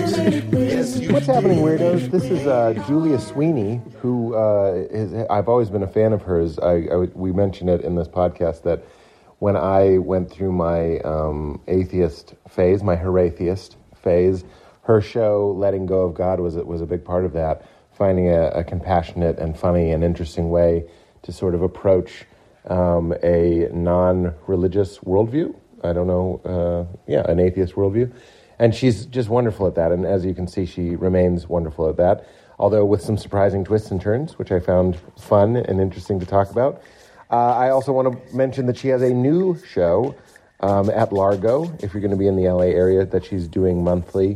What's happening, weirdos? This is uh, Julia Sweeney, who uh, is, I've always been a fan of hers. I, I would- we mentioned it in this podcast that when I went through my um, atheist phase, my heratheist phase, her show "Letting Go of God" was was a big part of that. Finding a, a compassionate and funny and interesting way to sort of approach um, a non-religious worldview. I don't know, uh, yeah, an atheist worldview, and she's just wonderful at that. And as you can see, she remains wonderful at that, although with some surprising twists and turns, which I found fun and interesting to talk about. Uh, I also want to mention that she has a new show um, at Largo. If you're going to be in the LA area, that she's doing monthly.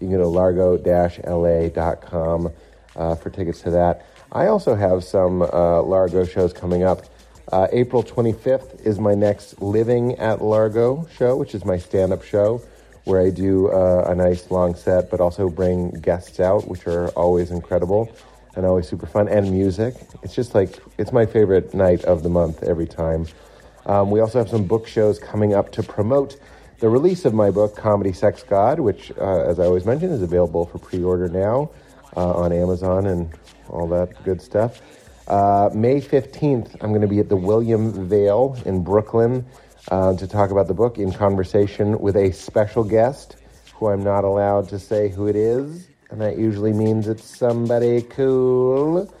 You can go to largo-la.com uh, for tickets to that. I also have some uh, Largo shows coming up. Uh, April 25th is my next Living at Largo show, which is my stand up show where I do uh, a nice long set, but also bring guests out, which are always incredible and always super fun, and music. It's just like, it's my favorite night of the month every time. Um, we also have some book shows coming up to promote the release of my book, Comedy Sex God, which, uh, as I always mention, is available for pre order now uh, on Amazon and all that good stuff. Uh, May 15th, I'm going to be at the William Vale in Brooklyn uh, to talk about the book in conversation with a special guest who I'm not allowed to say who it is. And that usually means it's somebody cool.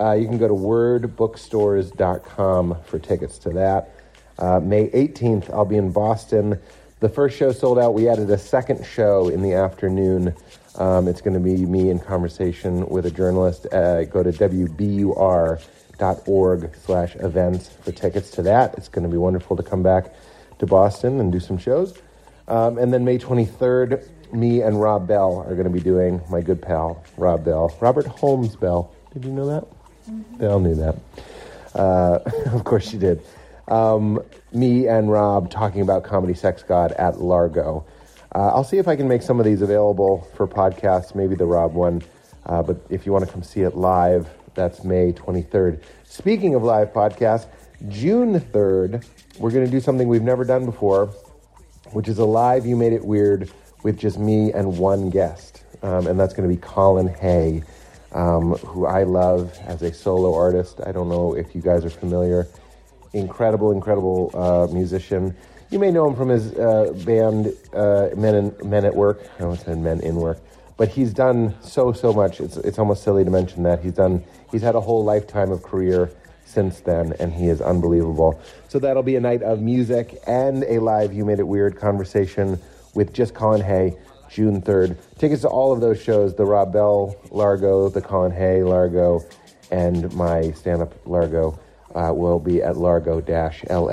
Uh, you can go to wordbookstores.com for tickets to that. Uh, May 18th, I'll be in Boston. The first show sold out. We added a second show in the afternoon. Um, it's going to be me in conversation with a journalist. Uh, go to wbur.org slash events for tickets to that. It's going to be wonderful to come back to Boston and do some shows. Um, and then May 23rd, me and Rob Bell are going to be doing my good pal, Rob Bell, Robert Holmes Bell. Did you know that? They all knew that. Uh, of course you did. Um, me and Rob talking about Comedy Sex God at Largo. Uh, I'll see if I can make some of these available for podcasts, maybe the Rob one. Uh, but if you want to come see it live, that's May 23rd. Speaking of live podcasts, June 3rd, we're going to do something we've never done before which is a live You Made It Weird with just me and one guest. Um, and that's going to be Colin Hay, um, who I love as a solo artist. I don't know if you guys are familiar. Incredible, incredible uh, musician. You may know him from his uh, band uh, Men, in, Men at Work. I almost said Men in Work. But he's done so, so much. It's, it's almost silly to mention that. He's done, he's had a whole lifetime of career since then, and he is unbelievable. So that'll be a night of music and a live You Made It Weird conversation with just Colin Hay, June 3rd. Tickets to all of those shows the Rob Bell Largo, the Colin Hay Largo, and my stand up Largo uh, will be at largo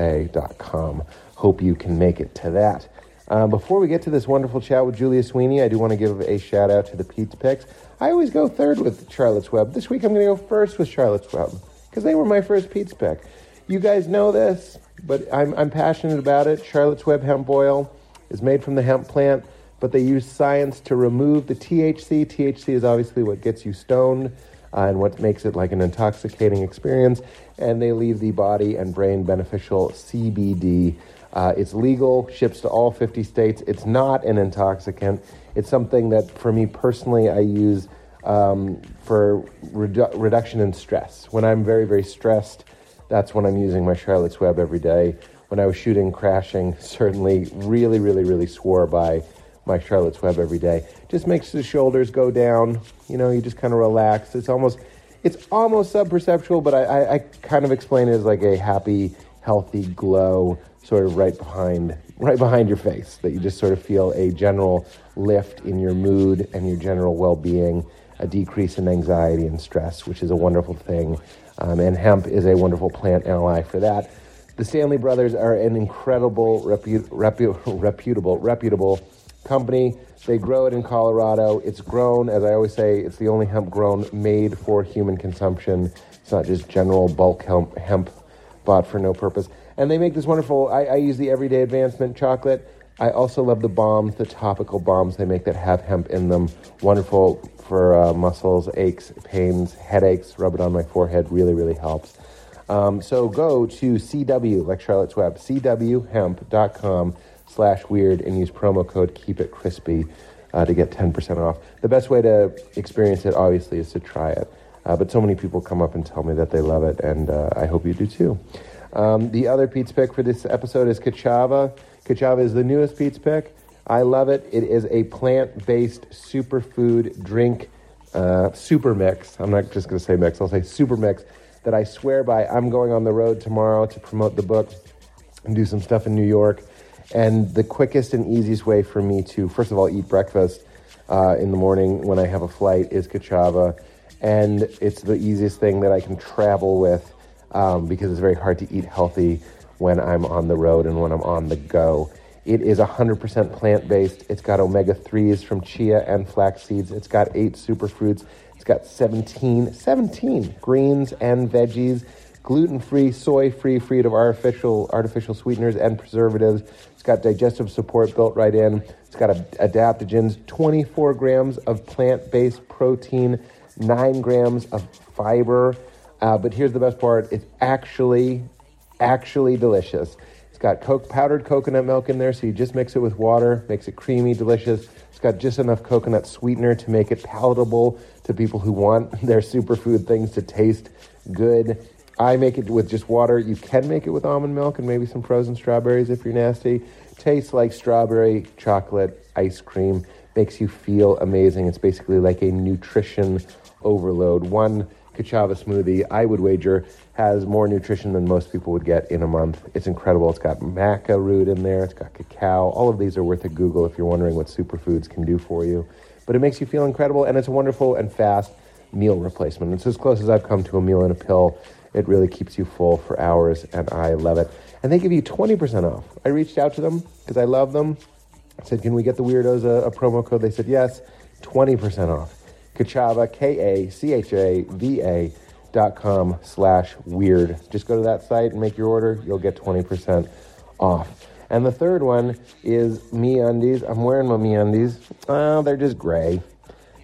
la.com. Hope you can make it to that. Um, before we get to this wonderful chat with Julia Sweeney, I do want to give a shout out to the Pete's Picks. I always go third with Charlotte's Web. This week I'm going to go first with Charlotte's Web because they were my first Pete's Pick. You guys know this, but I'm, I'm passionate about it. Charlotte's Web hemp oil is made from the hemp plant, but they use science to remove the THC. THC is obviously what gets you stoned uh, and what makes it like an intoxicating experience. And they leave the body and brain beneficial CBD. Uh, it's legal, ships to all 50 states. It's not an intoxicant. It's something that, for me personally, I use um, for redu- reduction in stress. When I'm very, very stressed, that's when I'm using my Charlotte's Web every day. When I was shooting Crashing, certainly really, really, really swore by my Charlotte's Web every day. Just makes the shoulders go down. You know, you just kind of relax. It's almost, it's almost subperceptual, but I, I, I kind of explain it as like a happy, healthy glow, sort of right behind, right behind your face. That you just sort of feel a general lift in your mood and your general well-being a decrease in anxiety and stress, which is a wonderful thing. Um, and hemp is a wonderful plant ally for that. The Stanley Brothers are an incredible, repu- repu- reputable, reputable company. They grow it in Colorado. It's grown, as I always say, it's the only hemp grown made for human consumption. It's not just general bulk hemp, hemp bought for no purpose. And they make this wonderful. I, I use the Everyday Advancement chocolate. I also love the bombs, the topical bombs they make that have hemp in them. Wonderful for uh, muscles, aches, pains, headaches. Rub it on my forehead. Really, really helps. Um, so go to CW, like Charlotte's Web, cwhemp.com slash weird and use promo code Keep It Crispy uh, to get 10% off. The best way to experience it, obviously, is to try it. Uh, but so many people come up and tell me that they love it, and uh, I hope you do too. Um, the other Pete's pick for this episode is Kachava. Kachava is the newest Pete's pick. I love it. It is a plant based superfood drink uh, super mix. I'm not just going to say mix, I'll say super mix that I swear by. I'm going on the road tomorrow to promote the book and do some stuff in New York. And the quickest and easiest way for me to, first of all, eat breakfast uh, in the morning when I have a flight is Kachava. And it's the easiest thing that I can travel with um, because it's very hard to eat healthy when I'm on the road and when I'm on the go. It is 100% plant based. It's got omega 3s from chia and flax seeds. It's got eight superfruits. It's got 17, 17 greens and veggies, gluten free, soy free, free of artificial, artificial sweeteners and preservatives. It's got digestive support built right in. It's got a, adaptogens, 24 grams of plant based protein, 9 grams of fiber. Uh, but here's the best part it's actually, actually delicious. It's got co- powdered coconut milk in there, so you just mix it with water, makes it creamy, delicious. It's got just enough coconut sweetener to make it palatable to people who want their superfood things to taste good. I make it with just water. You can make it with almond milk and maybe some frozen strawberries if you're nasty. Tastes like strawberry chocolate ice cream. Makes you feel amazing. It's basically like a nutrition overload. One Kachava smoothie, I would wager, has more nutrition than most people would get in a month. It's incredible. It's got maca root in there, it's got cacao. All of these are worth a Google if you're wondering what superfoods can do for you. But it makes you feel incredible, and it's a wonderful and fast meal replacement. It's as close as I've come to a meal in a pill. It really keeps you full for hours, and I love it. And they give you 20% off. I reached out to them because I love them. I said, Can we get the weirdos a, a promo code? They said, Yes, 20% off. Kachava, K A C H A V A dot com slash weird. Just go to that site and make your order. You'll get 20% off. And the third one is me undies. I'm wearing my me undies. Oh, they're just gray.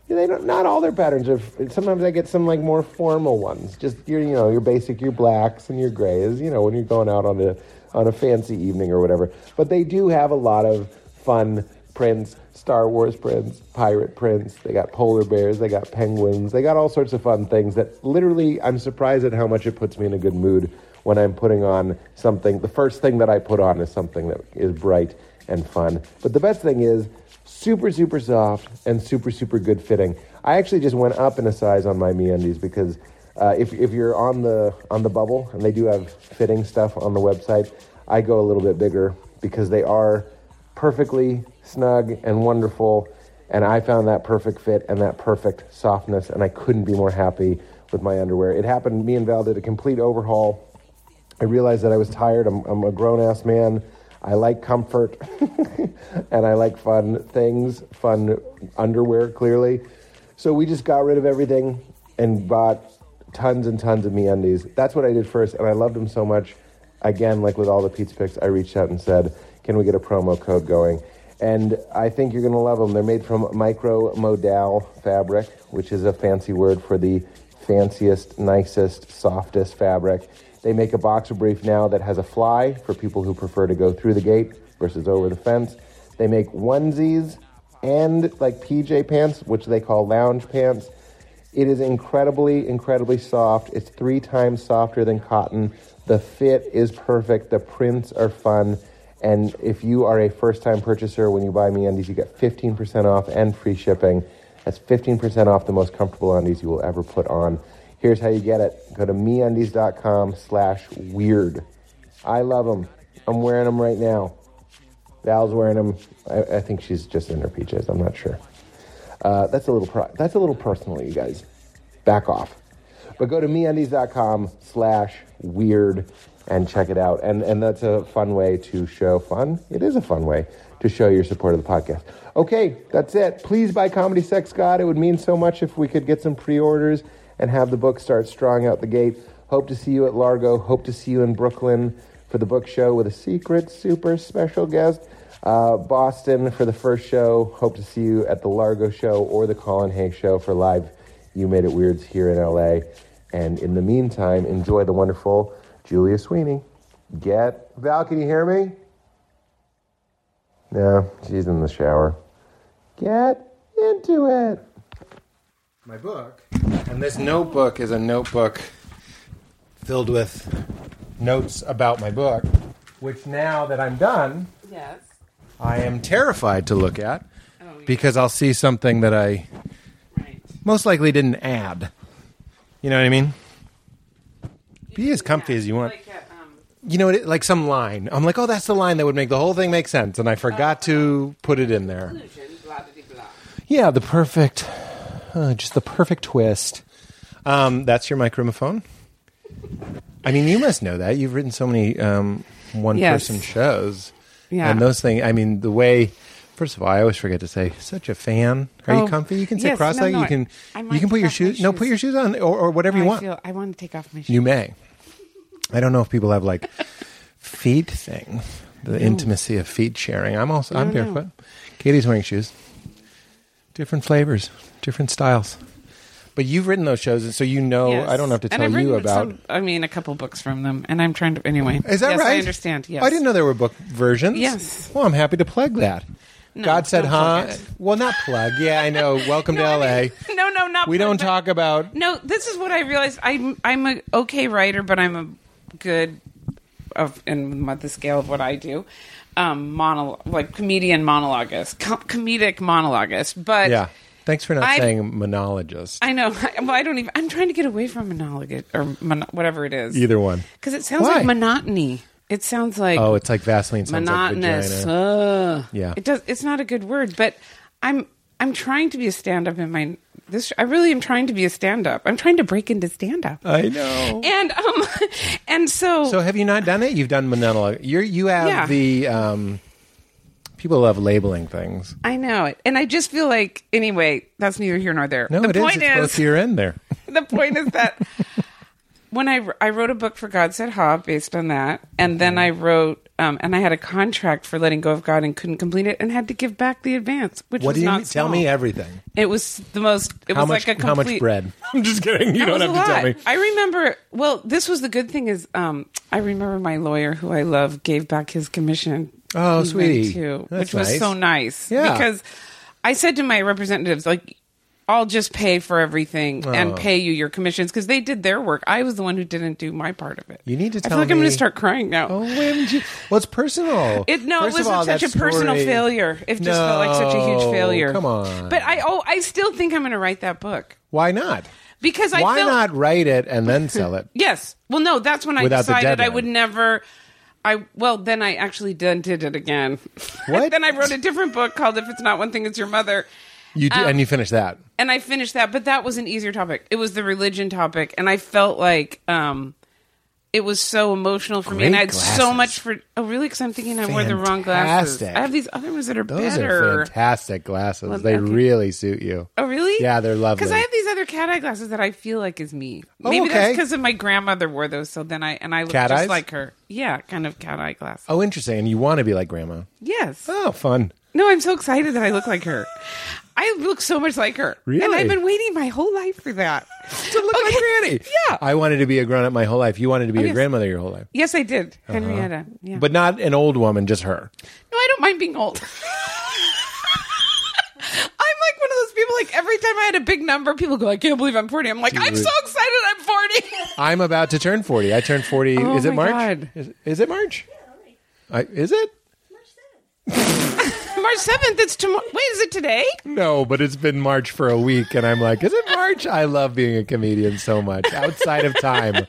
They don't, not all their patterns are. Sometimes I get some like more formal ones. Just your, you know, your basic, your blacks and your grays. You know, when you're going out on a on a fancy evening or whatever. But they do have a lot of fun prints, Star Wars prints, pirate prints. They got polar bears, they got penguins, they got all sorts of fun things that literally I'm surprised at how much it puts me in a good mood when I'm putting on something. The first thing that I put on is something that is bright and fun. But the best thing is super, super soft and super, super good fitting. I actually just went up in a size on my MeUndies because uh, if, if you're on the on the bubble and they do have fitting stuff on the website, I go a little bit bigger because they are perfectly snug and wonderful. And I found that perfect fit and that perfect softness, and I couldn't be more happy with my underwear. It happened, me and Val did a complete overhaul. I realized that I was tired. I'm, I'm a grown ass man. I like comfort and I like fun things, fun underwear, clearly. So we just got rid of everything and bought tons and tons of me undies. That's what I did first, and I loved them so much. Again, like with all the pizza picks, I reached out and said, Can we get a promo code going? and I think you're going to love them. They're made from micromodal fabric, which is a fancy word for the fanciest, nicest, softest fabric. They make a boxer brief now that has a fly for people who prefer to go through the gate versus over the fence. They make onesies and like PJ pants, which they call lounge pants. It is incredibly, incredibly soft. It's three times softer than cotton. The fit is perfect. The prints are fun. And if you are a first time purchaser, when you buy me undies, you get 15% off and free shipping. That's 15% off the most comfortable undies you will ever put on. Here's how you get it go to meundies.com slash weird. I love them. I'm wearing them right now. Val's wearing them. I, I think she's just in her PJs. I'm not sure. Uh, that's a little pro- that's a little personal, you guys. Back off. But go to meundies.com slash weird and check it out. And and that's a fun way to show fun. It is a fun way to show your support of the podcast. Okay, that's it. Please buy Comedy Sex God. It would mean so much if we could get some pre-orders and have the book start strong out the gate. Hope to see you at Largo. Hope to see you in Brooklyn for the book show with a secret super special guest. Uh, Boston for the first show. Hope to see you at the Largo show or the Colin Hay show for live You Made It Weirds here in LA. And in the meantime, enjoy the wonderful Julia Sweeney. Get Val, can you hear me? No, she's in the shower. Get into it. My book. And this notebook is a notebook filled with notes about my book, which now that I'm done, Yes. I am terrified to look at Oh, yeah. because I'll see something that I right. most likely didn't add. You know what I mean? Be as comfy as you want. Like a, um, You know, what it, like some line. I'm like, oh, that's the line that would make the whole thing make sense, and I forgot to put it in there. illusion, blah, blah, blah. Yeah, the perfect, uh, just the perfect twist. Um, that's your microphone. I mean, you must know that you've written so many um, one-person Yes. shows, Yeah. and those things. I mean, the way. First of all, I always forget to say, "Such a fan." Are Oh, you comfy? You can sit yes, no, cross-legged. no, you can. I- I you might can put take your off my shoes. No, put your shoes on, or, or whatever you I want. feel I want to take off my shoes. You may. I don't know if people have like feet thing, the intimacy of feet sharing. I'm also I'm don't know. barefoot. Katie's wearing shoes. Different flavors, different styles. But you've written those shows, and so you know. Yes. oh, I don't have to And I've tell you written about. some- I mean, a couple books from them, and I'm trying to. Anyway, Is that yes, right? I understand. Yes, I didn't know there were book versions. Yes. Well, I'm happy to plug that. No, God said, don't plug "Huh." it. Well, not plug. Yeah, I know. Welcome to No, LA. I mean- no, no, not we plug, don't but- talk about No, this is what I realized. I'm I'm a okay writer, but I'm a good of in what the scale of what I do. Um, monologue, like comedian monologuist, com- comedic monologuist. But Yeah. Thanks for not I've- saying monologist. I know. Well, I don't even. I'm trying to get away from monologue or mon- whatever it is. Either one. because it sounds Why? like monotony. It sounds like Oh, it's like Vaseline sounds like monotonous. vagina. Ugh. Yeah. it does. It's not a good word, but I'm I'm trying to be a stand up in my this. I really am trying to be a stand up. I'm trying to break into stand up. I know. and um and so, Oh. So have you not done it? You've done monologue. You you have Yeah. the um, people love labeling things. I know it, and I just feel like anyway, that's neither here nor there. No, the it is. point It's both your end there. the point is that when I I wrote a book for God Said Ha based on that, and Mm-hmm. then I wrote um and I had a contract for letting go of God and couldn't complete it, and had to give back the advance, which What was do you not mean? tell small. me? Everything. It was the most. It How was much? like a how complete much bread? I'm just kidding. You don't That have was to a tell me. lot. I remember. Well, this was the good thing is, um, I remember my lawyer, who I love, gave back his commission. Oh, even sweetie. too, That's which was nice. so nice. Yeah. because I said to my representatives, like, I'll just pay for everything Oh. and pay you your commissions because they did their work. I was the one who didn't do my part of it. You need to I tell feel like I'm me- going to start crying now. Oh, OMG. Well, it's personal. It no, First it of wasn't all, such that a personal story- failure. It just felt like such a No, huge failure. Come on. But I oh, I still think I'm going to write that book why not? because I why felt not write it and then sell it? Yes. Well, no, that's when I Without the decided I deadline. would never. I well, then I actually done did it again. What? then I wrote a different book called "If It's Not One Thing, It's Your Mother," You do, Um, and you finish that. and I finished that. But that was an easier topic. It was the religion topic, and I felt like um, it was so emotional for me, and I had Great so glasses. much for. Oh, really? Because I'm thinking I wore the wrong glasses. Fantastic. I have these other ones that are Those better. are fantastic glasses. they okay. really suit you. Oh, really? Yeah, they're lovely. Because I have these other cat eye glasses that I feel like is me. Oh, Maybe okay. that's because of my grandmother wore those. So then I and I look Cat just eyes? like her. Yeah, kind of cat eye glasses. Oh, interesting. And you want to be like grandma. Yes. Oh, fun. No, I'm so excited that I look like her. I look so much like her. And Really? I've been waiting my whole life for that. to look like Okay. granny. Yeah. Oh, I wanted to be a grown up my whole life. You wanted to be a yes. grandmother your whole life. Yes, I did, Henrietta. Yeah. Uh-huh. But not an old woman, just her. no, I don't mind being old. I'm like one of those people. Like every time I had a big number, people go, "I can't believe I'm 40." I'm like, I'm so excited I'm 40. I'm about to turn 40. I turned 40. Oh is it March? my God. Is, is it March? I, is it? March 7th. It's tomorrow. Wait, is it today? No, but it's been March for a week, and I'm like, is it March? I love being a comedian so much. Outside of time,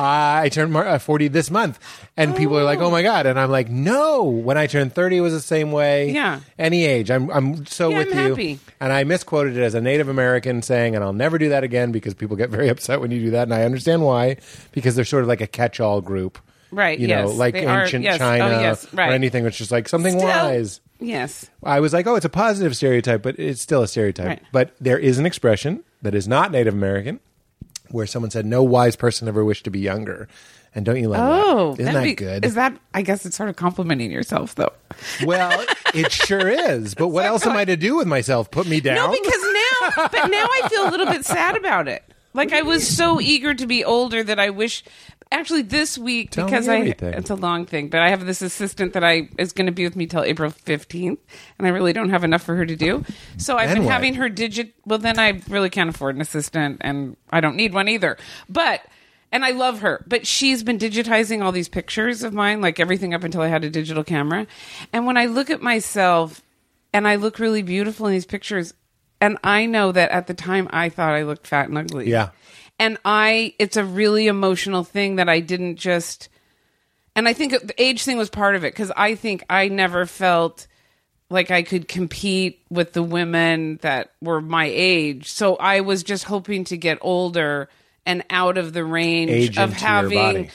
I turned Mar- uh, 40 this month, and people are like, oh my god, and I'm like, no. When I turned 30, it was the same way. Yeah. any age, I'm I'm so Yeah, with I'm you. happy. And I misquoted it as a Native American saying, and I'll never do that again because people get very upset when you do that, and I understand why because they're sort of like a catch-all group, Right, You know, yes. like They are- ancient yes. Oh, China yes, right. or anything, which is like something Still- wise. Yes. I was like, oh, it's a positive stereotype, but it's still a stereotype. Right. But there is an expression that is not Native American where someone said, no wise person ever wished to be younger. And don't you love Oh, that? Isn't that'd that be- good? Is that? I guess it's sort of complimenting yourself, though. well, it sure is. But what else am I to do with myself? Put me down? No, because now, but now I feel a little bit sad about it. Like I was so eager to be older that I wish actually this week Tell me because I everything. it's a long thing, but I have this assistant that I is going to be with me till April fifteenth, and I really don't have enough for her to do. So I've Then been what? having her digit. Well, then I really can't afford an assistant, and I don't need one either. But and I love her, but she's been digitizing all these pictures of mine, like everything up until I had a digital camera. And when I look at myself, and I look really beautiful in these pictures. And I know that at the time I thought I looked fat and ugly. Yeah. And I, it's a really emotional thing that I didn't just, and I think the age thing was part of it because I think I never felt like I could compete with the women that were my age. So I was just hoping to get older and out of the range Age of into your having body.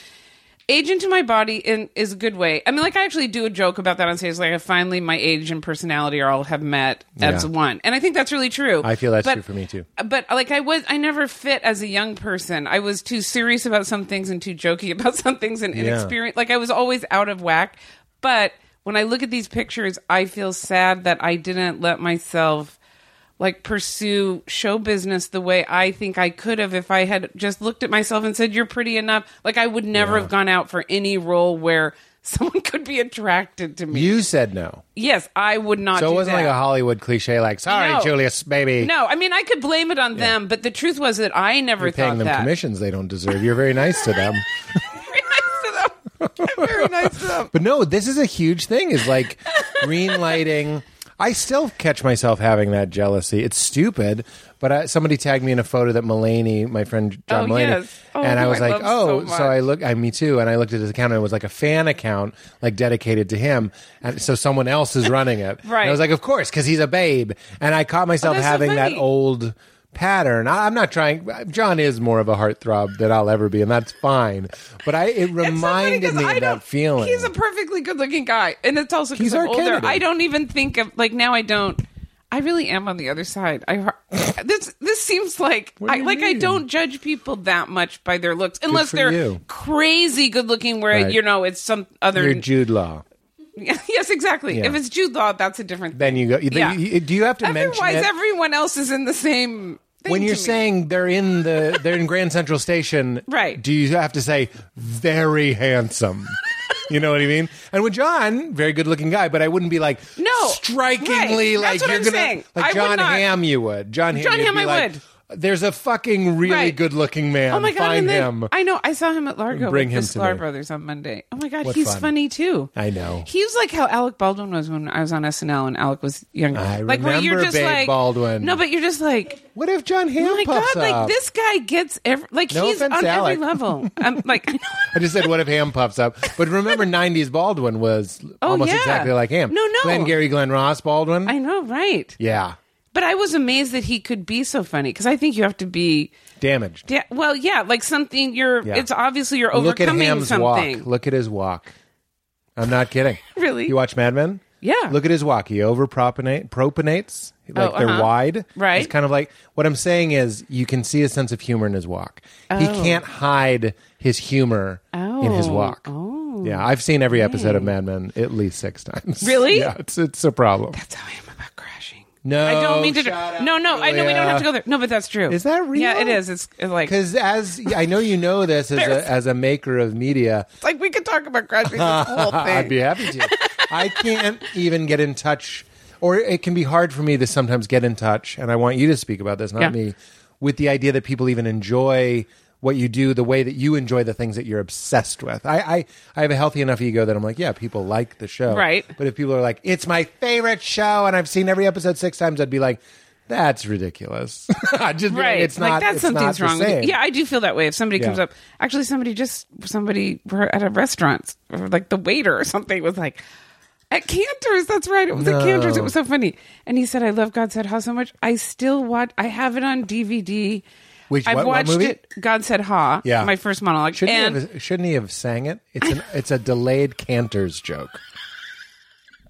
age into my body in is a good way. I mean, like I actually do a joke about that on stage. Like, I finally my age and personality are all have met as Yeah. one, and I think that's really true. I feel that's But- true for me, too. But like I was, I never fit as a young person. I was too serious about some things and too jokey about some things and inexperienced. Like I was always out of whack. But when I look at these pictures, I feel sad that I didn't let myself like pursue show business the way I think I could have if I had just looked at myself and said you're pretty enough. Like I would never have gone out for any role where someone could be attracted to me. You said no. yes, I would not. So it do wasn't that. like a Hollywood cliche, like, sorry, No. Julius, baby. No, I mean I could blame it on them, but the truth was that I never You're thought paying them that. commissions they don't deserve. You're very nice to them. Very nice to them. Very nice to them. But no, this is a huge thing. Is like green lighting. I still catch myself having that jealousy. It's stupid, but I, somebody tagged me in a photo that Mulaney, my friend John Oh, Mulaney, yes. Oh, and I who was I like, love oh, so so, much. I look, I me too, and I looked at his account and it was like a fan account, like dedicated to him, and so someone else is running it. Right. And I was like, of course, because he's a babe, and I caught myself Oh, that's so having that funny. old pattern. I, I'm not trying. John is more of a heartthrob than I'll ever be, and that's fine. But I it It's so funny reminded 'cause me I of don't- that feeling. He's a perfectly good-looking guy, and it's also because He's I'm our older. Kennedy. I don't even think of like now. I don't. I really am on the other side. I har- this this seems like What do I you like I mean? don't judge people that much by their looks unless for they're you. crazy good looking where Right. you know it's some other You're Jude Law. Yes, exactly. Yeah. If it's Jude Law, that's a different Then you go. then Yeah. you- do you have to mention Otherwise it everyone else is in the same thing when to you're me. saying they're in the they're in Grand Central Station? Right. Do you have to say very handsome? You know what I mean? And with John, very good looking guy, but I wouldn't be like No. strikingly Right. like That's what you're I'm gonna saying. I like would John not. Hamm you would. John Hamm, John you'd Hamm be I like, There's a fucking really Right. good looking man. Oh my god! Find and then, him. I know. I saw him at Largo. Bring Bring him with to the Sklar me. Brothers on Monday. Oh my god, What he's fun. funny too. I know. He was like how Alec Baldwin was when I was on SNL and Alec was younger. I like where you're remember just Babe like Baldwin. No, but you're just like. what if John Hamm Oh my puffs god! Like up? this guy gets every like No he's offense, on Alec. every level. I'm like, I just said, "What if Ham puffs up?" But remember, '90s Baldwin was almost Oh, yeah. exactly like Ham. No, no. Glenn Gary, Glenn Ross, Baldwin. I know, right? yeah, But I was amazed that he could be so funny because I think you have to be. damaged. Yeah, well, yeah, like something you're. Yeah. It's obviously you're Look at overcoming Ham's something. walk. Look at his walk. I'm not kidding. Really? You watch Mad Men? Yeah. Look at his walk. He over propinate- propinates. Like Oh, they're uh-huh. wide. Right. It's kind of like what I'm saying is you can see a sense of humor in his walk. He Oh. can't hide his humor in his Oh. walk. Oh. Yeah, I've seen every episode of Mad Men at least six times. Really? Yeah, it's, it's a problem. That's how I am about crashing. No, I don't mean to. shut up, no, no, I know we don't have to go there. No, but that's true. Is that real? Yeah, it is. It's, it's like Because as I know, you know this as a, as a maker of media. it's like we could talk about crashing this whole I'd thing. be happy to. I can't even get in touch, or it can be hard for me to sometimes get in touch. And I want you to speak about this, not Yeah. me, with the idea that people even enjoy what you do, the way that you enjoy the things that you're obsessed with. I, I, I have a healthy enough ego that I'm like, yeah, people like the show, Right. But if people are like, it's my favorite show, and I've seen every episode six times, I'd be like. That's ridiculous. I just be like, right. it's not. like that's it's not something's the wrong. with same. it. Yeah, I do feel that way. If somebody Yeah. comes up, actually, somebody just somebody were at a restaurant, or like the waiter or something was like. At Cantor's, that's right. It was at Cantor's. It was so funny. And he said, "I love God said How so much. I still watch. I have it on DVD. Which- I've what- what watched movie? it. God said Ha. Yeah. my first monologue. Shouldn't, and he have, shouldn't he have sang it? It's an it's a delayed Cantor's joke.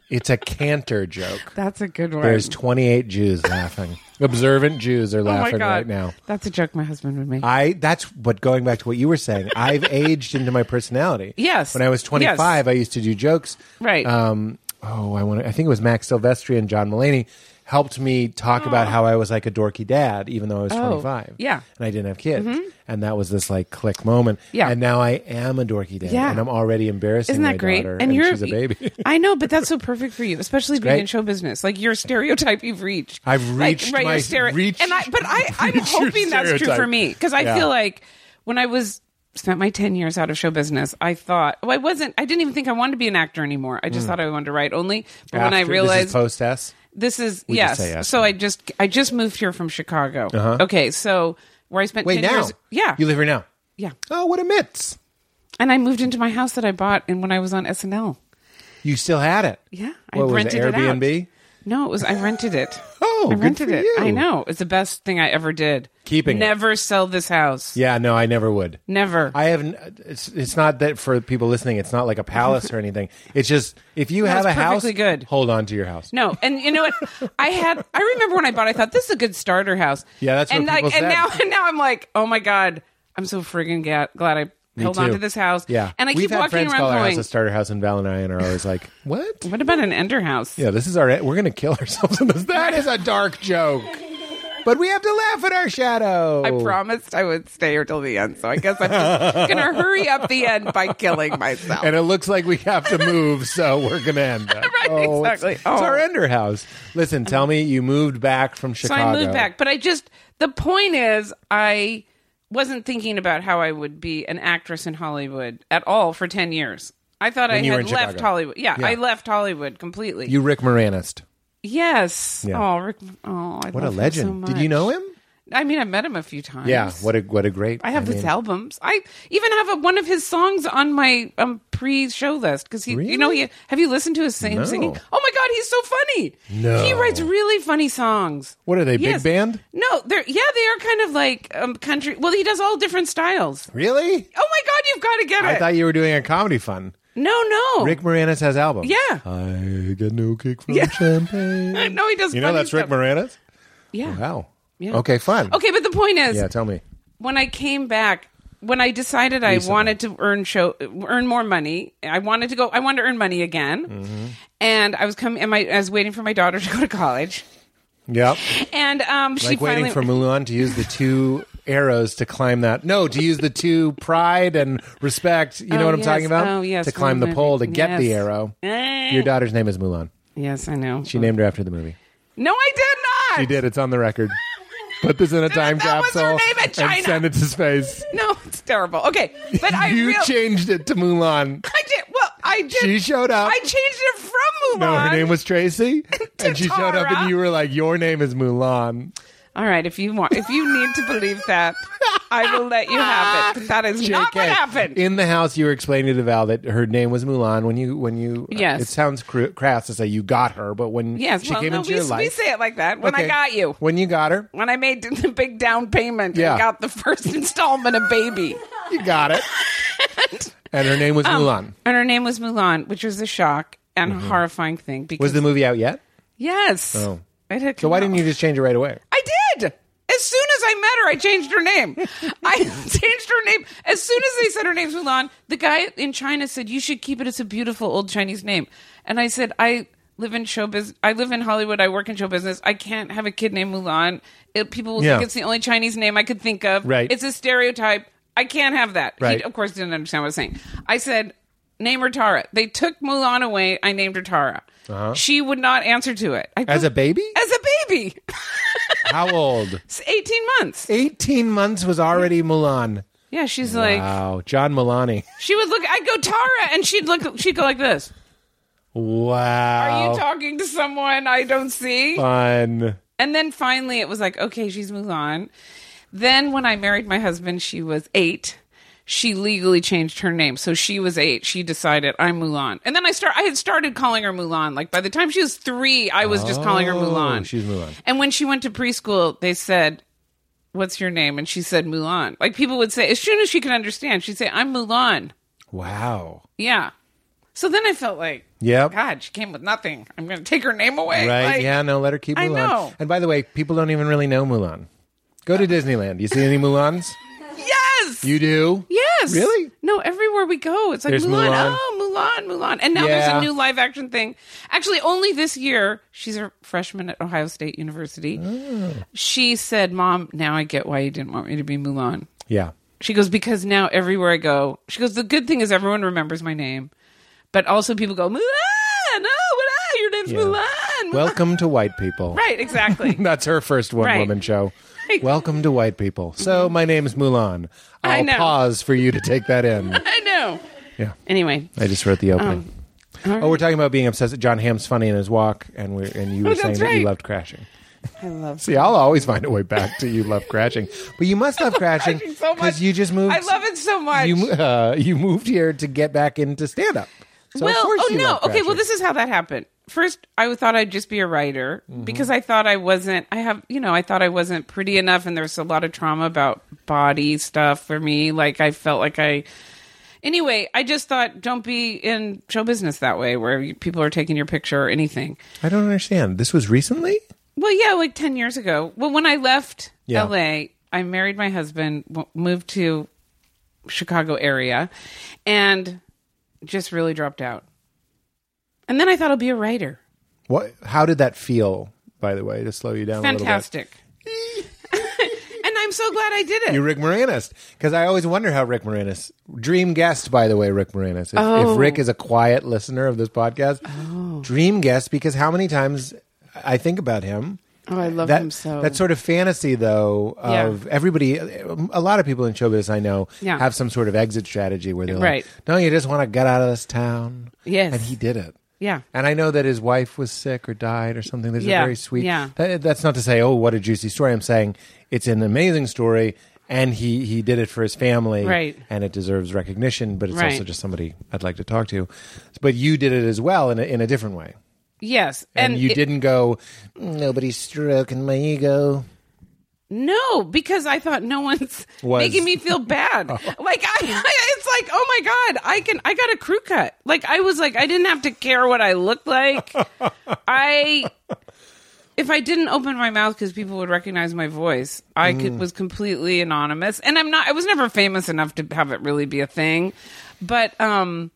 It's a Cantor joke. that's a good one. There's 28 Jews laughing. Observant Jews are laughing right now. Oh That's a joke my husband would make. I that's but going back to what you were saying, I've aged into my personality. Yes. When I was 25, I used to do jokes. Right. Um, oh, I want. to I think it was Max Silvestri and John Mulaney helped me talk about how I was like a dorky dad, even though I was Oh, 25. yeah. Mm-hmm. And I didn't have kids. And that was this like click moment. Yeah. And now I am a dorky dad. Yeah. And I'm already embarrassing Isn't my that great? daughter. And, she's a baby. I know, but that's so perfect for you, especially being in great. show business. Like your stereotype, you've reached. I've Like, reached right, your my- stere- reached- and I, but I, I'm reached your hoping that's true stereotype. for me because I Yeah. feel like when I was spent my 10 years out of show business, I thought, well, I wasn't, I didn't even think I wanted to be an actor anymore. I just thought I wanted to write only. But when I Mm. After- This is realized post S. this is just yes. say yes so now. I just I just moved here from Chicago. Okay, so where I spent Wait, 10 now? years, yeah, You live here now? yeah, Oh, what a mitts. and I moved into my house that I bought and when I was on SNL. You still had it. Yeah, What I was it, rented it, out. Airbnb? No, it was I rented it. Oh, I good rented for it. you. I know it's the best thing I ever did. Keeping it. never sell this house. Yeah, no, I never would. Never. I haven't. It's, it's not that for people listening. It's not like a palace or anything. It's just if you have it's a house, perfectly good. Hold on to your house. no, and you know what? I had. I remember when I bought. I thought this is a good starter house. Yeah, that's what and like, people and said. now, and now I'm like, oh my god, I'm so friggin' ga- glad I held on too. to this house. Yeah, and I We've keep had walking friends call around our going, house a starter house, and Val and I are always like, "What? what about an ender house? Yeah, this is our. We're gonna kill ourselves in this. That is a dark joke, but we have to laugh at our shadow. I promised I would stay here till the end, so I guess I'm just gonna hurry up the end by killing myself. And it looks like we have to move, so we're gonna end. Up. Right, it's- exactly. It's, Oh. our ender house. Listen, tell me you moved back from so Chicago. I moved back. But I just the point is I wasn't thinking about how I would be an actress in Hollywood at all for ten years. I thought I you were had in left Chicago. Hollywood. Yeah, Yeah. I left Hollywood completely. You Rick Moranist. yes. Yeah. Oh, Rick. Oh, I What a love him legend. so Did you much. know him? I mean, I met him a few times. Yeah. What a what a great. I have mean, his albums. I even have a, one of his songs on my um, pre-show list because he, you know, Really? he have you listened to his same No. singing? Oh my god, he's so funny. No. he writes really funny songs. What are they, big band? No, they're yeah, they are kind of like um, country. Well, he does all different styles. Really? Oh my god, you've got to get I it. thought you were doing a comedy fun. no, no, Rick Moranis has albums. Yeah. I get no kick from Yeah. champagne. no, he does. You know funny that's Rick stuff. Moranis? Yeah. Wow. Yeah. Okay, fun. Okay, but the point is, Yeah, tell me. when I came back, when I decided I wanted to earn show earn more money, I wanted to go. I wanted to earn money again, Mm-hmm. and I was coming. And my, I was waiting for my daughter to go to college, Yep. and um, she Like waiting finally. for Mulan to use the two arrows to climb that. No, to use the two pride and respect. You know Oh, what I'm yes. talking about? Oh, yes, To climb the movie. pole to get the Yes. arrow. Eh. Your daughter's name is Mulan. yes, I know. She named her after the movie. no, I did not. She did. It's on the record. Put this in a time That was her capsule name in China. and send it to space. No, it's terrible. Okay, but I you real- changed it to Mulan. I did. Well, I did. She showed up. I changed it from Mulan. No, her name was Tracy, and she showed up, Tara. and you were like, "Your name is Mulan." All right, if you want, if you need to believe that, I will let you have it. But that is not what JK. happened. in the house. You were explaining to Val that her name was Mulan. When you, when you, Yes. it sounds cr- crass to say you got her, but when yes, she well, came no, into we, your we life, say it like that. When I Okay. got you, when you got her, when I made the big down payment, Yeah. I got the first installment of Baby, you got it, and her name was Um, Mulan. and her name was Mulan, which was a shock and a horrifying thing. Because Mm-hmm. Was the movie out yet? yes, Oh. it had So why didn't you just change it right away? I did. As soon as I met her, I changed her name. I changed her name. As soon as they said her name's Mulan, the guy in China said, You should keep it as a beautiful old Chinese name. And I said, I live in show business. I live in Hollywood. I work in show business. I can't have a kid named Mulan. It, people will Yeah. think it's the only Chinese name I could think of. Right. It's a stereotype. I can't have that. Right. He, of course, didn't understand what I was saying. I said, Name her Tara. They took Mulan away. I named her Tara. She would not answer to it. I Uh-huh. As a baby? as a baby. How old? It's 18 months. Eighteen months was already Mulan. Yeah, she's like Wow, Oh, John Mulani. she would look I'd go Tara and she'd look she'd go like this. Wow. Are you talking to someone I don't see? fun. And then finally it was like, okay, she's Mulan. Then when I married my husband, she was 8. She legally changed her name. So she was 8. She decided I'm Mulan. And then I start I had started calling her Mulan. Like by the time she was 3, I was just calling her Oh, Mulan. she's Mulan. And when she went to preschool, they said, "What's your name?" And she said Mulan. Like people would say as soon as she could understand, she'd say, "I'm Mulan." Wow. Yeah. So then I felt like, Yep. God, she came with nothing. I'm going to take her name away. Right? Like, yeah, no, let her keep Mulan. I know. Uh, And by the way, people don't even really know Mulan. Go to Disneyland. You see any Mulans? Yes. You do? yes. Really? No, everywhere we go, it's like There's Mulan. Mulan. Oh, Mulan, Mulan. And now there's Yeah. a new live action thing. Actually, only this year, she's a freshman at Ohio State University. Oh. She said, Mom, now I get why you didn't want me to be Mulan. Yeah. She goes, Because now everywhere I go, she goes, The good thing is everyone remembers my name, but also people go, Mulan, oh, Mulan, your name's Yeah. Mulan. Mulan." Welcome to white people. Right, exactly. That's her first one Right. woman show. Welcome to white people. So my name's Mulan. I I'll know. pause for you to take that in. I know. Yeah. Anyway, I just wrote the opening. Um, Oh, we're talking about being obsessed. John Hamm's funny in his walk, and we are and you were Oh, saying that's that you right. loved crashing. I love See, I'll always find a way back to you love crashing, but you must love crashing crashing so much. you just moved. I love it so much. You uh, you moved here to get back into stand up. So of well, course oh you no. love Okay, well crashing. this is how that happened. First, I thought I'd just be a writer Mm-hmm. because I thought I wasn't I have, you know, I thought I wasn't pretty enough and there's a lot of trauma about body stuff for me. Like I felt like I Anyway, I just thought don't be in show business that way where you, people are taking your picture or anything. I don't understand. This was recently. Well, yeah, like 10 years ago. Well, when I left Yeah. LA, I married my husband, w- moved to Chicago area, and just really dropped out. And then I thought I'll be a writer. What? How did that feel? By the way, to slow you down. A little bit? Fantastic. and I'm so glad I did it. you Rick Moranis because I always wonder how Rick Moranis dream guest by the way Rick Moranis if, Oh. if Rick is a quiet listener of this podcast dream guest because how many times I think about him oh, I love that him so. that sort of fantasy though Yeah. of everybody a lot of people in showbiz I know Yeah. have some sort of exit strategy where they're Right. like don't you just want to get out of this town Yes. and he did it yeah. and I know that his wife was sick or died or something. There's Yeah, a very sweet. yeah. that- that's not to say, oh, what a juicy story. I'm saying it's an amazing story, and he he did it for his family, Right. And it deserves recognition. But it's Right. also just somebody I'd like to talk to. But you did it as well in a, in a different way, Yes. and, you it- didn't go. Nobody's stroking my ego. No, because I thought no one's Was. making me feel bad. Like I, it's like, oh my god, I can, I got a crew cut. Like I was like, I didn't have to care what I looked like. I, if I didn't open my mouth because people would recognize my voice, I could, was completely anonymous, and I'm not. I was never famous enough to have it really be a thing, but um,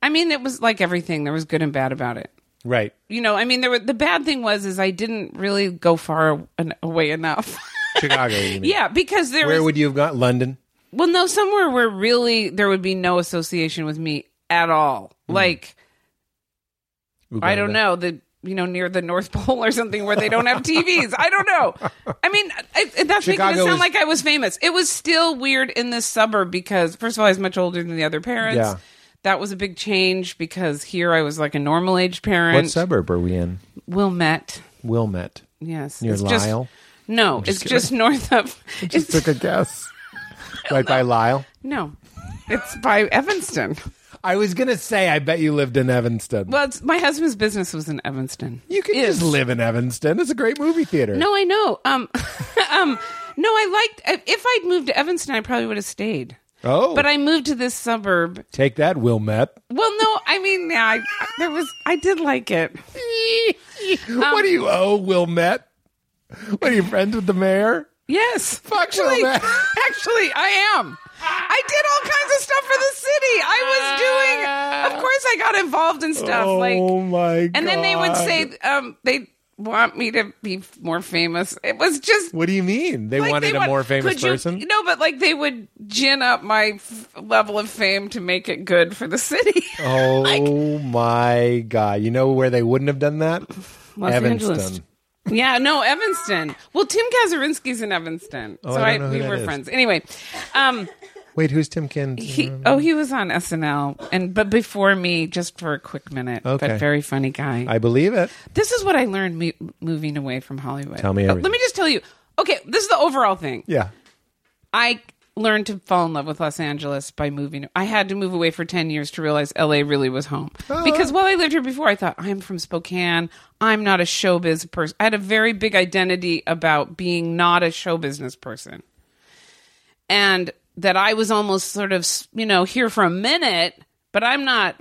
I mean, it was like everything. There was good and bad about it Right. you know, I mean, there were, the bad thing was is I didn't really go far en- away enough. Chicago, you mean. yeah, because there Where was would you have gone? London. well, no, somewhere where really there would be no association with me at all. Hmm. Like I don't Uganda. know the you know near the North Pole or something where they don't have TVs. I don't know. I mean, I, I- that's Chicago making it sound is- like I was famous. It was still weird in this suburb because first of all, I was much older than the other parents. Yeah. That was a big change because here I was like a normal age What parent. suburb are we in? Wilmette. Wilmette. Yes. Near it's Lisle? Just, no, it's just north of. It's, Took a guess. right by Lyle. no, it's by Evanston. I was gonna say, I bet you lived in Evanston. Well, it's, my husband's business was in Evanston. you could Is. just live in Evanston. It's a great movie theater. No, I know. Um, um, no, I liked. If I'd moved to Evanston, I probably would have stayed. Oh. But I Um, moved to this suburb. take that, Wilmette. Well, no, I mean, yeah, I, there was. I did like it. what do you owe Wilmette? What are you friends with the mayor? Yes. you, actually, man. actually, I am. I did all kinds of stuff for the city. I was doing. Of course, I got involved in stuff oh like. my god! And then they would say um, they want me to be more famous. It was just "What do you mean? They like, wanted they a want- more famous could you- person." No, but like they would gin up my f- level of fame to make it good for the city. oh like my god! You know where they wouldn't have done that? Los Evanston. Angeles. Yeah, no, Evanston. Well, Tim Kazurinsky's in Evanston, so Oh, I I, don't know who we that were is. friends. Anyway, um, Wait, who's Tim Kins? he oh he was on SNL and but before me just for a quick minute, Okay. but very funny guy. I believe it. this is what I learned me- moving away from Hollywood. Tell me Uh, everything. let me just tell you. Okay, this is the overall thing. Yeah. I learned to fall in love with Los Angeles by moving. I had to move away for 10 years to realize LA really was home. Ah. Because while I lived here before, I thought, I'm from Spokane. I'm not a showbiz person. I had a very big identity about being not a show business person. And that I was almost sort of, you know, here for a minute, but I'm not,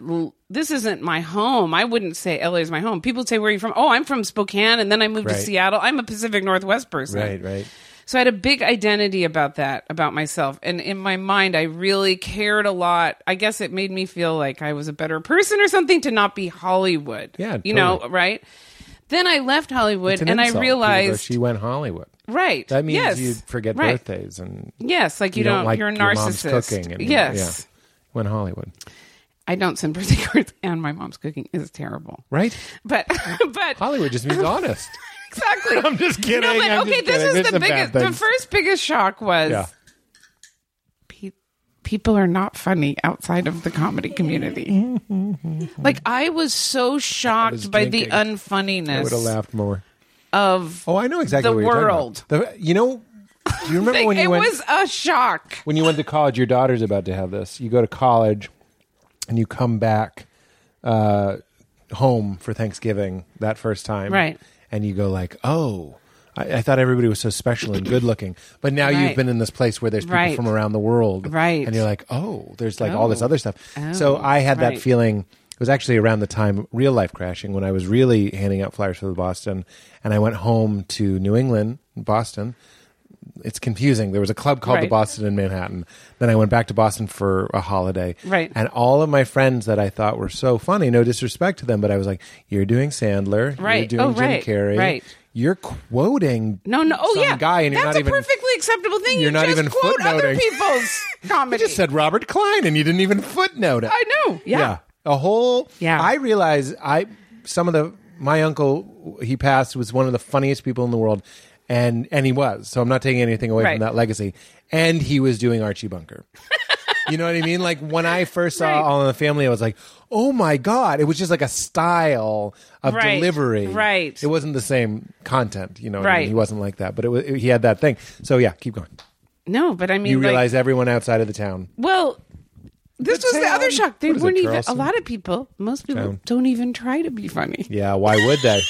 this isn't my home. I wouldn't say LA is my home. People say, where are you from? Oh, I'm from Spokane. And then I moved Right. to Seattle. I'm a Pacific Northwest person. Right. Right. So I had a big identity about that, about myself. And in my mind, I really cared a lot. I guess it made me feel like I was a better person or something to not be Hollywood. Yeah, You know, totally. right? Then I left Hollywood It's an and I insult. People go, realized, she went Hollywood. right. That means yes, you forget right. birthdays and Yes, like you, you don't, don't, like you're a your mom's narcissist. cooking. And, yes. yeah. went Hollywood, I don't send birthday cards and my mom's cooking is terrible. right? But but Hollywood just means honest. exactly. I'm just kidding. No, but I'm okay, just this kidding. There's is the some bad biggest. The things. first biggest shock was Yeah. pe- people are not funny outside of the comedy community. like I was so shocked was by drinking. the I would have unfunniness laughed more. of. Oh, I know exactly The what you're talking world. about. The, you know, do you remember Like, when you it went was a shock. when you went to college? Your daughter's about to have this. You go to college, and you come back uh, home for Thanksgiving that first time, Right. And you go like, oh. I, I thought everybody was so special and good looking, but now you've Right. been in this place where there's people Right. from around the world, Right. And you're like, oh, there's like all this Oh. other stuff. so Oh, I had that feeling. right. feeling it was actually around the time real life crashing when I was really handing out flyers for the Boston and I went home to New England, Boston. It's confusing. There was a club called the Right. Boston in Manhattan. Then I went back to Boston for a holiday. Right. And all of my friends that I thought were so funny, no disrespect to them, but I was like, You're doing Sandler, Right. you're doing Oh, Jim right. Carrey. Right. You're quoting No, no. Oh some yeah, guy and you're that's not a even perfectly acceptable thing. you're you not just even quote other footnoting. people's I comedy. just said Robert Klein, and you didn't even footnote it. I know. Yeah. a whole. Yeah. I realize I some of the my uncle he passed was one of the funniest people in the world, and and he was. So I'm not taking anything away Right. from that legacy. And he was doing Archie Bunker. you know what I mean? Like when I first saw Right. All in the Family, I was like, oh my god! It was just like a style of Right. delivery. Right. It wasn't the same content. You know. what I mean? Right. He wasn't like that, but it was. He had that thing. So yeah, keep going. no, but I mean, You like, realize everyone outside of the town Well, this was the town- other shock. They what is it, weren't even. A Charleston? lot of people, most people, Town. don't even try to be funny. Yeah, why would they?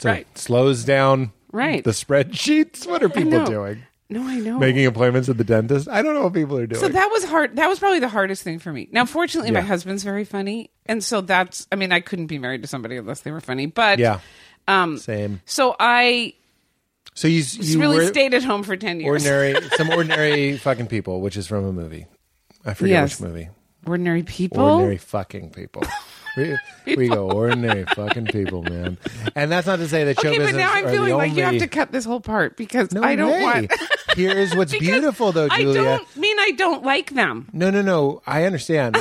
So Right. It slows down Right. the spreadsheets. What are people know. doing? No, I know. Making appointments at the dentist? I don't know what people are doing. so that was hard. That was probably the hardest thing for me. Now, fortunately, my Yeah. husband's very funny, and so that's. I mean, I couldn't be married to somebody unless they were funny. But yeah, um, same. so I So you just you really were stayed at home for ten years. ordinary some ordinary fucking people, which is from a movie. I forget Yes. which movie. Ordinary people. Ordinary fucking people. We, we go ordinary fucking people, man. And that's not to say that show okay, but business now I'm are feeling the like you have only- to cut this whole part because No I don't way. want. Here's what's Because beautiful, though, I Julia. don't mean I don't like them. No, no, no. I understand.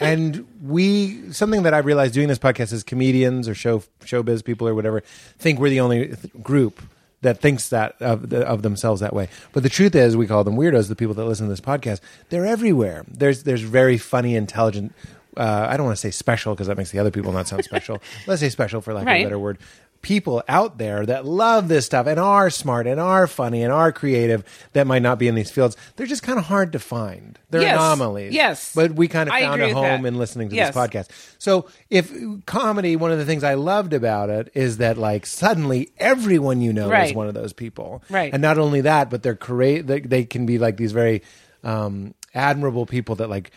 and we something that I realized doing this podcast is comedians or show showbiz people or whatever think we're the only th- group that thinks that of, the, of themselves that way. But the truth is, we call them weirdos. The people that listen to this podcast, they're everywhere. There's there's very funny, intelligent. Uh, I don't want to say special because that makes the other people not sound special. Let's say special for lack of a Right. better word. People out there that love this stuff and are smart and are funny and are creative that might not be in these fields. They're just kind of hard to find. They're Yes. anomalies. Yes. But we kind of I found agree a with home that. in listening to Yes. this podcast. So, if comedy, one of the things I loved about it is that, like, suddenly everyone you know is Right. one of those people. Right. And not only that, but they're create, they, they can be like these very um, admirable people that, like,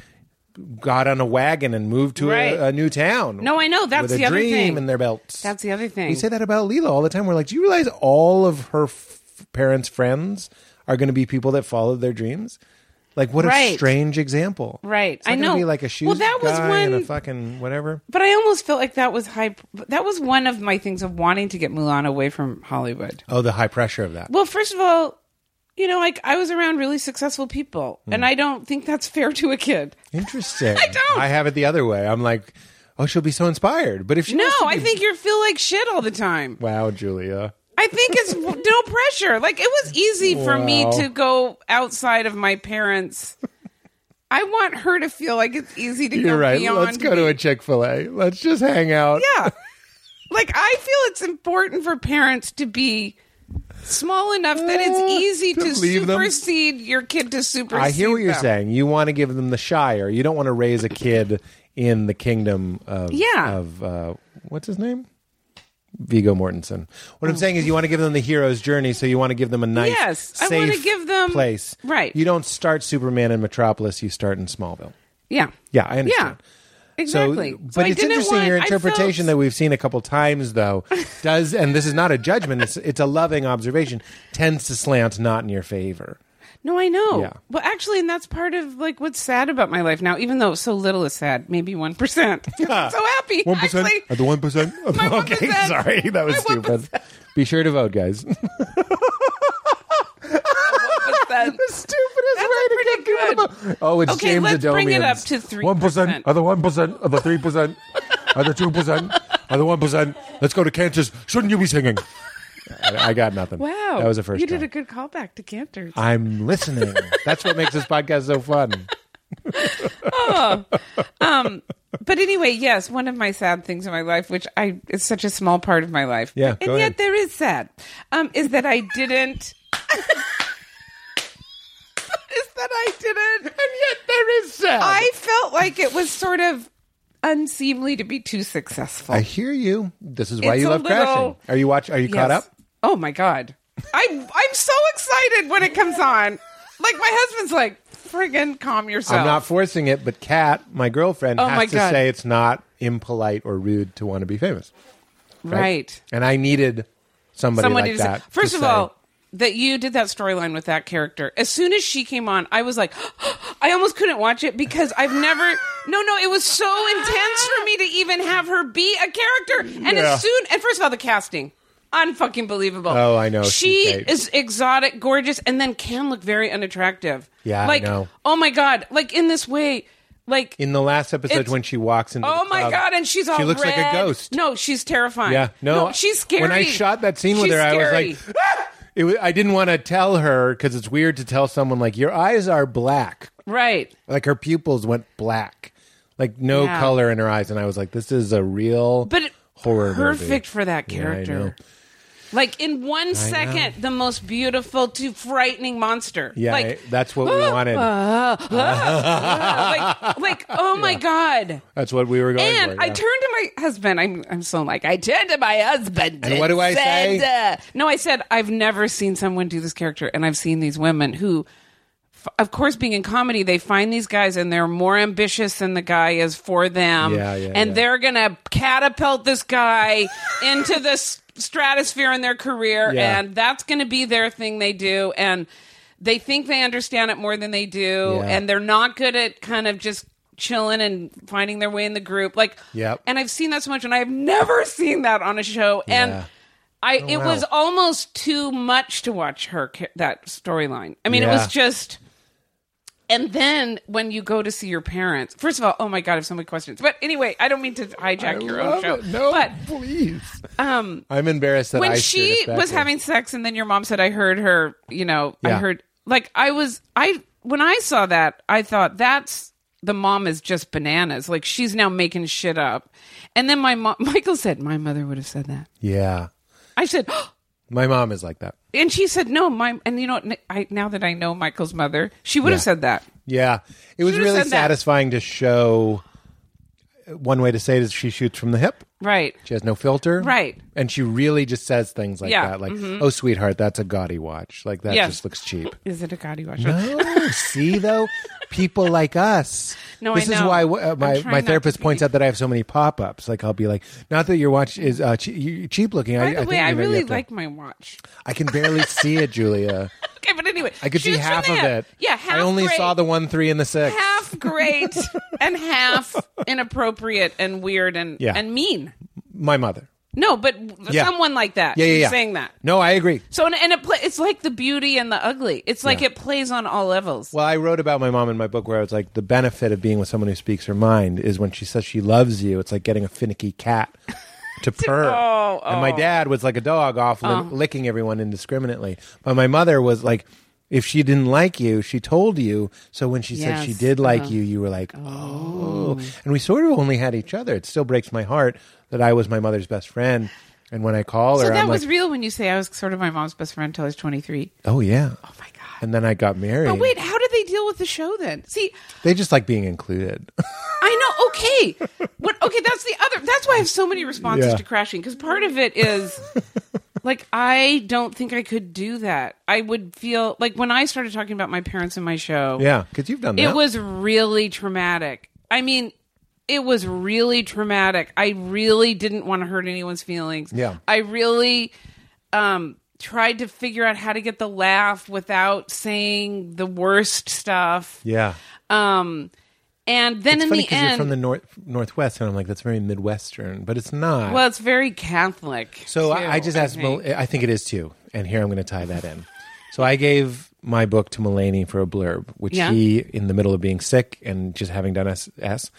got on a wagon and moved to Right. a, a new town. No, I know. That's with a the other dream thing. in their belts. That's the other thing. We say that about Lila all the time. We're like, do you realize all of her f- parents' friends are going to be people that followed their dreams? Like, what a Right. strange example, Right. It's not I gonna know. Be like a shoes Well, that was guy and a one- fucking whatever. But I almost felt like that was high. That was one of my things of wanting to get Mulan away from Hollywood. Oh, the high pressure of that. Well, first of all, you know, like I was around really successful people, Mm. and I don't think that's fair to a kid. Interesting. I don't. I have it the other way. I'm like, oh, she'll be so inspired. But if she No, wants to I be- think you feel like shit all the time. wow, Julia. I think it's no pressure. Like it was easy for me Wow. to go outside of my parents. I want her to feel like it's easy to You're go right. beyond. Let's go to a Chick Fil A. Let's just hang out. yeah. Like I feel it's important for parents to be small enough that Uh, it's easy to to, leave them. supersede your kid to supersede. I hear what you're them. saying. You want to give them the Shire. You don't want to raise a kid in the kingdom of Yeah. of uh, what's his name? Vigo Mortensen. What I'm saying is you want to give them the hero's journey, so you want to give them a nice Oh. Yes, I safe wanna give them- place. right. You don't start Superman in Metropolis, you start in Smallville. Yeah. Yeah, I understand. Exactly. So, but So I it's didn't interesting your want- I felt- interpretation that we've seen a couple times though does, and this is not a judgment; it's it's a loving observation. Tends to slant not in your favor. No, I know. Yeah. Well, actually, and that's part of like what's sad about my life now. Even though so little is sad, maybe one percent. I'm so happy. One percent Actually, at the one percent. My Okay, 1%. sorry, that was My stupid. Be sure to vote, guys. percent. stupidest That's way a to pretty get people to good- vote. Oh, it's Okay, James let's bring it up Adomian's. to 3%. the one percent, of the three percent, of the two percent, of the one percent. Let's go to Kansas. Shouldn't you be singing? I, I got nothing. Wow, that was the first. You time. did a good callback to Cantor. I'm listening. That's what makes this podcast so fun. but anyway, yes, one of my sad things in my life, which I it's such a small part of my life. Yeah, and go yet ahead. there is sad. Um, is that I didn't. is that I didn't? And yet There is sad. I, I felt like it was sort of unseemly to be too successful. hear you. This is why It's you a love crashing. little- Are you watch? Are you caught Yes. up? Oh my god. I'm I'm so excited when it comes on. Like my husband's like, friggin' calm yourself. I'm not forcing it, but Kat, my girlfriend, Oh has my to God. say it's not impolite or rude to want to be famous. right. And I needed somebody Someone like needs that. to first to of say- all, that you did that storyline with that character. As soon as she came on, I was like, I almost couldn't watch it because I've never. No, no, it was so intense for me to even have her be a character. And Yeah. as soon, and first of all, the casting, unfucking believable. Oh, I know. She She's great. is exotic, gorgeous, and then can look very unattractive. Yeah, I like know. oh my god, like in this way, like in the last episode It's- when she walks into Oh the my club, god! And she's all she looks like a red. ghost. No, she's terrifying. Yeah, no, she's scary. When I shot that scene with She's her, I scary. was like, "Ah!" it wa- I didn't want to tell her because it's weird to tell someone like your eyes are black, right? like her pupils went black, like no Yeah. color in her eyes, and I was like, this is a real But it- horror perfect movie. for that Yeah, I character. know. like in one second, the most beautiful to frightening monster. Yeah, like I- that's what we wanted. like, like, oh my god! That's what we were going And for. I yeah. turned to my husband. I'm, I'm so like I turned to my husband. And what do I said, say? uh, no, I said I've never seen someone do this character, and I've seen these women who, f- of course, being in comedy, they find these guys and they're more ambitious than the guy is for them, Yeah, yeah, and yeah. they're gonna catapult this guy into the s- stratosphere in their career, Yeah. and that's gonna be their thing they do, and they think they understand it more than they do, Yeah. and they're not good at kind of just chilling and finding their way in the group. Like, Yep. And I've seen that so much, and I have never seen that on a show. Yeah. And I, it wow. was almost too much to watch her ca- that storyline. I mean, it Yeah. was just. And then when you go to see your parents, first of all, oh my god, I have so many questions. But anyway, I don't mean to hijack your own Love show. it. No, but please. Um, I'm embarrassed that when I steered she us back was here. having sex and then your mom said i heard her you know i Yeah. heard like i was i when i saw that i thought that's the mom is just bananas like she's now making shit up and then my mom michael said my mother would have said that yeah, i said my mom is like that. and she said no my and you know what, I, now that i know michael's mother she would have Yeah. said that Yeah, it was Should've really said that. satisfying to show. uh, One way to say it is she shoots from the hip. right She has no filter, Right. And she really just says things like Yeah, Mm-hmm. that, like, "Oh, sweetheart, that's a gaudy watch. Like that Yes. just looks cheap." is it a gaudy watch No, Oh, see though, people like us. No, I this is know. why uh, I'm my trying my not therapist to points be- out that I have so many pop ups. Like I'll be like, "Not that your watch is uh, che- you- cheap looking." by I, the I way think i you know, you really have to- like my watch I can barely see it, Julia. okay but anyway I could see shoes from half the of hip. it. yeah half I only great. saw the one, three, and the six. half great and half inappropriate and weird and Yeah. and mean. My mother. No, but Yeah. someone like that. Yeah, yeah, who's yeah. Saying that. No, I agree. So and, and it pla it's like the beauty and the ugly. It's like Yeah. it plays on all levels. Well, I wrote about my mom in my book where I was like, the benefit of being with someone who speaks her mind is when she says she loves you, it's like getting a finicky cat to purr. oh, And my oh. dad was like a dog off li- licking everyone indiscriminately. But my mother was like, if she didn't like you, she told you. So when she said she Yes. did like Oh. you, you were like, oh. And we sort of only had each other. It still breaks my heart that I was my mother's best friend. And when I call so her, that I'm was like, real when you say I was sort of my mom's best friend until I was twenty three. oh, yeah. Oh my god. And then I got married. But wait, how did they deal with the show then? See, They just like being included. I know. Okay, what? Okay, that's the other. That's why I have so many responses Yeah. to crashing because part of it is like I don't think I could do that. I would feel like when I started talking about my parents in my show, yeah. Because you've done that. it was really traumatic. I mean, it was really traumatic. I really didn't want to hurt anyone's feelings. Yeah. I really um, tried to figure out how to get the laugh without saying the worst stuff. Yeah. Um, and then It's in funny the because you're end, from the north northwest, and I'm like, that's very midwestern, but it's not. well, Mm-hmm. it's very Catholic. so too, I, I just asked. I think. think. I think it is too, and here I'm going to tie that in. so I gave my book to Mulaney for a blurb, which Yeah. he, in the middle of being sick and just having done S, S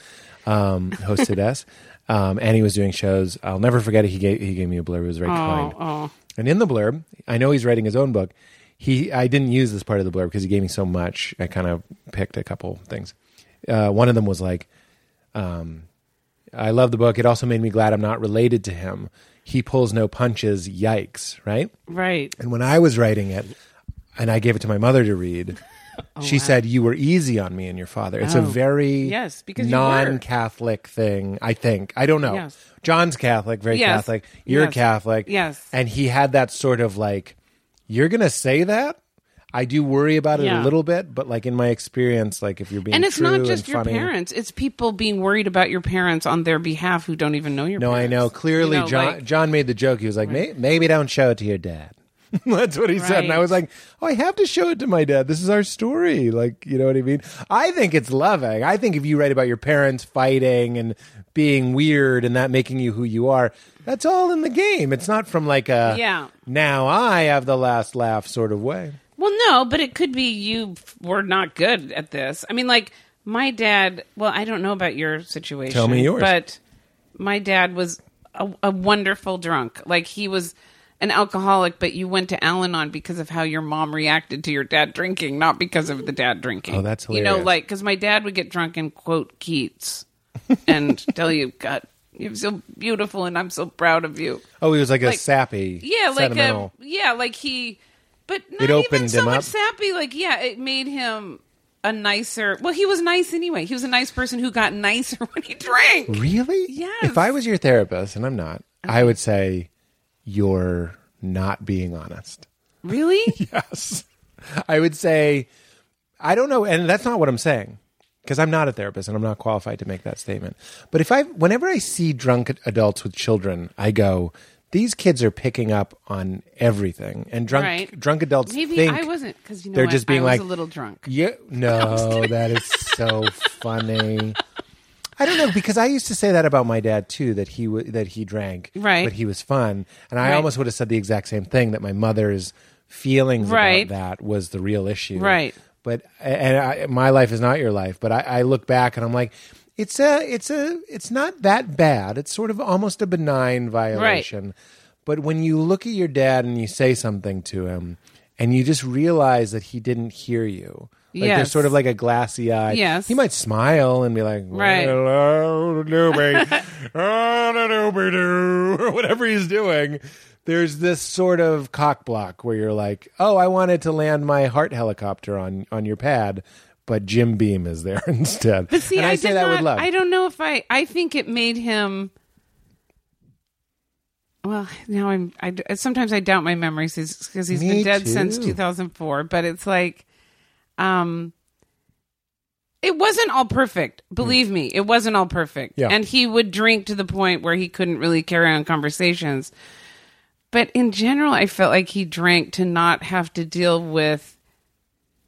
um, hosted S, um, and he was doing shows. I'll never forget it. He gave he gave me a blurb. It was very kind. oh. And in the blurb, I know he's writing his own book. He, I didn't use this part of the blurb because he gave me so much. I kind of picked a couple things. Uh, one of them was like, um, "I love the book. It also made me glad I'm not related to him. He pulls no punches. Yikes!" Right? right. And when I was writing it, and I gave it to my mother to read, Oh, she said, "You were easy on me and your father." It's a very Yes, because you were. non-Catholic thing. I think I don't know. Yes. John's Catholic, very Yes. Catholic. You're Yes. Catholic, Yes. And he had that sort of like, "You're gonna say that." I do worry about it a Yeah. little bit, but like in my experience, like if you're being And it's true not just and your funny- parents; it's people being worried about your parents on their behalf who don't even know your. No, I parents. know. Clearly, You know, John like- John made the joke. He was like, "May- maybe don't show it to your dad. That's what he said. And I Right. was like, oh, I have to show it to my dad. This is our story. Like, you know what I mean? I think it's loving. I think if you write about your parents fighting and being weird and that making you who you are, that's all in the game. It's not from like a Yeah. now I have the last laugh sort of way. Well, no, but it could be you f- were not good at this. I mean, like my dad. Well, I don't know about your situation. Tell me yours. But my dad was a, a wonderful drunk. Like he was an alcoholic, but you went to Al-Anon because of how your mom reacted to your dad drinking, not because of the dad drinking. Oh, that's You know, hilarious. like because my dad would get drunk and quote Keats and tell you, "God, you're so beautiful, and I'm so proud of you." Oh, he was like a Like- sappy, yeah, like a, sentimental. yeah, like he, but not It even opened so him much up. sappy. Like yeah, it made him a nicer. Well, he was nice anyway. He was a nice person who got nicer when he drank. Really? Yes. If I was your therapist, and I'm not, I would say you're not being honest. Really? Yes. I would say, I don't know, and that's not what I'm saying because I'm not a therapist and I'm not qualified to make that statement. But if I, whenever I see drunk ad- adults with children, I go, these kids are picking up on everything, and drunk Right. drunk adults Maybe think I wasn't because you know they're what? just being I like was a little drunk. Yeah, no, that is so funny. I don't know because I used to say that about my dad too that he w- that he drank, Right. But he was fun, and I Right. almost would have said the exact same thing that my mother's feelings Right. about that was the real issue, Right. But and I, my life is not your life, but I, I look back and I'm like, it's a it's a it's not that bad. It's sort of almost a benign violation, but when you look at your dad and you say something to him, and you just realize that he didn't hear you. Like there's Yes. sort of like a glassy eye. Yes. He might smile and be like, Right. Hello, doobie. Hello, doobie doo, or whatever he's doing. There's this sort of cock block where you're like, oh, I wanted to land my heart helicopter on, on your pad, but Jim Beam is there instead. But See, and I, I, say did that not, with love. I don't know if I. I think it made him. Well, now I'm. I d- sometimes I doubt my memories because he's Me been dead since too. 2004. But it's like, um, it wasn't all perfect. Believe me, it wasn't all perfect. Hmm. Yeah. And he would drink to the point where he couldn't really carry on conversations. But in general, I felt like he drank to not have to deal with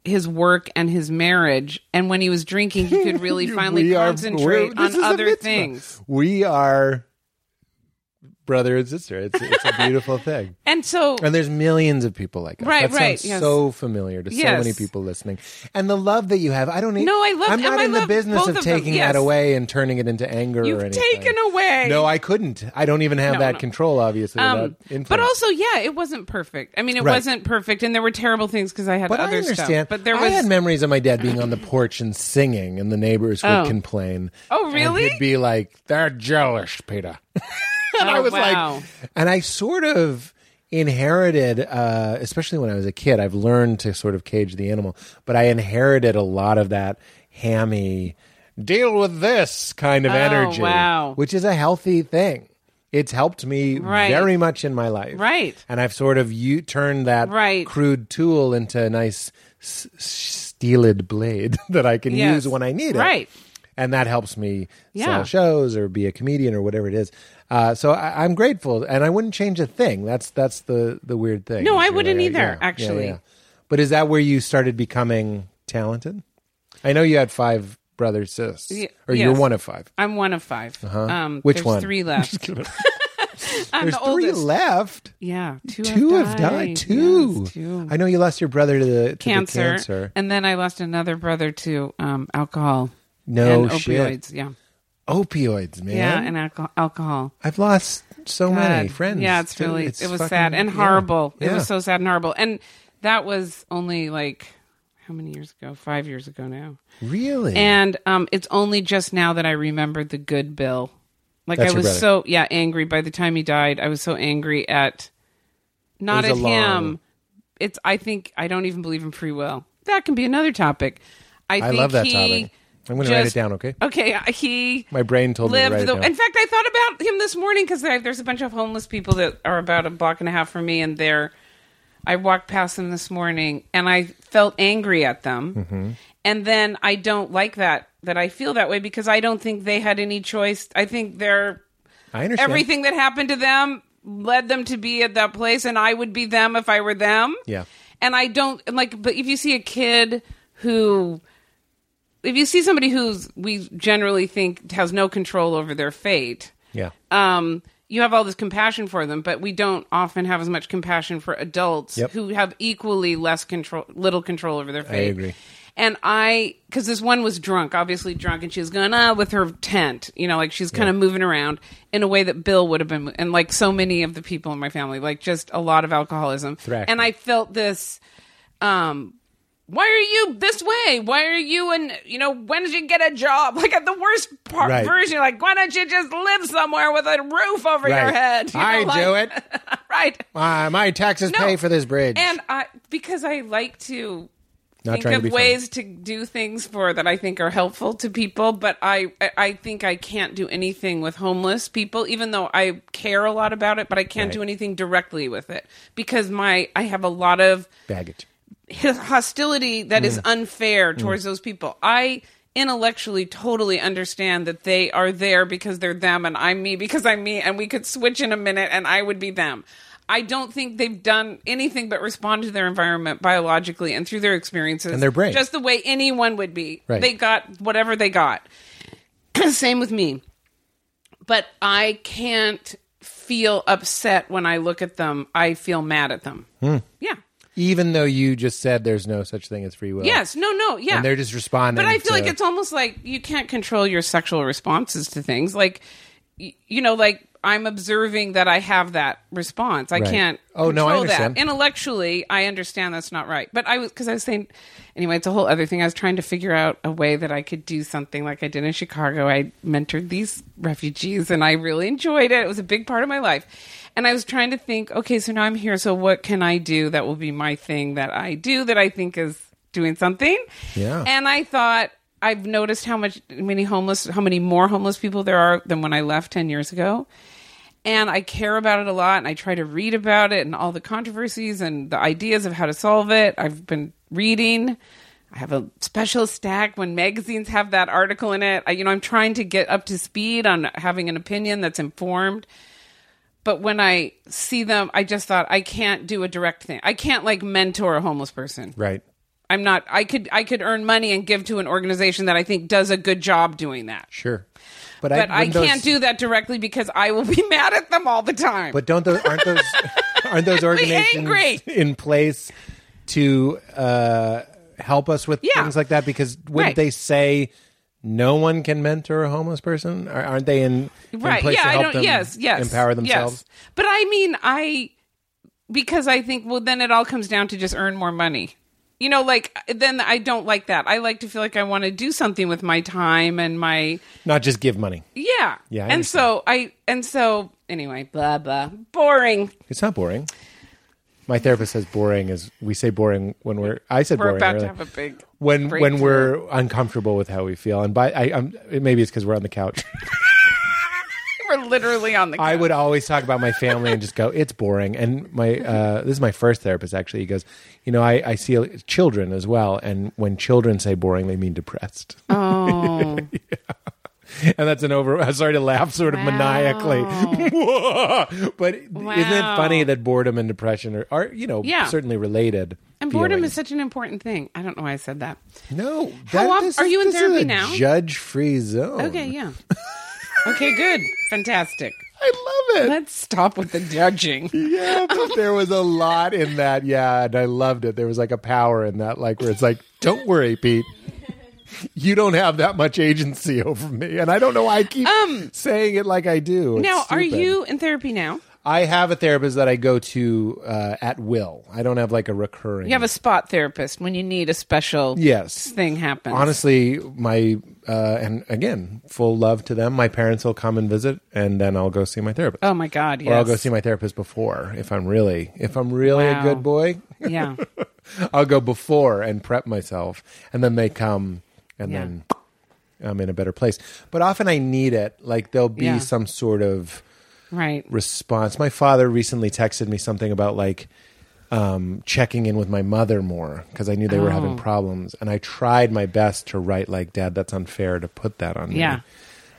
his work and his marriage. And when he was drinking, he could really finally We are- we're- concentrate this is on a other mitzvah. things. We are brother and sister. It's, it's a beautiful thing. And so, And there's millions of people like us. Right, that right, Sounds yes. So familiar to so Yes. many people listening, and the love that you have. I don't need. No, I love- I'm and not I in the love business both of of them, taking yes. that away and turning it into anger or you've anything. taken away. No, I couldn't. I don't even have No, that no. control. Obviously, without Um, influence. but also, yeah, it wasn't perfect. I mean, it Right. wasn't perfect, and there were terrible things because I had But I other understand. stuff. But there I was had memories of my dad being on the porch and singing, and the neighbors would Oh. complain. Oh, really? And he'd be like, "They're jealous, Peter." and Oh, I was wow. like, and I sort of inherited, uh, especially when I was a kid. I've learned to sort of cage the animal, but I inherited a lot of that hammy deal with this kind of energy, Oh, wow. which is a healthy thing. It's helped me Right. very much in my life, Right. And I've sort of you turned that Right. crude tool into a nice s- s- steeled blade that I can Yes. use when I need it. Right. and that helps me Yeah. sell shows or be a comedian or whatever it is. Uh, so I, I'm grateful, and I wouldn't change a thing. That's that's the the weird thing. No, I You're wouldn't like, either, yeah, yeah, actually. yeah. But is that where you started becoming talented? I know you had five brothers, sis, Ye- or you're yes. one of five. I'm one of 5 Um, Uh-huh. Which there's one? Three left. I'm There's the three oldest. left. yeah, two, Two have died. Two. Yes, two. I know you lost your brother to the to the cancer, cancer. and then I lost another brother to um, alcohol. No and shit. opioids. Yeah, Opioids, man. yeah, and alco- alcohol. I've lost so many God. Oh, friends. Yeah, it's to- really it was fucking- sad and yeah. horrible. It Yeah. was so sad and horrible. And that was only like how many years ago? Five years ago now. really. And um, it's only just now that I remember the good Bill. Like That's I your was brother. so yeah angry. By the time he died, I was so angry at not It at was a long- him. It's I think I don't even believe in free will. That can be another topic. I, I think love that he topic. I'm going to write it just- down. Okay. Okay, he My brain told me to lived write it the. down. In fact, I thought about him this morning because there's a bunch of homeless people that are about a block and a half from me, and they're. I walked past them this morning, and I felt angry at them, Mm-hmm. and then I don't like that that I feel that way because I don't think they had any choice. I think they're I understand. everything that happened to them led them to be at that place and i would be them if i were them Yeah. and i don't and like but if you see a kid who if you see somebody who's we generally think has no control over their fate Yeah. um you have all this compassion for them but we don't often have as much compassion for adults Yep. who have equally less control little control over their fate agree. and I, because this one was drunk, obviously drunk, and she was going ah with her tent, you know, like she's kind of moving around in a way that Bill would have been, and like so many of the people in my family, like just a lot of alcoholism. Thrashing. And I felt this, um, why are you this way? Why are you and you know when did you get a job? Like at the worst part Right. version, like why don't you just live somewhere with a roof over your Right. head? You I know, like- do it. right. Uh, my taxes No. pay for this bridge. And I because I like to Not think trying to of be funny. ways to do things for that I think are helpful to people, but I I- I think I can't do anything with homeless people, even though I care a lot about it, but I can't do anything directly with it because my I have a lot of Baggage. hostility that is Mm. unfair towards those people. I intellectually totally understand that they are there because they're them and I'm me because I'm me and we could switch in a minute and I would be them. I don't think they've done anything but respond to their environment biologically and through their experiences And their brain. Just the way anyone would be. Right. They got whatever they got. Same with me but I can't feel upset when I look at them. I feel mad at them. Hmm. Yeah. Even though you just said there's no such thing as free will. Yes. No. No. Yeah. And they're just responding. But I feel to- like it's almost like you can't control your sexual responses to things. Like, y- you know, like I'm observing that I have that response. I Right. can't. Oh, no, I control understand. That. Intellectually, I understand that's not right. But I was because I was saying anyway. It's a whole other thing. I was trying to figure out a way that I could do something like I did in Chicago. I mentored these refugees, and I really enjoyed it. It was a big part of my life. And I was trying to think, okay, so now I'm here. So what can I do that will be my thing that I do that I think is doing something? Yeah. And I thought I've noticed how much many homeless how many more homeless people there are than when I left 10 years ago. And I care about it a lot and I try to read about it and all the controversies and the ideas of how to solve it. I've been reading. I have a special stack when magazines have that article in it. I, you know, I'm trying to get up to speed on having an opinion that's informed but when I see them, I just thought I can't do a direct thing. I can't like mentor a homeless person. Right. I'm not. I could. I could earn money and give to an organization that I think does a good job doing that. Sure. But, But I, when those- can't do that directly because I will be mad at them all the time. But don't those aren't those aren't those organizations angry. in place to uh, help us with Yeah. things like that? Because wouldn't Right. they say no one can mentor a homeless person? Ar- Aren't they in, in right? place yeah, to help I don't. them yes, yes. empower yes. themselves? But I mean, I because I think well, then it all comes down to just earn more money. You know, like then I don't like that. I like to feel like I want to do something with my time and my Not just give money. Yeah. Yeah, I and understand. so I and so anyway, blah blah. Boring. It's not boring. My therapist says boring is we say boring when we're I said We're boring about earlier. to have a big when when breakthrough. we're uncomfortable with how we feel and by I I'm, maybe it's because we're on the couch we're were literally on the. I couch. would always talk about my family and just go, it's boring. And my uh, this is my first therapist actually. He goes, you know, I, I see children as well, and when children say boring, they mean depressed. Oh, and that's an over. I'm sorry to laugh sort of Wow. maniacally, but isn't it Wow. funny that boredom and depression are, are you know, Yeah. certainly related. And boredom feelings. is such an important thing. I don't know why I said that. no. How often- this- are you in this is therapy a now? Judge-free zone. Okay, yeah. okay, good. Fantastic. I love it. Let's stop with the judging. Yeah, but there was a lot in that. Yeah, and I loved it. There was like a power in that, like where it's like, don't worry, Pete. You don't have that much agency over me, and I don't know why I keep saying it like I do. It's Um, Now, are stupid. you in therapy now? I have a therapist that I go to uh, at will. I don't have like a recurring. You have a spot therapist when you need a special yes. thing happen. Honestly, my uh, and again, full love to them. My parents will come and visit, and then I'll go see my therapist. Oh my god, yes. Or I'll go see my therapist before if I'm really if I'm really a Wow. good boy. Yeah. I'll go before and prep myself, and then they come, and Yeah. then I'm in a better place. But often I need it. Like there'll be Yeah. some sort of Right. response. My father recently texted me something about like um, checking in with my mother more because I knew they were Oh. having problems, and I tried my best to write like, "Dad, that's unfair to put that on me." Yeah.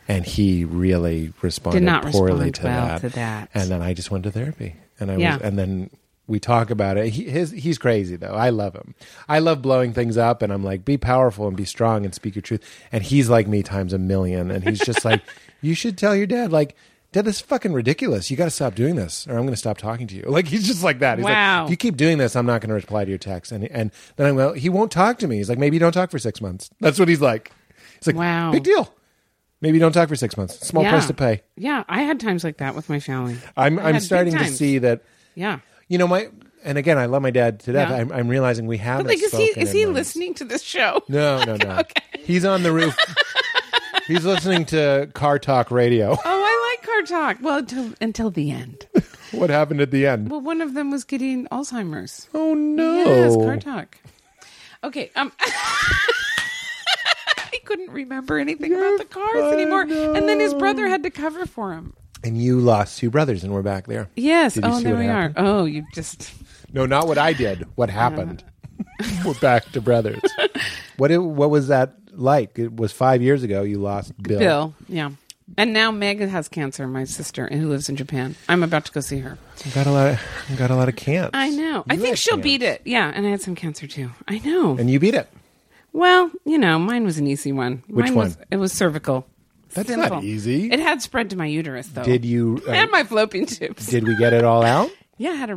And he really responded not poorly respond to, well that. to that. And then I just went to therapy, and I Yeah. was, and then we talk about it. He, his, he's crazy though. I love him. I love blowing things up, and I'm like, be powerful and be strong and speak your truth. And he's like me times a million, and he's just like, you should tell your dad like. Dad, this is fucking ridiculous. You got to stop doing this, or I'm going to stop talking to you. Like he's just like that. He's Wow. like, if you keep doing this, I'm not going to reply to your text. And and then I'm well, he won't talk to me. He's like, maybe you don't talk for six months. That's what he's like. He's like, Wow. big deal. Maybe you don't talk for six months. Small yeah. price to pay. Yeah, I had times like that with my family. I'm I I'm had big starting to times. see that Yeah. you know my and again I love my dad to death. Yeah. I'm, I'm realizing we have But like is he is he listening to this show? No, no, no. He's on the roof. He's listening to Car Talk Radio. Oh, I like car talk. Well, until, until the end. what happened at the end? Well, one of them was getting Alzheimer's. Oh no! Yes, car talk. Okay, um, I couldn't remember anything about the cars fine, anymore, and then his no. brother had to cover for him. And you lost two brothers, and we're back there. Yes. Did you Oh, see there what we happened? are. Oh, you just No, not what I did. What happened? we're back to brothers. What it, what was that like? It was five years ago. You lost Bill. Bill. Yeah. And now Meg has cancer, my sister, and who lives in Japan. I'm about to go see her. Got a lot. Of, got a lot of can't. I know. I You think had she'll cancer. beat it. Yeah, and I had some cancer too. I know. And you beat it. Well, you know, mine was an easy one. Which mine Was, one? it was cervical. That's not easy. It had spread to my uterus, though. Did you? uh, and my fallopian tubes. did we get it all out? Yeah, I had a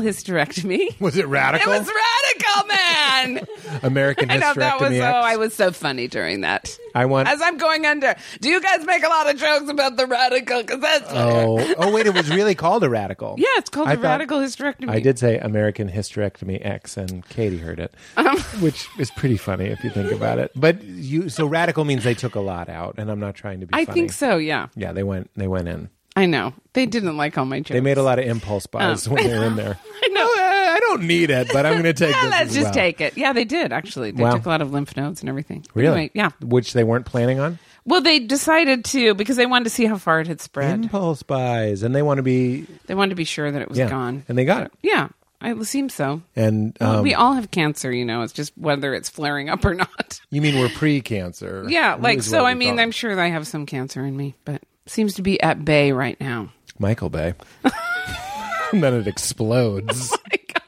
hysterectomy. Was it It radical? was radical, man. American I know that was. hysterectomy. Oh, X? I was so funny during that. I want- As I'm going under, do you guys make a lot of jokes about the radical? Because that's. Oh, oh, wait! It was really called a radical. Yeah, it's called I a thought- radical hysterectomy. I did say American hysterectomy X, and Katie heard it, Um. which is pretty funny if you think about it. But you, so radical means they took a lot out, and I'm not trying to be. I funny. think so. Yeah, Yeah, they went. They went in. I know they didn't like all my jokes. They made a lot of impulse buys when they were in there. Oh. I know. Oh, I I don't need it, but I'm going to take. Yeah, this let's as just well. take it. Yeah, they did actually. They Wow. took a lot of lymph nodes and everything. Really? Anyway, yeah. Which they weren't planning on. Well, they decided to because they wanted to see how far it had spread. Impulse buys, and they want to be They wanted to be sure that it was yeah, gone. and they got it. Yeah, I- it seems so. And um, Well, we all have cancer, you know. It's just whether it's flaring up or not. you mean we're pre-cancer? yeah, like is so. what I we mean, call it. I'm sure I have some cancer in me, but seems to be at bay right now. Michael Bay. and then it explodes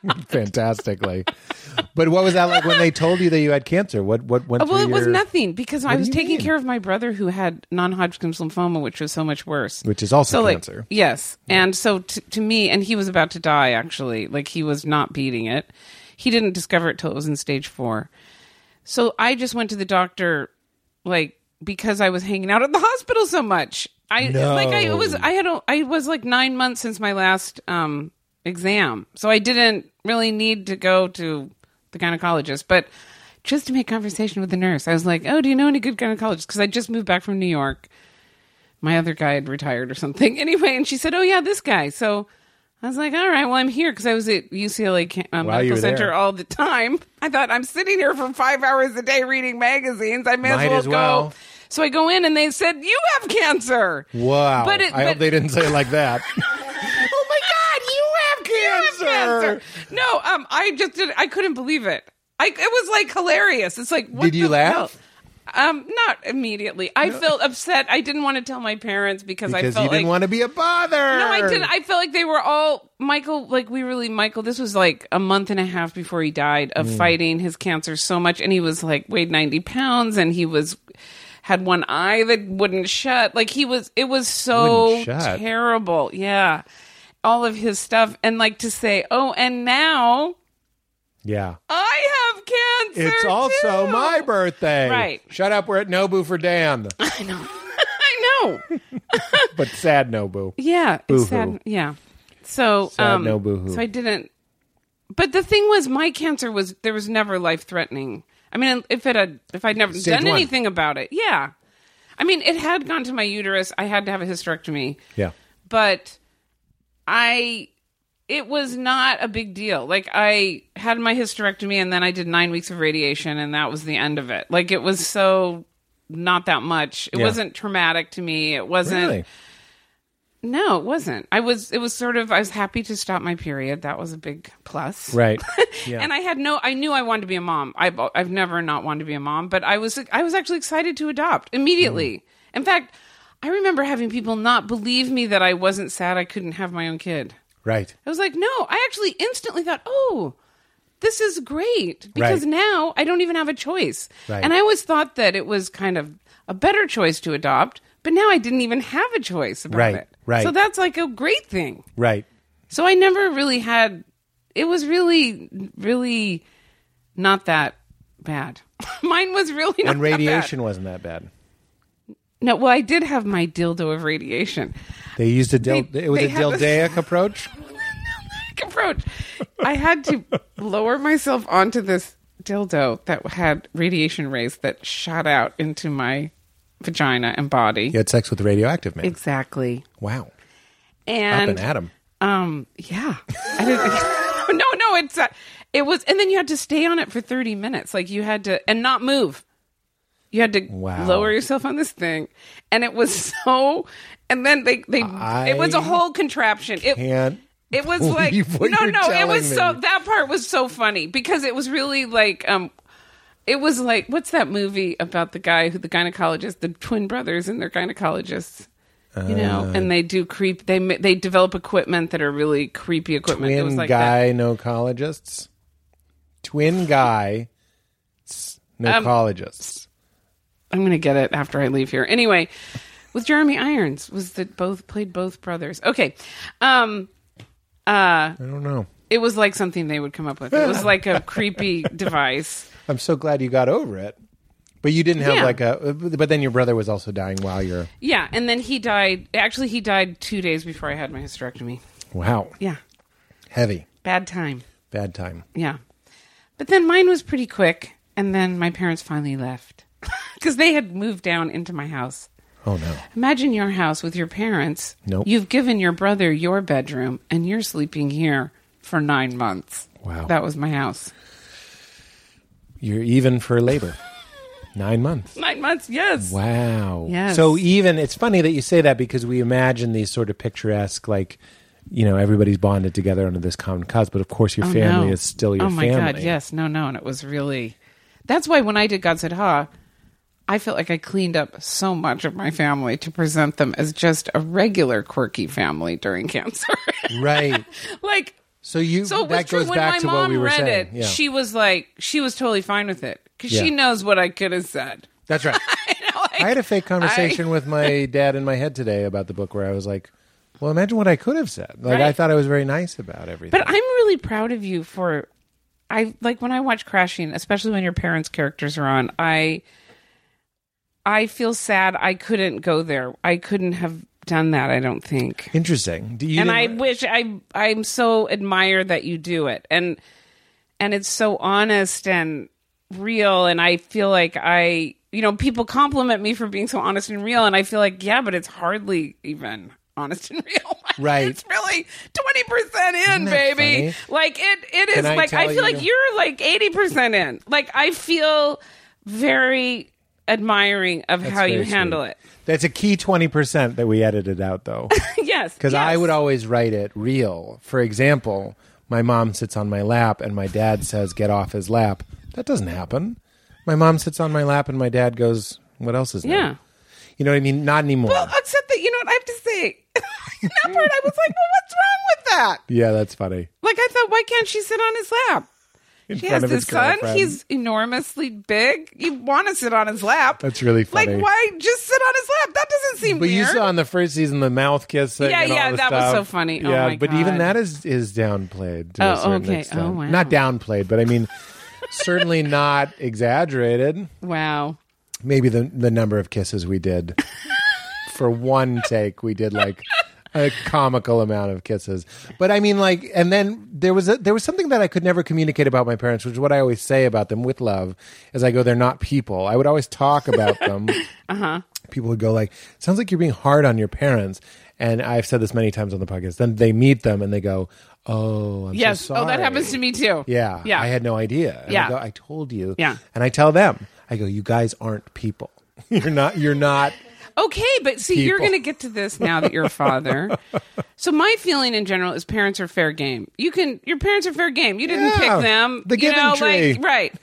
fantastically. But what was that like when they told you that you had cancer? What what went Well, through it was your- nothing because I What do was you taking mean? care of my brother who had non-Hodgkin's lymphoma, which was so much worse. Which is also so like, cancer. yes, and so t- to me, and he was about to die. Actually, like he was not beating it. He didn't discover it till it was in stage four. So I just went to the doctor, like because I was hanging out at the hospital so much. I No. like I was I had a, I was like nine months since my last um exam, so I didn't really need to go to the gynecologist, but just to make conversation with the nurse, I was like, "Oh, do you know any good gynecologists?" Because I just moved back from New York. My other guy had retired or something. Anyway, and she said, "Oh yeah, this guy." So I was like, "All right, well I'm here because I was at UCLA ca- uh, While you Medical were there. Center all the time." I thought I'm sitting here for five hours a day reading magazines. I may Might as well as well. go So I go in and they said, You have cancer. Wow. But it- I hope but- they didn't say it like that. Oh my God, you have cancer. No, um, I just did. I couldn't believe it. I, it was like hilarious. It's like, what Did you the- laugh? no. Um, not immediately. I felt upset. I didn't want to tell my parents because, I Because felt you didn't like want to be a bother. no, I didn't. I felt like they were all Michael. Like we really Michael. This was like a month and a half before he died of Mm. fighting his cancer so much, and he was like weighed ninety pounds, and he was had one eye that wouldn't shut. Like he was. It was so Wouldn't shut. terrible. Yeah, all of his stuff, and like to say, oh, and now yeah. I have cancer. It's also too." my birthday. Right. Shut up. We're at Nobu for Dan, I know. I know. but sad Nobu. Yeah, it's Boo-hoo. sad. Yeah. So Sad, um, no boo-hoo. So I didn't. But the thing was, my cancer was there was never life threatening. I mean, if it had, if I'd never Stage done one. anything about it, yeah. I mean, it had gone to my uterus. I had to have a hysterectomy, Yeah. but I. It was not a big deal. Like I had my hysterectomy and then I did 9 weeks of radiation and that was the end of it. Like it was so not that much. It Yeah. wasn't traumatic to me. It wasn't Really? no, it wasn't. I was it was sort of I was happy to stop my period. That was a big plus. Right. Yeah. And I had no I knew I wanted to be a mom. I have I've never not wanted to be a mom, but I was I was actually excited to adopt Mm. immediately. In fact, I remember having people not believe me that I wasn't sad I couldn't have my own kid. right. I was like, "No, I actually instantly thought, "Oh, this is great because Right. now I don't even have a choice." Right. And I always thought that it was kind of a better choice to adopt, but now I didn't even have a choice about Right, it. right. So that's like a great thing. Right. So I never really had it was really really not that bad. Mine was really not And that bad. radiation wasn't that bad. No, well, I did have my dildo of radiation. They used a dil- They- it was they a had this- dildaic approach. approach. I had to lower myself onto this dildo that had radiation rays that shot out into my vagina and body. You had sex with radioactive man. Exactly. wow. And Up and at 'em. Um, yeah. I didn't, no, no, it's uh, it was, and then you had to stay on it for thirty minutes. Like you had to and not move. You had to Wow. lower yourself on this thing, and it was so. And then they they it was I a whole contraption. It Can't it was like believe what no, you're no. It telling was so me. that part was so funny because it was really like um, it was like what's that movie about the guy who the gynecologist, the twin brothers and their gynecologists, you Uh. know, and they do creep. They ma- they develop equipment that are really creepy equipment. it was twin like that. guy no collegists. Twin guy Um, no collegists. I'm gonna get it after I leave here. Anyway, with Jeremy Irons was that both played both brothers. Okay, um, I don't know. it was like something they would come up with. It was like a creepy device. I'm so glad you got over it. But you didn't have Yeah. like a but then your brother was also dying while you're Yeah, and then he died. Actually, he died two days before I had my hysterectomy. wow. Yeah, Heavy. bad time. Bad time. Yeah, but then mine was pretty quick, and then my parents finally left because they had moved down into my house. Oh no. Imagine your house with your parents. Nope. You've given your brother your bedroom, and you're sleeping here for nine months. Wow. That was my house. You're even for labor. Nine months. Nine months, yes. Wow. Yes. So even it's funny that you say that because we imagine these sort of picturesque, like you know, everybody's bonded together under this common cause, but of course your Oh, family no. is still your Oh my family. god, yes, no, no, and it was really. That's why when I did God Said Ha, I felt like I cleaned up so much of my family to present them as just a regular quirky family during cancer. Right. like, So you so it was that true goes when back my to what mom we were read saying. it. Yeah. She was like, she was totally fine with it because Yeah. she knows what I could have said. That's right. I had a fake conversation with my dad in my head today about the book where I was like, Well, imagine what I could have said. Like I Right. thought I was very nice about everything. But I'm really proud of you for I like when I watch Crashing, especially when your parents' characters are on, I I feel sad I couldn't go there. I couldn't have done that, I don't think. Interesting. Do you And I didn't- wish I I'm so admire that you do it. And and it's so honest and real and I feel like I you know, people compliment me for being so honest and real and I feel like, yeah, but it's hardly even honest and real. Right. It's really 20% in, that baby. Like it it is I like I tell feel you- like you're like 80% in. Like I feel very admiring of That's how you very sweet. handle it. That's a key 20% that we edited out, though. yes, Because I yes. would always write it real. For example, my mom sits on my lap and my dad says, get off his lap. That doesn't happen. My mom sits on my lap and my dad goes, what else is new?" Yeah. You know what I mean? Not anymore. Well, except that you know what I have to say. that part I was like, well, what's wrong with that? yeah, that's funny. Like I thought, why can't she sit on his lap? In He front has of this his son. girlfriend. He's enormously big. You want to sit on his lap. That's really funny. Like, why just sit on his lap? That doesn't seem But you weird. saw on the first season the mouth kiss thing. Yeah, and all yeah, the that was so stuff. funny. Oh Yeah, my but even God. that is is downplayed. To a Oh, certain okay. Extent. Oh, wow. Not downplayed, but I mean, certainly not exaggerated. wow. Maybe the the number of kisses we did for one take, we did like a comical amount of kisses. But I mean, like, and then there was a, there was something that I could never communicate about my parents, which is what I always say about them with love. As I go, they're not people. I would always talk about them. Uh-huh. people would go like sounds like you're being hard on your parents and i've said this many times on the podcast then they meet them and they go oh I'm so Yes. oh, that sorry." happens to me too. yeah Yeah. i had no idea And Yeah. I, go, I told you Yeah. and i tell them i go you guys aren't people you're not you're not Okay, but see, you're People. going to get to this now that you're a father. so my feeling in general is parents are fair game. You can your parents are fair game. You didn't Yeah, pick them. the you giving know, tree. Like, right.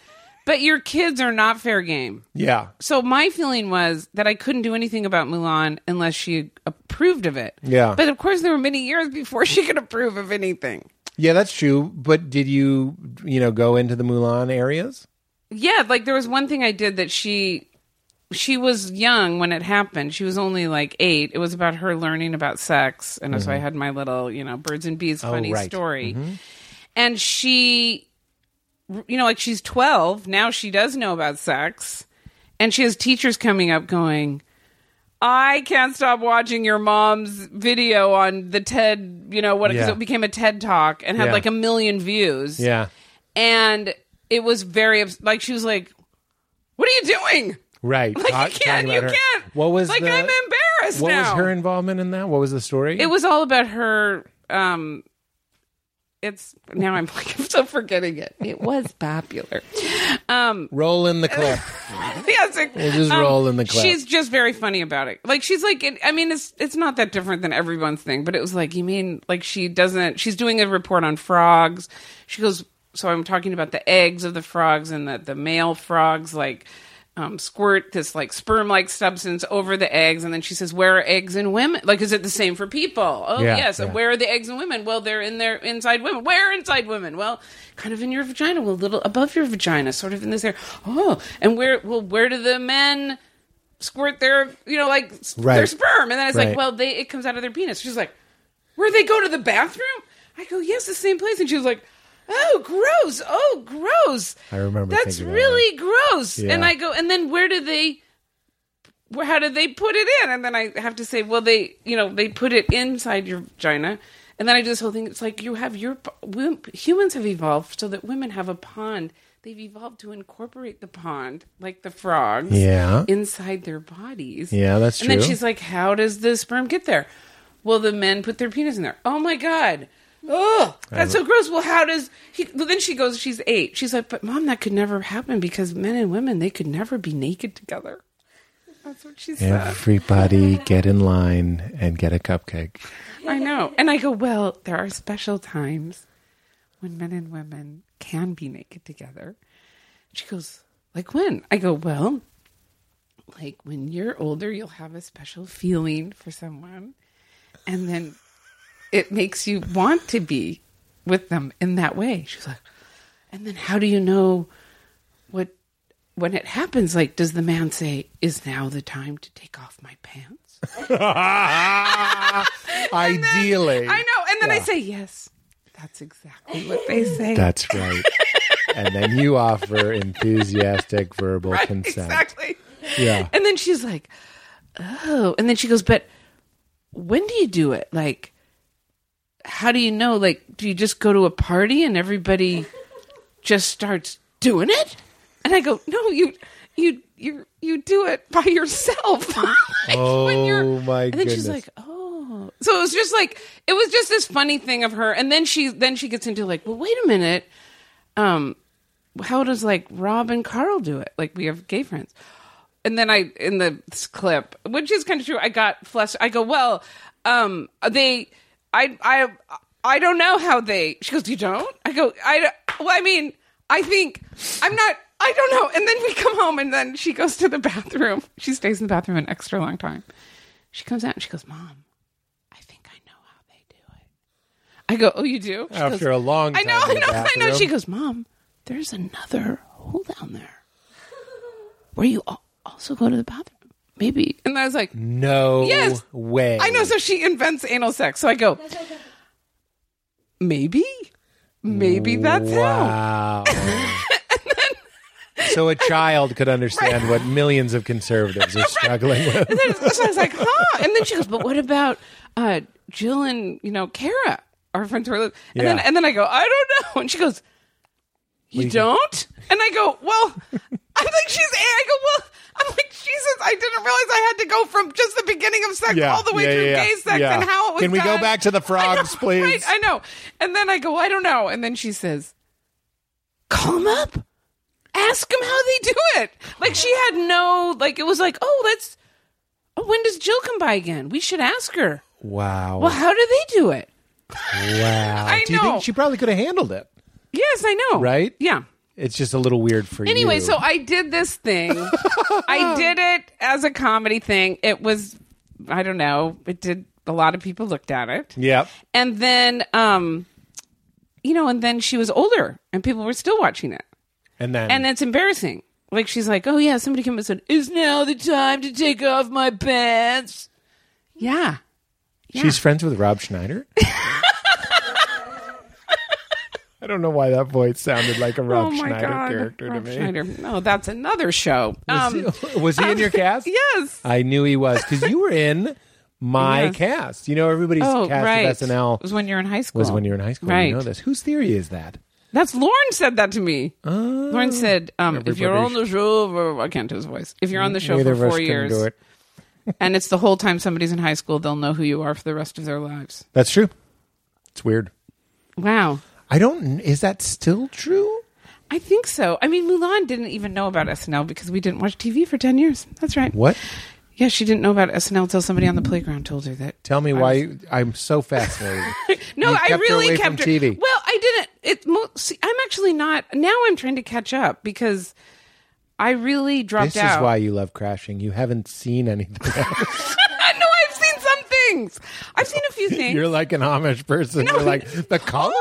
But your kids are not fair game. yeah So my feeling was that I couldn't do anything about Mulan unless she approved of it. Yeah. But of course, there were many years before she could approve of anything. yeah that's true but did you you know go into the mulan areas Yeah, like there was one thing I did that she she was young when it happened. She was only like eight. It was about her learning about sex, and so I had my little, you know, birds and bees funny Mm-hmm. Oh, right. Mm-hmm. story. And she, you know, like she's twelve now. She does know about sex, and she has teachers coming up going. I can't stop watching your mom's video on the TED, you know, what because Yeah. it became a TED talk and had Yeah. like a million views yeah and it was very obs- like she was like what are you doing right like Talk- you can't talking you about her. can't what was like the- i'm embarrassed what now was her involvement in that what was the story it was all about her um it's now i'm like i'm so forgetting it it was popular um roll in the clip yes, it- um, just roll in the clip. She's just very funny about it. Like she's like, it, I mean, it's it's not that different than everyone's thing, but it was like, you mean like she doesn't? She's doing a report on frogs. She goes, so I'm talking about the eggs of the frogs and that the male frogs like. Um, squirt this like sperm like substance over the eggs, and then she says, "Where are eggs in women? Like, is it the same for people? Oh Yeah, yes. yeah. Where are the eggs in women? Well, they're in their inside women. Where inside women? Well, kind of in your vagina, well, a little above your vagina, sort of in this area. Oh, and where? Well, where do the men squirt their, you know, like s- their Right. sperm? And then it's Right. like, well, they it comes out of their penis. She's like, where they go to the bathroom? I go, yes, the same place. And she was like. Oh, gross! Oh, gross! I remember That's thinking that. really gross. Yeah. And I go, and then where do they well, how did they put it in? And then I have to say, well, they, you know, they put it inside your vagina. And then I do this whole thing. It's like you have your wom- humans have evolved so that women have a pond. They've evolved to incorporate the pond, like the frogs, Yeah. inside their bodies. Uh-huh. Yeah, that's and And true. then she's like, "How does the sperm get there? Well, the men put their penis in there. Oh my god." Oh, that's so gross. Well, how does he? Well, then she goes. She's eight. She's like, but mom, that could never happen because men and women they could never be naked together. That's what she said. Everybody get in line and get a cupcake. I know. And I go, well, there are special times when men and women can be naked together. She goes, like when? I go, well, like when you're older, you'll have a special feeling for someone. And then it makes you want to be with them in that way. She's like, and then how do you know what when it happens? Like, does the man say, "Is now the time to take off my pants"? Ideally. I know. And then I say, yes, that's exactly what they say. That's right. and then you offer enthusiastic verbal Right, consent. Exactly. Yeah. And then she's like, oh. And then she goes, but when do you do it? Like, how do you know? Like, do you just go to a party and everybody just starts doing it? And I go, no, you, you, you, you do it by yourself. Like, Oh, my And then goodness. she's like, oh. So it was just like it was just this funny thing of her, and then she then she gets into like, well, wait a minute, um, how does like Rob and Carl do it? Like we have gay friends. and then I in the this clip, which is kind of true. I got flushed. I go, well, um, they, I, I, I don't know how they. She goes, you don't? I go, I. don't- Well, I mean, I think I'm not. I don't know. And then we come home, and then she goes to the bathroom. She stays in the bathroom an extra long time. She comes out and she goes, Mom, I think I know how they do it. I go, Oh, you do? She After goes, a long I know, time I in the know, I know. bathroom. She goes, Mom, there's another hole down there where you al- also go to the bathroom. Maybe. And I was like, No Yes. way. I know. So she invents anal sex. So I go, Maybe. Maybe that's how. Wow. so a child could understand what millions of conservatives are struggling with. And then so I was like, huh? And then she goes, but what about uh, Jill and you know Kara, our friends who are li-" and then Yeah. and then I go, I don't know. And she goes, you don't? And I go, well, I'm like she's. I go, well, I'm like Jesus. I didn't realize I had to go from just the beginning of sex Yeah, all the way yeah, through yeah, yeah. gay sex Yeah. and how it was. Can we go done. back to the I know, frogs, please? right, I know. And then I go, I don't know. And then she says, call him up ask him how they do it. Like she had no like it was like, oh, that's oh, when does Jill come by again? We should ask her. Wow. Well, how do they do it? Wow. I Do you know. think she probably could have handled it? Yes, I know. Right? Yeah. It's just a little weird for you. Anyway, so I did this thing. I did it as a comedy thing. It was I don't know. It did a lot of people looked at it. Yep. And then um you know, and then she was older and people were still watching it. And then and it's embarrassing. Like she's like, "Oh yeah, somebody came and said, is now the time to take off my pants?" Yeah, she's friends with Rob Schneider. I don't know why that voice sounded like a Rob oh my Schneider god, character Rob to me. Schneider. No, that's another show. Um, Was he- was he in your cast? yes, I knew he was because you were in my Yes. cast. You know, everybody's oh cast right, of SNL It was when you were in high school. was when you were in high school. right? You know this. Whose theory is that? Uh, That's Lauren said that to me. Lauren said, um, "If you're on Oh, Everybody Mm, the show, I can't do his voice. If you're on the show Neither for of us four can years, do it. and it's the whole time somebody's in high school, they'll know who you are for the rest of their lives." That's true. It's weird. Wow. I don't. Is that still true? I think so. I mean, Mulan didn't even know about SNL because we didn't watch TV for 10 years. That's right. What? Yeah, she didn't know about SNL until somebody on the playground told her that. Tell me why you- I'm so fascinated. No, You I kept her really away from kept her. TV. Well, I didn't. It. mo- See, I'm actually not. Now I'm trying to catch up because I really dropped this out. is why you love crashing. You haven't seen anything. no, I've seen some things. I've seen a few things. You're like an Amish person. No. You're like the colors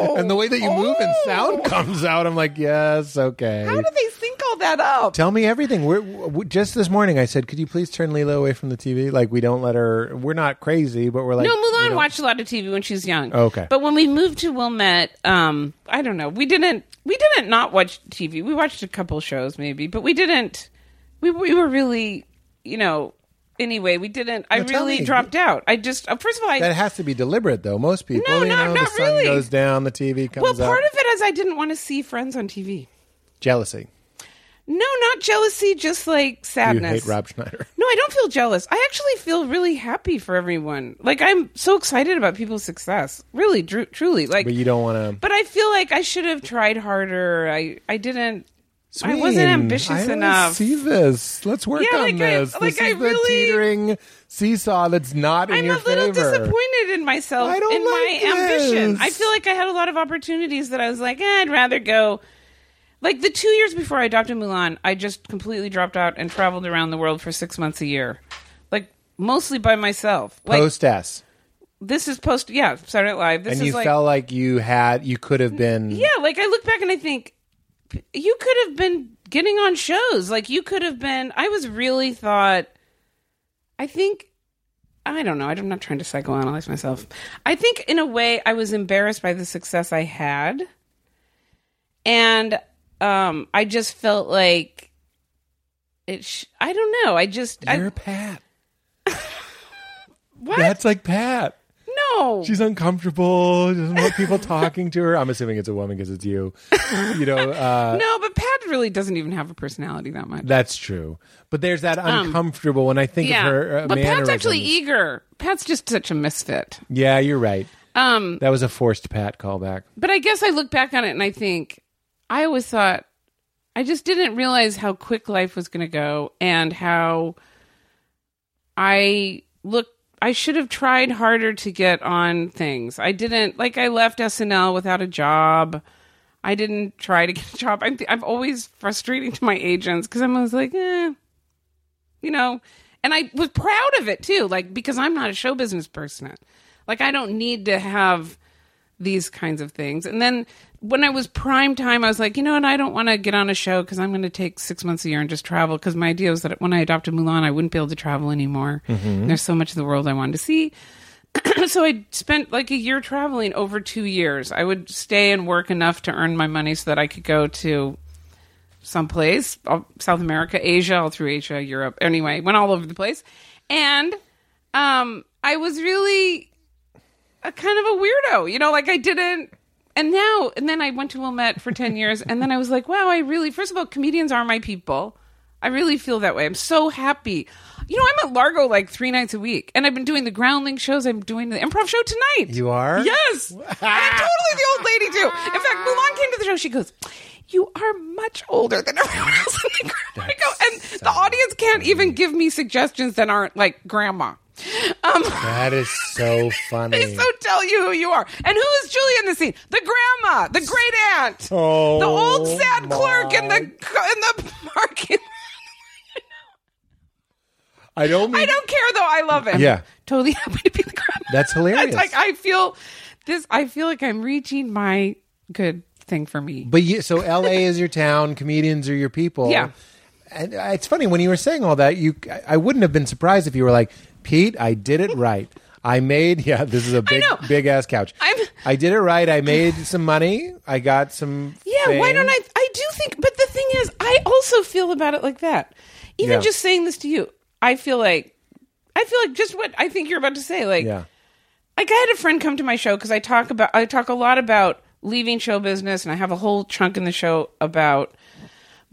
Oh. and the way that you move and sound Oh. comes out. I'm like, yes, okay. How do they sync all that up? Tell me everything. We're, we just this morning. I said, "Could you please turn Lila away from the TV? Like we don't let her. We're not crazy, but we're like No, Mulan we don't- watched a lot of TV when she was young. Okay. but when we moved to Wilmette, um, I don't know. We didn't. We didn't not watch TV. We watched a couple shows maybe, but we didn't. We we were really, you know. Anyway, we didn't. I No, tell really me. dropped out. I just uh, first of all, I That has to be deliberate, though. Most people, No, you no, know, not the sun really. goes down, the TV comes well up. part of it is I didn't want to see Friends on TV. Jealousy. No, not jealousy, just like You sadness. hate Rob Schneider. No, I don't feel jealous. I actually feel really happy for everyone. Like I'm so excited about people's success. Really, dru- truly. Like, But you don't wanna- But I feel like I should have tried harder. I I didn't. I Sween, wasn't ambitious I don't enough. See this? Let's work Yeah, on like I- this. like this I is the really- teetering seesaw that's not in I'm a your little favor. disappointed in myself I don't in my like this. ambition. I feel like I had a lot of opportunities that I was like, eh, I'd rather go. Like the two years before I adopted Mulan, I just completely dropped out and traveled around the world for six months a year, like mostly by myself. Like Post S, this is post, yeah, Saturday Night Live. This and is you like, felt like you had, you could have been. Yeah, like I look back and I think p- you could have been getting on shows. Like you could have been. I was really thought. I think. I don't know. I'm not trying to psychoanalyze myself. I think in a way I was embarrassed by the success I had, and um, I just felt like it. Sh- I don't know. I just. You're I, Pat. what? That's like Pat. no. She's uncomfortable. Doesn't want people talking to her. I'm assuming it's a woman because it's you. You know, uh, no, but Pat really doesn't even have a personality that much. that's true. But there's that uncomfortable when I think Um, yeah, of her. Uh, but Pat's actually e- mannerisms. eager. Pat's just such a misfit. yeah, you're right. Um, That was a forced Pat callback. but I guess I look back on it and I think I always thought I just didn't realize how quick life was going to go and how I look. I should have tried harder to get on things. I didn't like. I left SNL without a job. I didn't try to get a job. I'm, I'm always frustrating to my agents because I'm always like, eh, you know. And I was proud of it too, like because I'm not a show business person. Like I don't need to have these kinds of things. And then when I was prime time, I was like, you know what? I don't want to get on a show because I'm going to take six months a year and just travel. Because my idea was that when I adopted Mulan, I wouldn't be able to travel anymore. There's so much of the world I wanted to see. so I spent like a year traveling over two years. I would stay and work enough to earn my money so that I could go to someplace, all- South America, Asia, all through Asia, Europe. Anyway, went all over the place. And um, I was really a kind of a weirdo, you know, like I didn't. And now, and then I went to Wilmette for 10 years, and then I was like, wow, I really, first of all, comedians are my people. I really feel that way. I'm so happy. You know, I'm at Largo like three nights a week, and I've been doing the groundling shows. I'm doing the improv show tonight. You are? Yes. and I'm totally the old lady, too. In fact, Mulan came to the show. She goes, You are much older than everyone else in the crowd. I go, and the audience can't even give me suggestions that aren't like grandma. Um, That is so funny. they so tell you who you are. And who is Julie in the scene? The grandma, the great aunt, Oh, the old sad my. clerk in the in the parking. I don't mean I don't care though. I love him. Yeah. totally happy to be the grandma. That's hilarious. It's like I feel this. I feel like I'm reaching my good thing for me. But you, so LA is your town, comedians are your people. Yeah. And uh, it's funny when you were saying all that, you I- I wouldn't have been surprised if you were like, "Pete, I did it right. I made yeah, this is a big know. big ass couch. I'm- I did it right. I made some money. I got some Yeah, why fame." don't I? I do think, but the thing is, I also feel about it like that. Even Yeah. just saying this to you, I feel like, I feel like just what I think you're about to say. Like, Yeah. like I had a friend come to my show because I talk about I talk a lot about leaving show business, and I have a whole chunk in the show about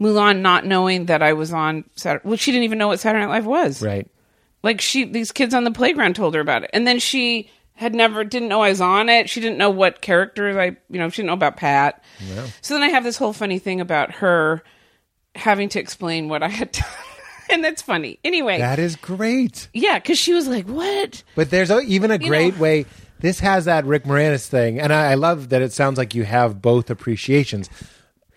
Mulan not knowing that I was on Saturday. Well, she didn't even know what Saturday Night Live was. Right. Like she, these kids on the playground told her about it, and then she had never didn't know I was on it. She didn't know what characters I, you know, she didn't know about Pat. So then I have this whole funny thing about her having to explain what I had done, and that's funny. Anyway, That is great. yeah, because she was like, "What?" But there's a, even a great know- way. This has that Rick Moranis thing, and I, I love that it sounds like you have both appreciations,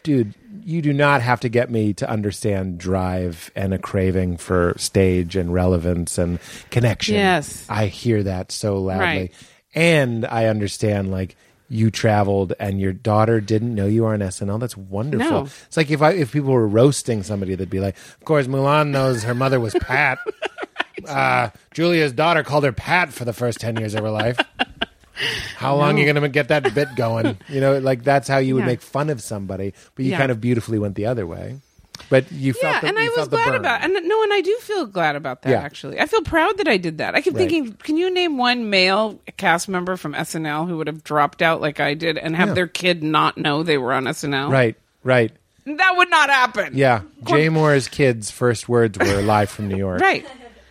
dude. You do not have to get me to understand drive and a craving for stage and relevance and connection. Yes. I hear that so loudly, Right. and I understand like you traveled and your daughter didn't know you were on SNL. That's wonderful. No. It's like if I if people were roasting somebody, they'd be like, "Of course, Mulan knows her mother was Pat." uh, Julia's daughter called her Pat for the first 10 years of her life. How long you going to get that bit going? You know, like that's how you would Yeah. make fun of somebody, but you Yeah. kind of beautifully went the other way. But you Yeah, felt the, and you I was felt the glad burn. about and no, and I do feel glad about that Yeah. actually. I feel proud that I did that. I kept Right. thinking, can you name one male cast member from SNL who would have dropped out like I did and have Yeah. their kid not know they were on SNL? Right, right. That would not happen. Yeah. Jay Moore's kids' first words were live from New York. Right.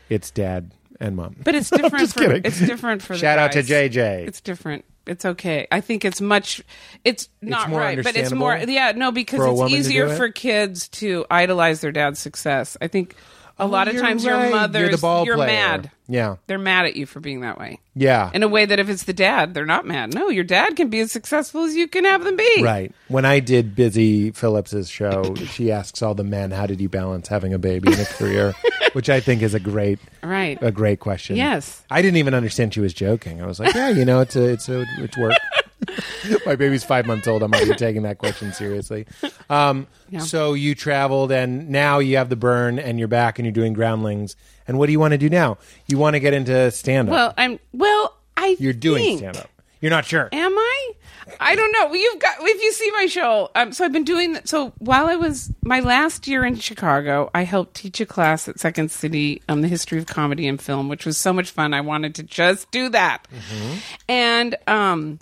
It's dad and mom. But it's different just for kidding. it's different for the Shout out to guys. JJ. It's different. It's okay. I think it's much it's not more right, but it's more understandable yeah, no for a because woman it's to easier do it? for kids to idolize their dad's success. I think a lot of Oh, You're times right. your mother's You're the ball you're player. mad. Yeah. They're mad at you for being that way. Yeah. in a way that if it's the dad, they're not mad. No, your dad can be as successful as you can have them be. Right. When I did Busy Phillips's show, she asks all the men, "How did you balance having a baby and a career?" Which I think is a great, Right. a great question. Yes. I didn't even understand she was joking. I was like, "Yeah, you know, it's a, it's a, it's work." My baby's five months old. I'm already taking that question seriously. Um, Yeah. So you traveled, and now you have the burn, and you're back, and you're doing groundlings. And what do you want to do now? You want to get into stand up? Well, I'm. Well, I. you're doing think- stand up. You're not sure. Am I? I don't know. Well, You've got. If you see my show, um, so I've been doing. th- So while I was my last year in Chicago, I helped teach a class at Second City on the history of comedy and film, which was so much fun. I wanted to just do that, and um.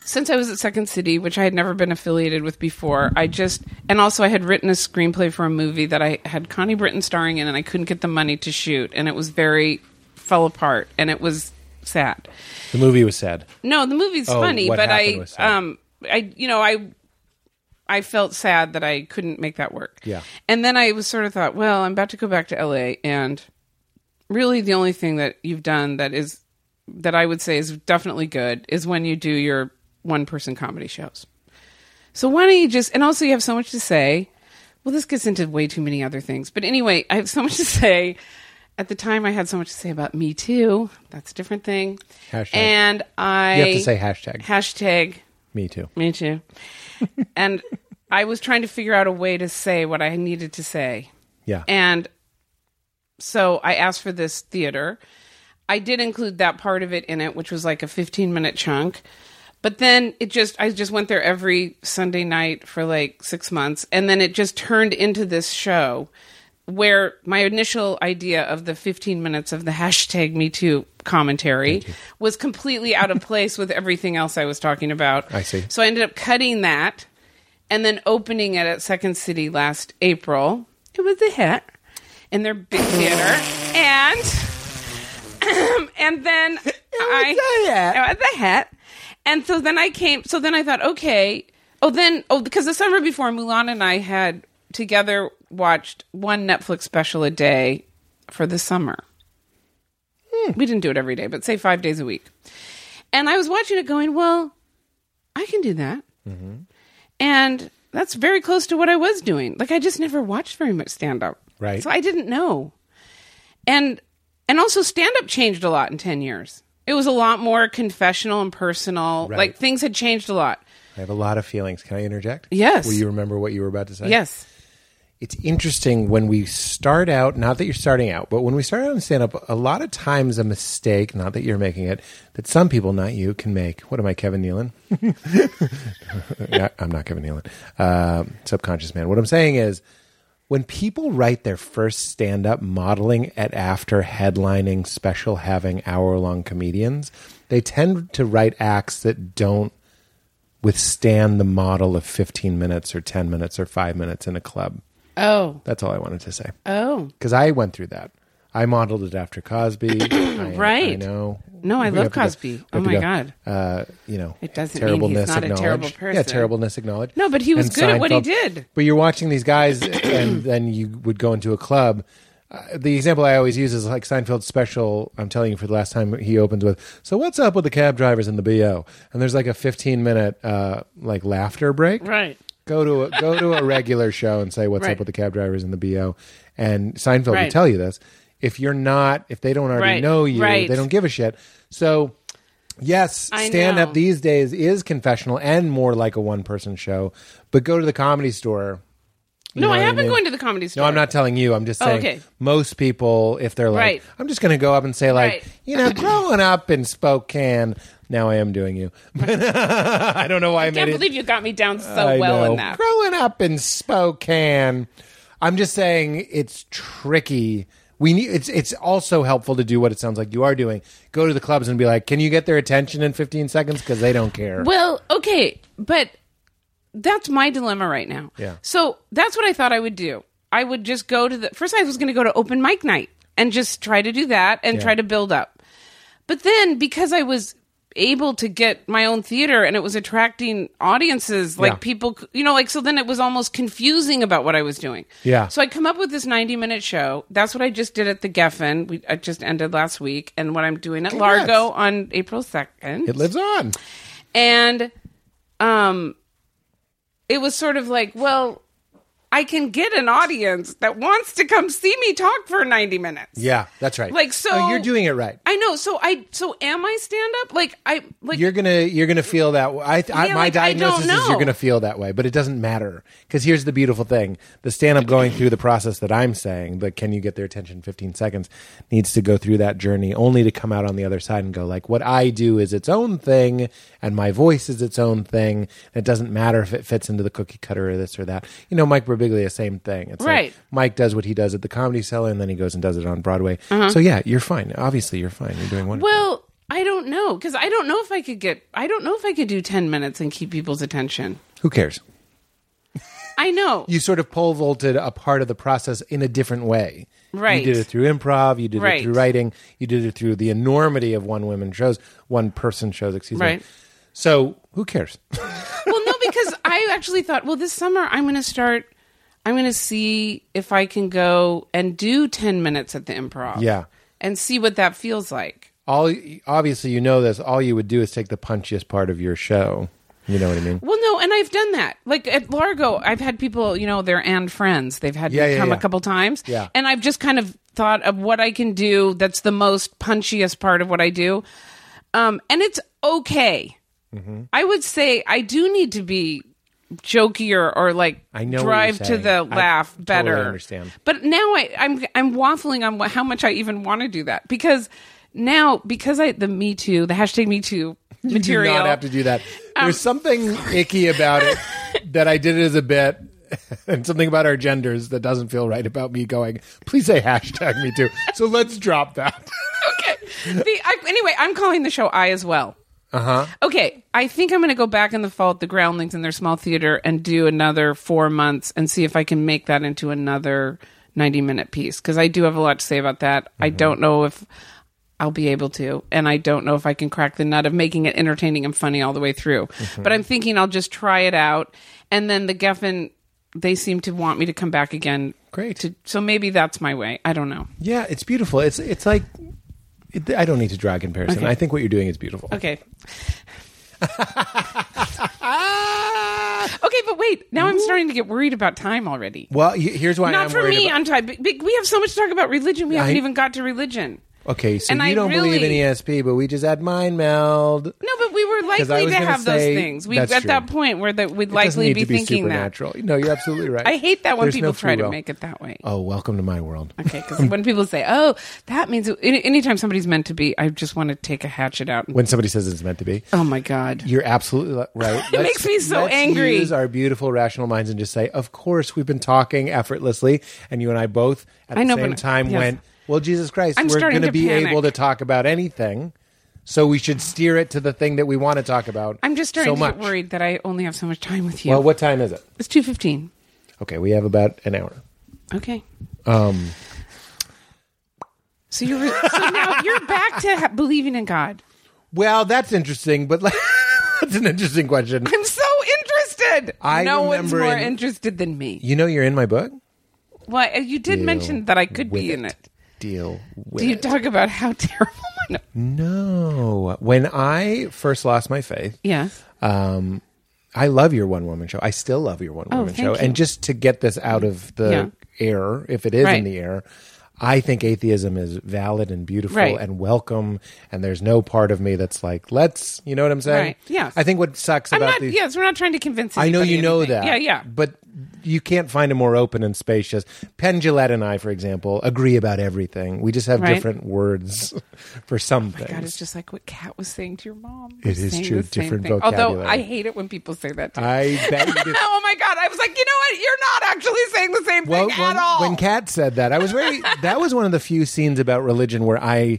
since I was at Second City, which I had never been affiliated with before, I just and also I had written a screenplay for a movie that I had Connie Britton starring in, and I couldn't get the money to shoot, and it was very fell apart, and it was sad. the movie was sad. No, the movie's Oh, funny, what but happened I, was sad. um, I, you know, I, I felt sad that I couldn't make that work. Yeah. And then I was sort of thought, well, I'm about to go back to LA and really the only thing that you've done that is that I would say is definitely good is when you do your one person comedy shows. So why don't you just and also you have so much to say. Well, this gets into way too many other things. But anyway, I have so much to say. At the time I had so much to say about me too. That's a different thing. Hashtag. And I You have to say hashtag. Hashtag Me too. me too. and I was trying to figure out a way to say what I needed to say. Yeah. And so I asked for this theater. I did include that part of it in it, which was like a 15 minute chunk. But then it just, I just went there every Sunday night for like six months. And then it just turned into this show where my initial idea of the 15 minutes of the hashtag Me Too commentary was completely out of place with everything else I was talking about. I see. So I ended up cutting that and then opening it at Second City last April. It was a hit in their big theater. And and then I it was a hit. And so then I came so then I thought, okay. Oh then oh because the summer before Mulan and I had together watched one Netflix special a day for the summer. We didn't do it every day, but say five days a week. And I was watching it going, well, I can do that. Mm-hmm. And that's very close to what I was doing. Like I just never watched very much stand up. Right. So I didn't know. And and also stand up changed a lot in 10 years. It was a lot more confessional and personal. Right. Like things had changed a lot. I have a lot of feelings. Can I interject? Yes. Will you remember what you were about to say? Yes. it's interesting when we start out, not that you're starting out, but when we start out in stand up, a lot of times a mistake, not that you're making it, that some people, not you, can make. What am I, Kevin Nealon? yeah, I'm not Kevin Nealon. Um subconscious man. What I'm saying is when people write their first stand up modeling at after headlining, special having, hour long comedians, they tend to write acts that don't withstand the model of 15 minutes or 10 minutes or five minutes in a club. Oh. That's all I wanted to say. Oh. Because I went through that. I modeled it after Cosby. I, I Right. know. No, I We love have to Cosby. we Oh have to my God. Uh, you know, It doesn't mean he's not a acknowledged. terrible Yeah, person. terribleness acknowledged. No, but he was And good at what he Seinfeld. did. But you're watching these guys, and then you would go into a club. Uh, the example I always use is like Seinfeld's special. I'm telling you for the last time he opens with, "So what's up with the cab drivers and the bo?" And there's like a 15 minute uh, like laughter break. Right. Go to a, go to a regular show and say what's Right. up with the cab drivers and the bo. And Seinfeld Right. will tell you this. If you're not, if they don't already Right. know you, Right. they don't give a shit. So yes, I stand know. up these days is confessional and more like a one person show. But go to the comedy store. you No, know I what have been mean? going to the comedy store. No, I'm not telling you. I'm just Oh, saying okay. most people, if they're like, Right. I'm just going to go up and say, like, Right. you know, growing up in Spokane, now I am doing you. I don't know why I, I can't made it. believe you got me down so I well know. in that. Growing up in Spokane, I'm just saying it's tricky. We need it's it's also helpful to do what it sounds like you are doing. Go to the clubs and be like, "Can you get their attention in 15 seconds because they don't care." Well, okay, but that's my dilemma right now. Yeah. So that's what I thought I would do. I would just go to the first. I was going to go to open mic night and just try to do that and Yeah. try to build up. But then because I was able to get my own theater and it was attracting audiences, like Yeah. people, c- you know, like so then it was almost confusing about what I was doing. Yeah. So I come up with this ninety-minute show. That's what I just did at the Geffen. We I just ended last week, and what I'm doing at Congrats. Largo on April second it lives on. and um it was sort of like well i can get an audience that wants to come see me talk for 90 minutes Yeah, that's right. Oh, Like, so- you're doing it right. i know so i so am i stand up like i like you're gonna you're gonna feel that way. I, I, Yeah, my like, I don't diagnosis is know. you're gonna feel that way, but it doesn't matter because here's the beautiful thing: the stand up going through the process that I'm saying, but can you get their attention in 15 seconds? Needs to go through that journey only to come out on the other side and go like, what I do is its own thing, and my voice is its own thing. And it doesn't matter if it fits into the cookie cutter or this or that. You know, Mike Birbiglia, same thing. It's like, Right. Mike does what he does at the Comedy Cellar, and then he goes and does it on Broadway. So yeah, you're fine. Obviously, you're fine. You're doing wonderful. Uh-huh. well i don't know because i don't know if i could get i don't know if i could do 10 minutes and keep people's attention Who cares? i know you sort of pole vaulted a part of the process in a different way. Right. You did it through improv, you did Right. it through writing, you did it through the enormity of one woman shows, one person shows, excuse Right. me. So who cares? well no because I actually thought, well, this summer I'm going to start. I'm going to see if I can go and do ten minutes at the improv. Yeah. and see what that feels like. all obviously you know this. All you would do is take the punchiest part of your show. You know what I mean? Well, no, and I've done that. Like at Largo, I've had people, you know, they're and friends. They've had Yeah, me yeah, come yeah. a couple times. Yeah. And I've just kind of thought of what I can do that's the most punchiest part of what I do. Um, and it's okay. Mm-hmm. I would say I do need to be jokier or like I know what drive you're to saying. I the laugh totally better. understand. But now I, I'm I'm waffling on what, how much I even want to do that because now because I the Me Too the hashtag Me Too material Um, You do not have to do that. There's something icky about it that I did it as a bit, and something about our genders that doesn't feel right about me going. Please say hashtag me too. So let's drop that. the, I, anyway, I'm calling the show I as well. Uh huh. Okay, I think I'm going to go back in the fall at the Groundlings in their small theater and do another four months and see if I can make that into another 90 minute piece because I do have a lot to say about that. I don't know if I'll be able to, and I don't know if I can crack the nut of making it entertaining and funny all the way through. But I'm thinking I'll just try it out, and then the Geffen. They seem to want me to come back again. Great. To, so maybe that's my way. I don't know. Yeah, it's beautiful. It's it's like it, I don't need to drag comparison. Okay. I think what you're doing is beautiful. Okay. Ah! Okay, but wait. Now I'm starting to get worried about time already. Well, y- here's why Not I'm for worried me about- on time. but- but We have so much to talk about religion. We haven't I- even got to religion. okay, so and you I don't believe in really- ESP, but we just had mind meld. No, but we were 'Cause I likely was to gonna have say- those things. We at that's true. that point where that we'd It doesn't likely need be, to be thinking that. supernatural. No, you're absolutely right. I hate that when There's people no try free to will. make it that way. Oh, welcome to my world. Okay, because when people say, "Oh, that means," any, anytime somebody's meant to be, I just want to take a hatchet out. And, When somebody says it's meant to be, oh my god! you're absolutely li- right. it makes me so angry. Use our beautiful rational minds and just say, "Of course, we've been talking effortlessly, and you and I both at I the know, same but- time yes. went, well, Jesus Christ, I'm we're going starting to to be panic. able to talk about anything, so we should steer it to the thing that we want to talk about." I'm just starting so to much. get worried that I only have so much time with you. Well, what time is it? it's two fifteen. Okay, we have about an hour. Okay. Um, So you're so now you're back to ha- believing in God. well, that's interesting, but like, that's an interesting question. I'm so interested. I no one's remember more in- interested than me. You know, you're in my book. Well, uh, you did mention that I could be in it. Deal with Do you it. talk about how terrible my no- No. When I first lost my faith, Yes. um, I love your one woman show. I still love your one woman Oh, thank show. you. And just to get this out of the Yeah. air, if it is in Right. the air, I think atheism is valid and beautiful Right. and welcome. And there's no part of me that's like, let's, you know what I'm saying? Right. Yes. I think what sucks I'm about not these. yes, we're not trying to convince I know anybody you know anything. that. Yeah, yeah. But you can't find a more open and spacious. Penn Gillette and I, for example, agree about everything. We just have Right. Oh different words for some things. God, it's just like what Kat was saying to your mom. It is Saying true, the same different thing. Although vocabulary. I hate it when people say that to me. I bet you did. oh my God. I was like, you know what? You're not actually saying the same Well, thing when, at all. when Kat said that, I was very. that was one of the few scenes about religion where I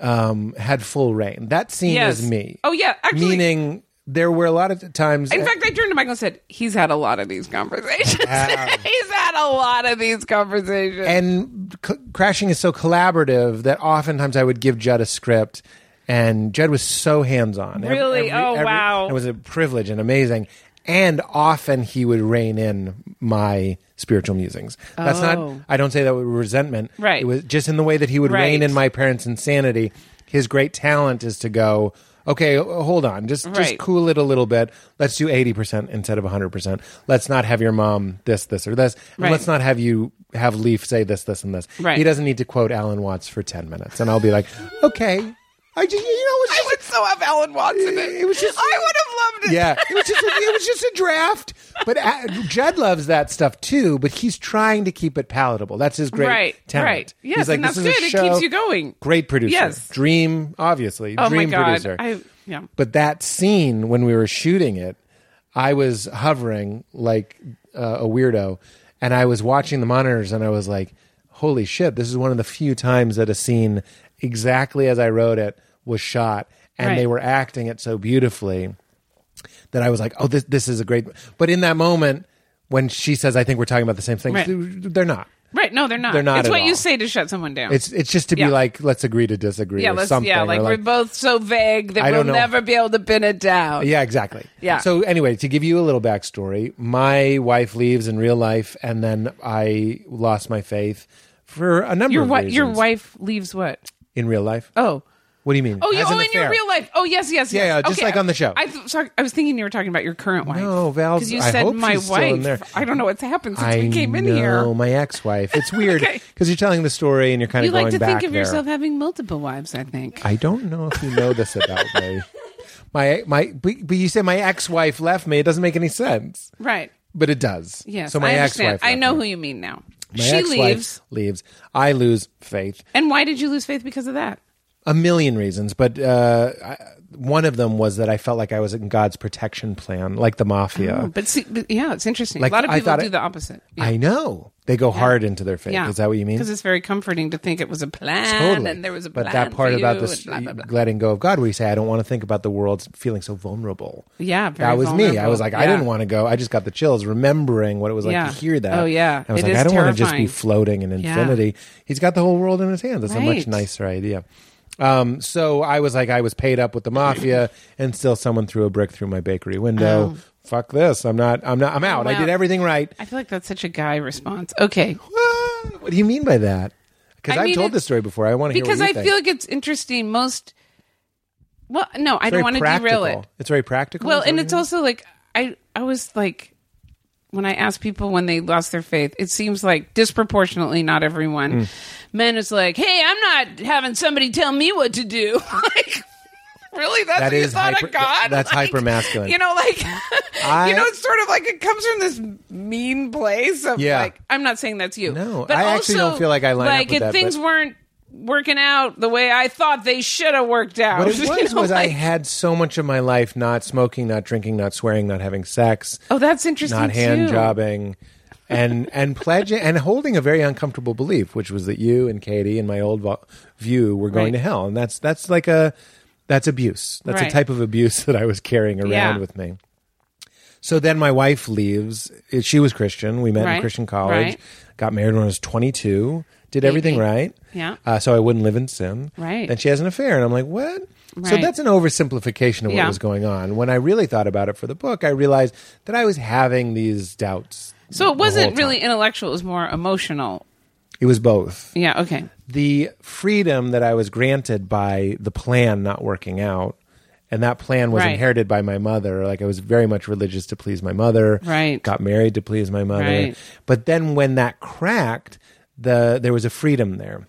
um, had full reign. That scene Yes. is me. Oh, yeah, actually- meaning there were a lot of times. In fact, I turned to Michael and said, "He's had a lot of these conversations. Wow. He's had a lot of these conversations." and c- crashing is so collaborative that oftentimes I would give Judd a script, and Judd was so hands on. Really? Oh, wow. It was a privilege and amazing. And often he would rein in my spiritual musings. That's Oh. not. I don't say that with resentment. Right. It was just in the way that he would rein Right. in my parents' insanity. His great talent is to go. Okay, h- hold on. Just just Right. cool it a little bit. Let's do eighty percent instead of hundred percent. Let's not have your mom this, this, or this. And Right. Let's not have you have Leaf say this, this, and this. Right. He doesn't need to quote Alan Watts for ten minutes, and I'll be like, okay, I just, you know, I it's would so have Alan Watson. in It, It was just- I would have loved it. yeah, it was just, a, it was just a draft. But uh, Judd loves that stuff too. But he's trying to keep it palatable. That's his great right, talent. right. Yes, he's like, and this that's is a good. It show." keeps you going. Great producer. Yes. Dream, obviously. Oh dream my god. producer. I yeah. But that scene when we were shooting it, I was hovering like uh, a weirdo, and I was watching the monitors, and I was like, "Holy shit! This is one of the few times that a scene, exactly as I wrote it, was shot, and Right. they were acting it so beautifully." that I was like, oh, this this is a great. But in that moment, when she says, "I think we're talking about the same thing," Right. they're not. Right? No, they're not. They're not It's at what you all. say to shut someone down. It's it's just to be Yeah. like let's agree to disagree yeah, or let's, something. yeah, or like, we're both so vague that I we'll don't know. never be able to pin it down. Yeah, exactly. Yeah. So anyway, to give you a little backstory, my wife leaves in real life, and then I lost my faith for a number your of wife, reasons. your wife leaves what? in real life? Oh, What do you mean? oh, you, As oh, the in your fair. real life. Oh, yes, yes, Yeah, yes. yeah, just like on the show. I, th- sorry, I was thinking you were talking about your current wife. No, Val's- because you I said hope my she's still in wife. there. I don't know what's happened since I we came in know, here. my ex-wife. It's weird Okay. because you're telling the story and you're kind You of going like to back think of there. yourself having multiple wives. I think. I don't know if you know this about me. My my, but, but you say my ex-wife left me. It doesn't make any sense, right. but it does. Yes. So my I understand. ex-wife. I left know me. who you mean now. My she ex-wife leaves. Leaves. I lose faith. And why did you lose faith because of that? a million reasons, but uh, I, one of them was that I felt like I was in God's protection plan, like the mafia. Oh, but, see, but yeah, it's interesting. Uh, Like, a lot of I people thought do it- the opposite. Yeah. I know they go hard into their faith. Yeah. Is that what you mean? Because it's very comforting to think it was a plan Totally. and there was a plan. but that part for about you this and blah, blah, blah. letting go of God, where you say, "I don't want to think about the world," feeling so vulnerable. Yeah, very that was me. I vulnerable. was like, I Yeah. didn't want to go. I just got the chills remembering what it was like Yeah. to hear that. Oh, yeah. I was It like, is I don't want to just be terrifying. floating in Yeah. infinity. He's got the whole world in his hands. That's a much Right. nicer idea. Um, so I was like, I was paid up with the mafia, and still someone threw a brick through my bakery window. Fuck this! I'm not. I'm not. I'm out. I Oh. wow. did everything right. I feel like that's such a guy response. Okay. Ah, What do you mean by that? Because I I've mean, told it- this story before. I want to hear Because what you I think. feel like it's interesting. Most. Well, no, I don't Very want to derail practical. it. It's very practical. Well, is what and you it's mean? also like I I was like when I ask people when they lost their faith, it seems like disproportionately not everyone. Mm. Men is like, hey, I'm not having somebody tell me what to do. like, really? That's That what you is thought hyper- of God? that's Like, hypermasculine. You know, like I- you know, it's sort of like it comes from this mean place of Yeah. like I'm not saying that's you. No, but I also, actually don't feel like I line up like with if that, things but- weren't working out the way I thought they should have worked out. What it you was know, was I like- had so much of my life not smoking, not drinking, not swearing, not having sex, Oh, that's interesting. not hand too. jobbing, and and pledging and holding a very uncomfortable belief, which was that you and Katie and my old vo- view were going Right. to hell, and that's that's like a that's abuse. That's a Right. type of abuse that I was carrying around Yeah. with me. So then my wife leaves. It- She was Christian. We met in Right. Christian college. Right. Got married when I was 22. Did everything right. Yeah. Uh, so I wouldn't live in sin. Right. Then she has an affair. And I'm like, what? So Right. that's an oversimplification of what Yeah. was going on. When I really thought about it for the book, I realized that I was having these doubts. So the it wasn't whole time. really intellectual, it was more emotional. It was both. Yeah, okay. The freedom that I was granted by the plan not working out. And that plan was Right. inherited by my mother. Like I was very much religious to please my mother. Right. Got married to please my mother. Right. But then when that cracked, the there was a freedom there.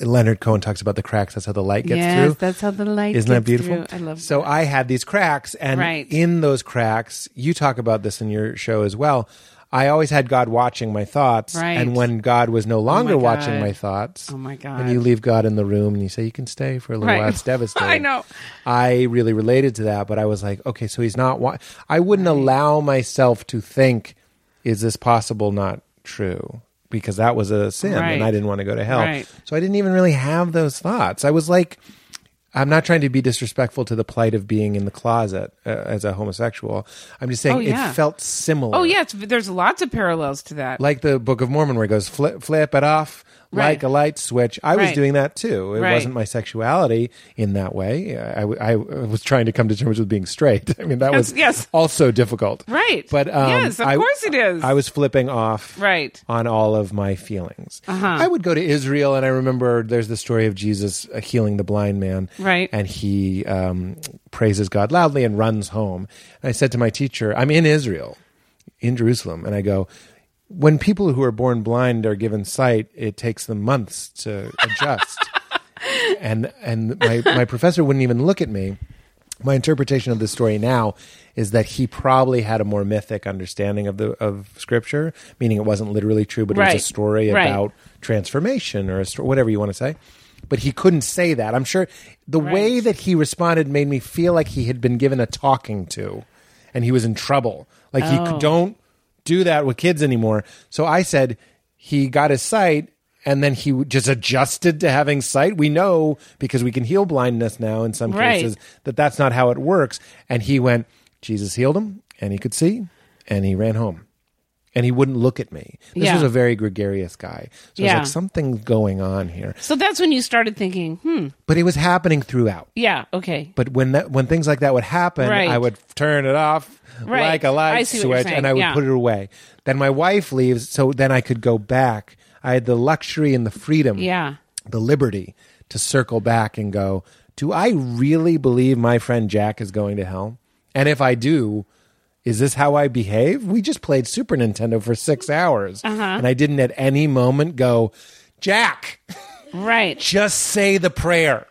Leonard Cohen talks about the cracks. That's how the light gets Yes, through. that's how the light Isn't that gets beautiful? through. I love So that. I had these cracks, and Right. in those cracks, you talk about this in your show as well. I always had God watching my thoughts, Right. Oh and when God was no longer watching God. my thoughts, Oh my God. and you leave God in the room, and you say you can stay for a little Right. while. It's devastating. I know. I really related to that, but I was like, okay, so he's not. Wa- I wouldn't allow myself to think, is this possible? Not true, because that was a sin, Right. and I didn't want to go to hell. Right. So I didn't even really have those thoughts. I was like, I'm not trying to be disrespectful to the plight of being in the closet uh, as a homosexual. I'm just saying Oh, yeah. it felt similar. Oh, yeah, it's, there's lots of parallels to that. Like the Book of Mormon where it goes, flip, flip it off. Right. Like a light switch. I was Right. doing that too. It Right. wasn't my sexuality in that way. I, I- I was trying to come to terms with being straight. I mean, that was Yes. also difficult. Right. But um, Yes, of I- course it is. I was flipping off Right. Uh-huh. on all of my feelings. I would go to Israel, and I remember there's the story of Jesus uh, healing the blind man, Right. And he um, praises God loudly and runs home. And I said to my teacher, "I'm in Israel, in Jerusalem," and I go. When people who are born blind are given sight, it takes them months to adjust. and and my, my professor wouldn't even look at me. My interpretation of the story now is that he probably had a more mythic understanding of the of scripture, meaning it wasn't literally true, but it Right. was a story Right. about transformation or a sto- whatever you want to say. But he couldn't say that. I'm sure the way that he responded made me feel like he had been given a talking to, and he was in trouble. Like he could, Oh. don't do that with kids anymore. So I said he got his sight and then he just adjusted to having sight. We know because we can heal blindness now in some Right. cases that that's not how it works. And he went, Jesus healed him and he could see and he ran home. and he wouldn't look at me. This Yeah. was a very gregarious guy. So I Yeah. was like, something's going on here. So that's when you started thinking, hmm, But it was happening throughout. yeah, okay. But when that when things like that would happen, Right. I would turn it off Right. like a I light see what you're switch, saying. and I would Yeah. put it away. Then my wife leaves, so then I could go back. I had the luxury and the freedom, Yeah. the liberty to circle back and go. Do I really believe my friend Jack is going to hell? And if I do, is this how I behave? We just played Super Nintendo for six hours, and I didn't at any moment go, Jack Right. just say the prayer.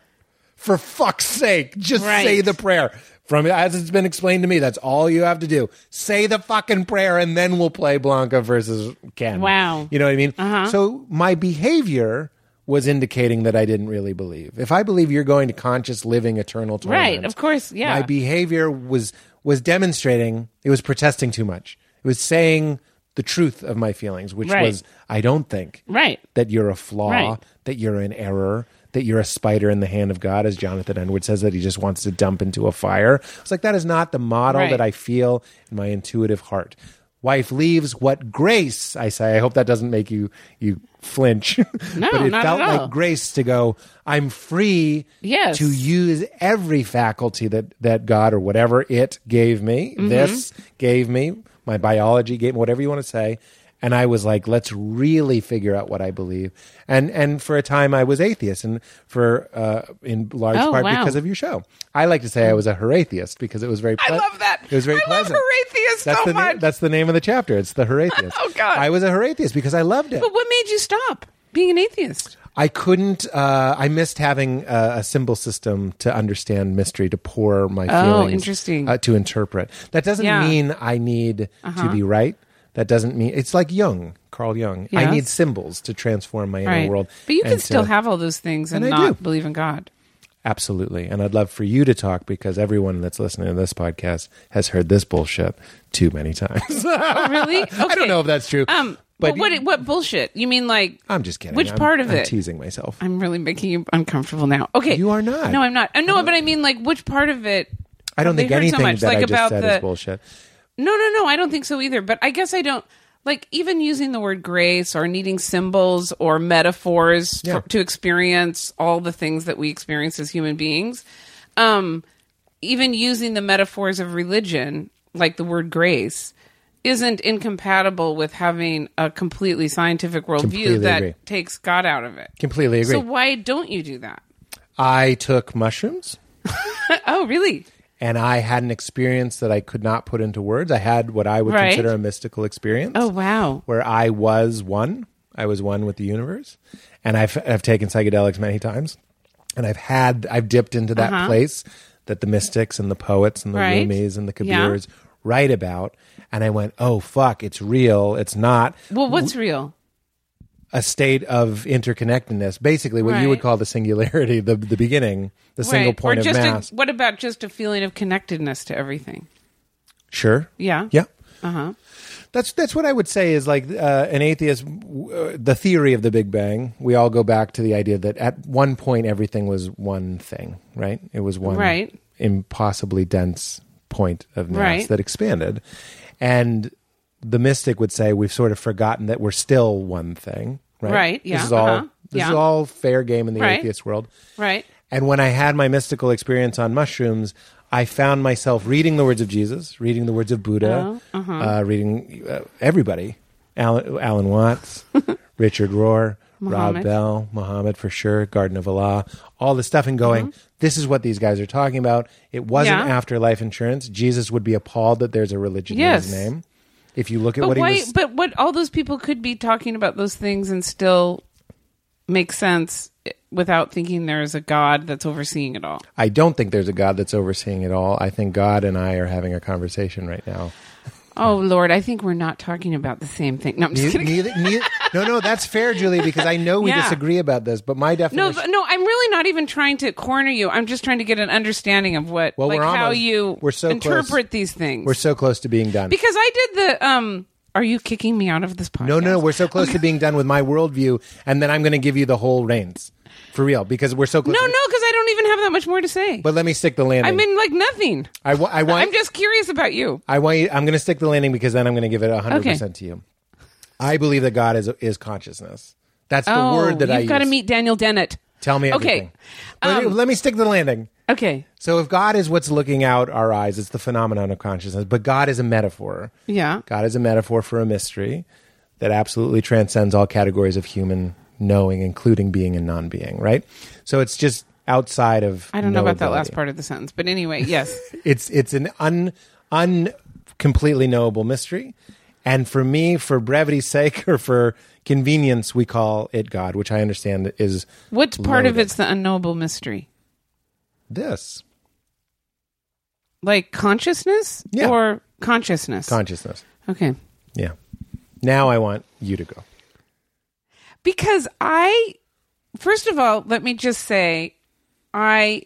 For fuck's sake, just Right. say the prayer. From as it's been explained to me, that's all you have to do. Say the fucking prayer, and then we'll play Blanca versus Ken. Wow. Uh-huh. you know what I mean. So my behavior was indicating that I didn't really believe. If I believe you're going to conscious living eternal torment, Right, of course, yeah. My behavior was was demonstrating it was protesting too much. It was saying the truth of my feelings, which Right. was I don't think Right. that you're a flaw, Right. that you're an error, that you're a spider in the hand of God, as Jonathan Edwards says that he just wants to dump into a fire. It's like that is not the model Right. that I feel in my intuitive heart. Wife leaves. What grace? I say. I hope that doesn't make you you flinch. No, but it not at felt all. like grace to go. I'm free. Yes. To use every faculty that that God or whatever it gave me, Mm-hmm. this gave me, my biology gave me, whatever you want to say. And I was like, let's really figure out what I believe. And and for a time, I was atheist, and for uh, in large Oh, part wow. because of your show. I like to say I was a heratheist because it was very. I ple- love that. It was very I pleasant. love Heratheus that's so the much. name, that's the name of the chapter. It's the heratheist. Oh, God. I was a heratheist because I loved it. but what made you stop being an atheist? I couldn't. Uh, I missed having a, a symbol system to understand mystery, to pour my Oh, feelings, interesting. uh, to interpret. That doesn't Yeah. Uh-huh. mean I need to be right. That doesn't mean it's like Jung, Carl Jung. I Yes. need symbols to transform my inner Right. world. But you can and to- still have all those things and, And I not do. believe in God. absolutely. And I'd love for you to talk because everyone that's listening to this podcast has heard this bullshit too many times. Really? Okay. I don't know if that's true. Um, but, but what what bullshit? You mean like I'm just kidding. Which I'm- part of I'm it? Teasing myself. I'm really making you uncomfortable now. Okay, You are not. No, I'm not. Uh, No, but I mean like which part of it? I don't They think heard so anything much, that like, I just about said the- is bullshit. No, no, no. I don't think so either. But I guess I don't like even using the word grace or needing symbols or metaphors Yeah. for, to experience all the things that we experience as human beings. Um, even using the metaphors of religion, like the word grace, isn't incompatible with having a completely scientific Completely worldview that agree. takes God out of it. Completely agree. So why don't you do that? I took mushrooms Oh, really? and I had an experience that I could not put into words. I had what I would Right. consider a mystical experience. Oh, wow. Where I was one. I was one with the universe. And I've, I've taken psychedelics many times. And I've had, I've dipped into that place that the mystics and the poets and the Uh-huh. Right. Rumis and the Yeah. Kabirs write about. And I went, oh, fuck, it's real. It's not. Well, what's real? a state of interconnectedness, basically what you would Right. call the singularity, the the beginning, the single Right. point or of just mass. A, what about just a feeling of connectedness to everything? sure. Yeah. Yeah. Uh huh. That's that's what I would say is like uh, an atheist. w- Uh, the theory of the Big Bang. We all go back to the idea that at one point everything was one thing, right? It was one Right. impossibly dense point of mass Right. that expanded, and the mystic would say we've sort of forgotten that we're still one thing, right? Right, yeah, This is all. uh-huh, This yeah. is all fair game in the Right. atheist world. Right. And when I had my mystical experience on mushrooms, I found myself reading the words of Jesus, reading the words of Buddha, Oh, uh-huh. uh, reading uh, everybody Alan, Alan Watts, Richard Rohr, Rob Muhammad. Bell, Muhammad for sure, Garden of Allah, all this stuff, and going, this is what these guys are talking about. It wasn't Uh-huh. Yeah. afterlife insurance. Jesus would be appalled that there's a religion in Yes. his name. If you look at But what why? he was. But what? All those people could be talking about those things and still make sense eh, without thinking there is a God that's overseeing it all. I don't think there's a God that's overseeing it all. I think God and I are having a conversation right now. Oh Lord, I think we're not talking about the same thing. No, I'm just Neither, kidding. neither, neither, no, no, that's fair, Julie, because I know we Yeah. disagree about this, but my No, definition. but- no, I'm really not even trying to corner you. I'm just trying to get an understanding of what, Well, like, we're how almost- you we're so close. interpret these things. we're so close to being done. because I did the. um Are you kicking me out of this podcast? no, no, no, we're so close to being done with my worldview, and then I'm going to give you the whole reins for real because we're so close. No, no, to- because I don't even have that much more to say. But let me stick the landing. I mean, like nothing. I, wa- I want. I'm just curious about you. I want you, I'm going to stick the landing because then I'm going to give it 100% Okay. to you. I believe that God is is consciousness. That's the oh, word that I you've got to use. meet Daniel Dennett. Tell me Okay. everything. Let, me, Um, let me stick to the landing. Okay. So if God is what's looking out our eyes, it's the phenomenon of consciousness, but God is a metaphor. Yeah. God is a metaphor for a mystery that absolutely transcends all categories of human knowing, including being and non-being, right? So it's just outside of I don't know about that knowability. last part of the sentence, but anyway, yes. It's it's an un un completely knowable mystery. And for me, for brevity's sake or for convenience, we call it God, which I understand is What part of Loaded. it's the unknowable mystery? this Like consciousness Yeah. or consciousness? consciousness. okay. Yeah. Now I want you to go. Because I, first of all, let me just say, I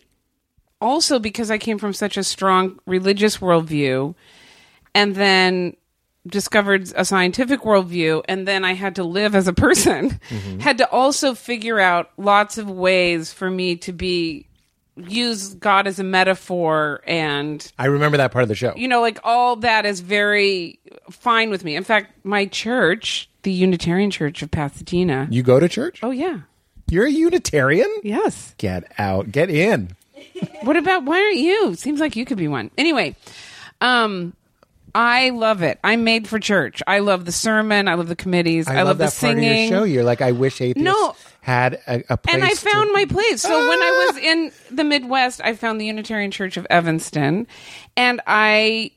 also, because I came from such a strong religious worldview and then discovered a scientific worldview, and then I had to live as a person, had to also figure out lots of ways for me to be, use God as a metaphor and I remember that part of the show. you know, like all that is very fine with me. In fact, my church, the Unitarian Church of Pasadena. You go to church? oh yeah, You're a Unitarian? yes. Get out. Get in. What about why aren't you? Seems like you could be one. Anyway, um, I love it. I'm made for church. I love the sermon. I love the committees. I, love, the that part singing. of your show. You're like, I wish atheists No. had a, a place. and I found to- Ah! my place. So when I was in the Midwest, I found the Unitarian Church of Evanston, and I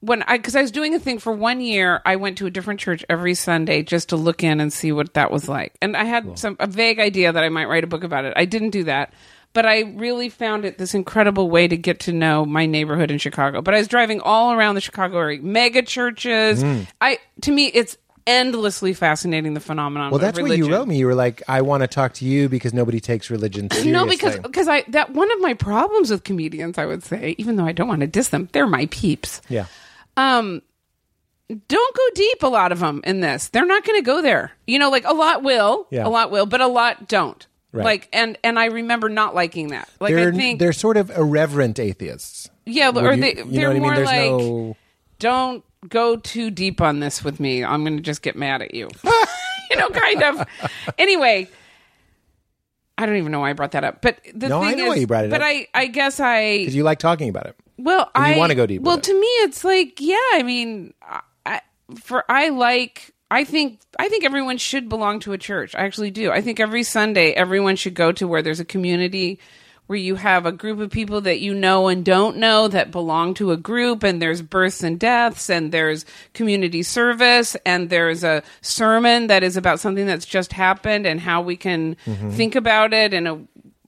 when I because I was doing a thing for one year, I went to a different church every Sunday just to look in and see what that was like, and I had some a vague idea that I might write a book about it. I didn't do that. But I really found it this incredible way to get to know my neighborhood in Chicago. But I was driving all around the Chicago area, mega churches. Hmm. I to me, it's endlessly fascinating the phenomenon. Well, of that's what you religion. wrote me. You were like, I want to talk to you because nobody takes religion seriously. No, because because I that one of my problems with comedians, I would say, even though I don't want to diss them, they're my peeps. yeah. Um, don't go deep. A lot of them in this, they're not going to go there. You know, like a lot will, Yeah. a lot will, but a lot don't. Right. Like and and I remember not liking that. Like They're, I think they're sort of irreverent atheists. yeah, Would or you- they you know they're what I mean? more There's like no- don't go too deep on this with me. I'm going to just get mad at you. you know, kind of. Anyway, I don't even know why I brought that up, but the No, I thing know is, why you brought it but up. I, I guess I Because you like talking about it. well, And you I wanna go deep with Well, it. to me, it's like, yeah. I mean, I- I, for I like. I think I think everyone should belong to a church. I actually do. I think every Sunday everyone should go to where there's a community where you have a group of people that you know and don't know that belong to a group and there's births and deaths and there's community service and there's a sermon that is about something that's just happened and how we can Mm-hmm. think about it in a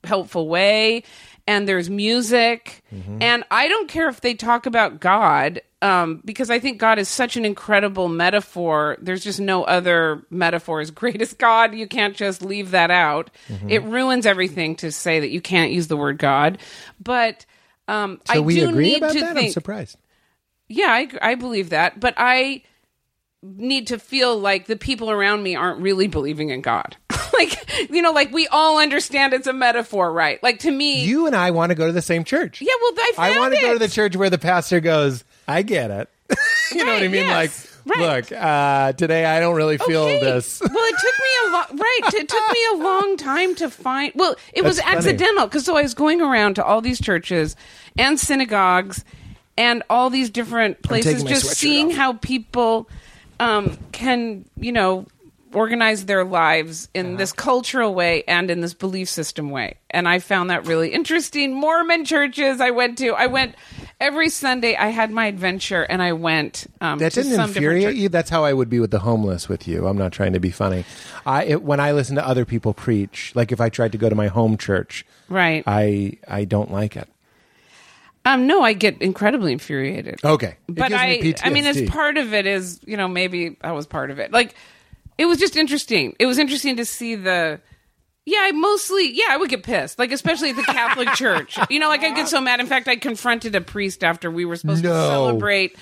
helpful way and there's music Mm-hmm. and i don't care if they talk about god um, because i think god is such an incredible metaphor there's just no other metaphor as great as god you can't just leave that out Mm-hmm. it ruins everything to say that you can't use the word god but um, So i we do agree need about to that? I'm think surprised. yeah I, I believe that but i need to feel like the people around me aren't really believing in god like you know like we all understand it's a metaphor right like to me You and I want to go to the same church. yeah, well, I found I want to go to it. the church where the pastor goes, I get it. you know what I Right, mean? yes. Like, Right. look, uh, today I don't really feel Okay. this. well, it took me a long right. It took me a long time to find. Well, it was That's funny. accidental because so I was going around to all these churches and synagogues and all these different places, taking my just sweatshirt seeing off. how people um, can, you know, organize their lives in Uh-huh. this cultural way and in this belief system way. And I found that really interesting. Mormon churches I went to. I went every Sunday. I had my adventure and I went. Um, That to didn't some different infuriate church. you. That's how I would be with the homeless with you. I'm not trying to be funny. I it, when I listen to other people preach, like if I tried to go to my home church, Right. I I don't like it. Um, no, I get incredibly infuriated. Okay, It but gives I, me I mean, PTSD. it's part of it is you know maybe that was part of it. Like, it was just interesting. It was interesting to see the. Yeah, I mostly yeah, I would get pissed. Like especially at the Catholic Church. You know, like I get so mad. In fact, I confronted a priest after we were supposed to No. celebrate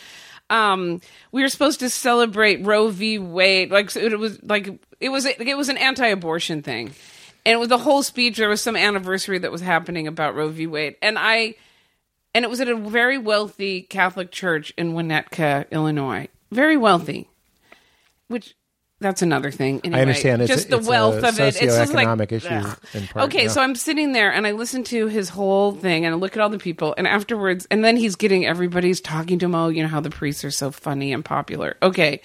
um we were supposed to celebrate Roe v. Wade. Like so it was like it was it was an anti-abortion thing. And with the whole speech there was some anniversary that was happening about Roe v. Wade. And I and it was at a very wealthy Catholic church in Winnetka, Illinois. Very wealthy, which that's another thing. Anyway, understand. It's- just the it's a wealth of it. It's just like socioeconomic issue ugh. in part, okay, yeah. so I'm sitting there and I listen to his whole thing and I look at all the people and afterwards, and then he's getting everybody's talking to him. Oh, you know how the priests are so funny and popular. Okay,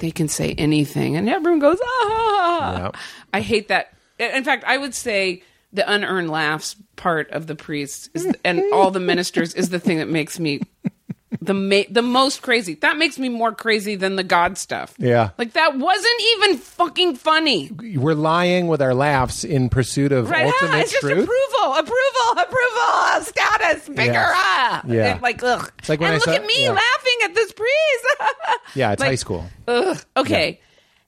they can say anything, and everyone goes ah. Yep. I hate that. In fact, I would say the unearned laughs part of the priests is, and all the ministers is the thing that makes me the ma- the most crazy. That makes me more crazy than the God stuff. Yeah. like that wasn't even fucking funny. We're lying with our laughs in pursuit of Right? ultimate Ah, it's just truth. approval, approval, approval, status, bigger. Yeah. ah. Yeah. And, like ugh. It's like when and I look saw- at me yeah. laughing at this priest. yeah, it's Like- high school. Ugh. Okay.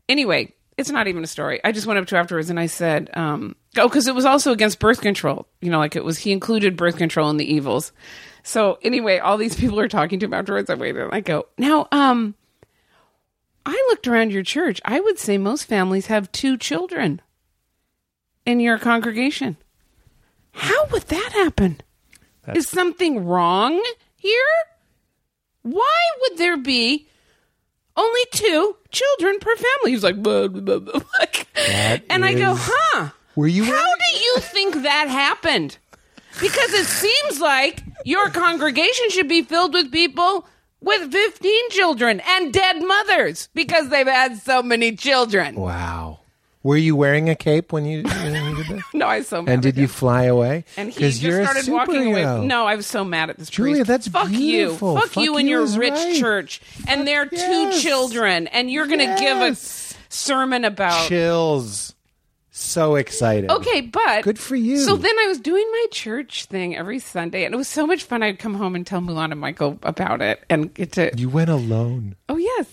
Anyway, it's not even a story. I just went up to afterwards and I said, um, oh, because it was also against birth control. You know, like it was, he included birth control in the evils. So anyway, all these people are talking to him afterwards. I waited and I go, now, um, I looked around your church. I would say most families have two children in your congregation. How would that happen? That's- Is something wrong here? Why would there be only two children per family. He's like, blah, blah, blah, blah. and I go, is- huh? Were you How do you think that happened? Because it seems like your congregation should be filled with people with 15 children and dead mothers because they've had so many children. Wow. Were you wearing a cape when you, when you did that? No, I so mad. And at did you him. fly away? And he 'Cause just you're a started walking superhero. away. No, I was so mad at this Julia, priest. that's fuck beautiful. you, fuck, Fuck you and you your is rich right. church, and their yes. two children, and you're going to Yes. give a sermon about Chills. So excited. Okay, but Good for you. So then I was doing my church thing every Sunday, and it was so much fun. I'd come home and tell Mulan and Michael about it, and get to You went alone. oh yes,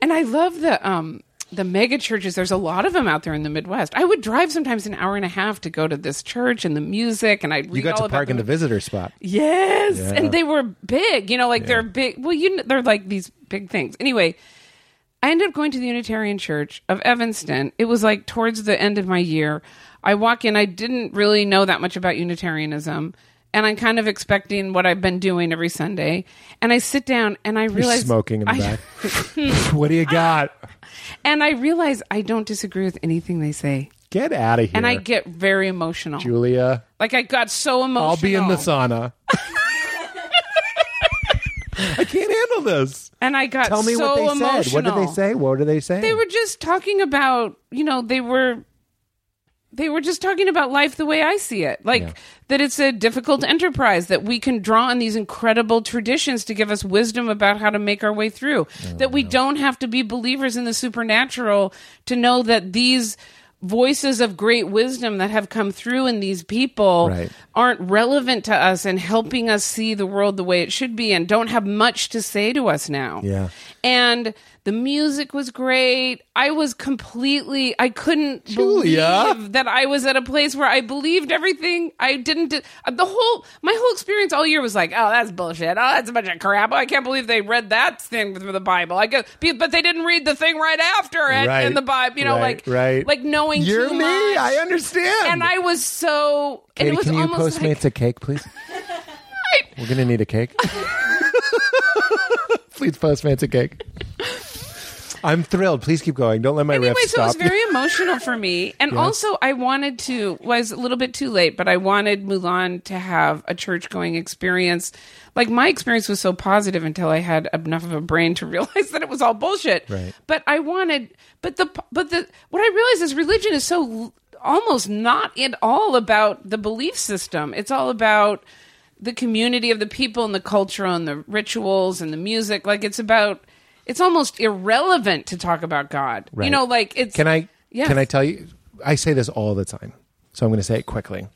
and I love the um the mega churches. There's a lot of them out there in the Midwest. I would drive sometimes an hour and a half to go to this church and the music, and I You got to park in the visitor spot. Yes, Yeah. and they were big. You know, like they're big. Well, you know, they're like these big things. Anyway, I ended up going to the Unitarian Church of Evanston. It was like towards the end of my year. I walk in. I didn't really know that much about Unitarianism, and I'm kind of expecting what I've been doing every Sunday. And I sit down and I You're realize smoking in the I- back. what do you got? and I realize I don't disagree with anything they say, Get out of here. and I get very emotional. Julia. Like I got so emotional. I'll be in the sauna. I can't handle this. and I got Tell me so what they emotional. said. What did they say? What did they say? they were just talking about you know they were they were just talking about life the way i see it like Yeah. that it's a difficult enterprise that we can draw on these incredible traditions to give us wisdom about how to make our way through Oh, that we don't have to be believers in the supernatural to know that these voices of great wisdom that have come through in these people Right. aren't relevant to us and helping us see the world the way it should be and don't have much to say to us now Yeah. and the music was great. I was completely I couldn't Julia. believe that I was at a place where I believed everything. I didn't di- the whole my whole experience all year was like, oh, that's bullshit. Oh, that's a bunch of crap. Oh, I can't believe they read that thing from the Bible. I guess, but they didn't read the thing right after it Right. in the Bible. You know, Right, like right. like knowing You're too me. much. I understand. and I was so and Katie, it was can you almost postmates like, a cake, please? We're gonna need a cake. please postmates a cake. I'm thrilled. Please keep going. Don't let my anyway, riff so it stop. was very emotional for me, and also I wanted to was a little bit too late, but I wanted Mulan to have a church going experience. Like my experience was so positive until I had enough of a brain to realize that it was all bullshit. Right. But I wanted, but the but the what I realized is religion is so l- almost not at all about the belief system. It's all about the community of the people and the culture and the rituals and the music. Like it's about. It's almost irrelevant to talk about God. Right. You know, like it's. Can I? Yes. Can I tell you? I say this all the time, so I'm going to say it quickly.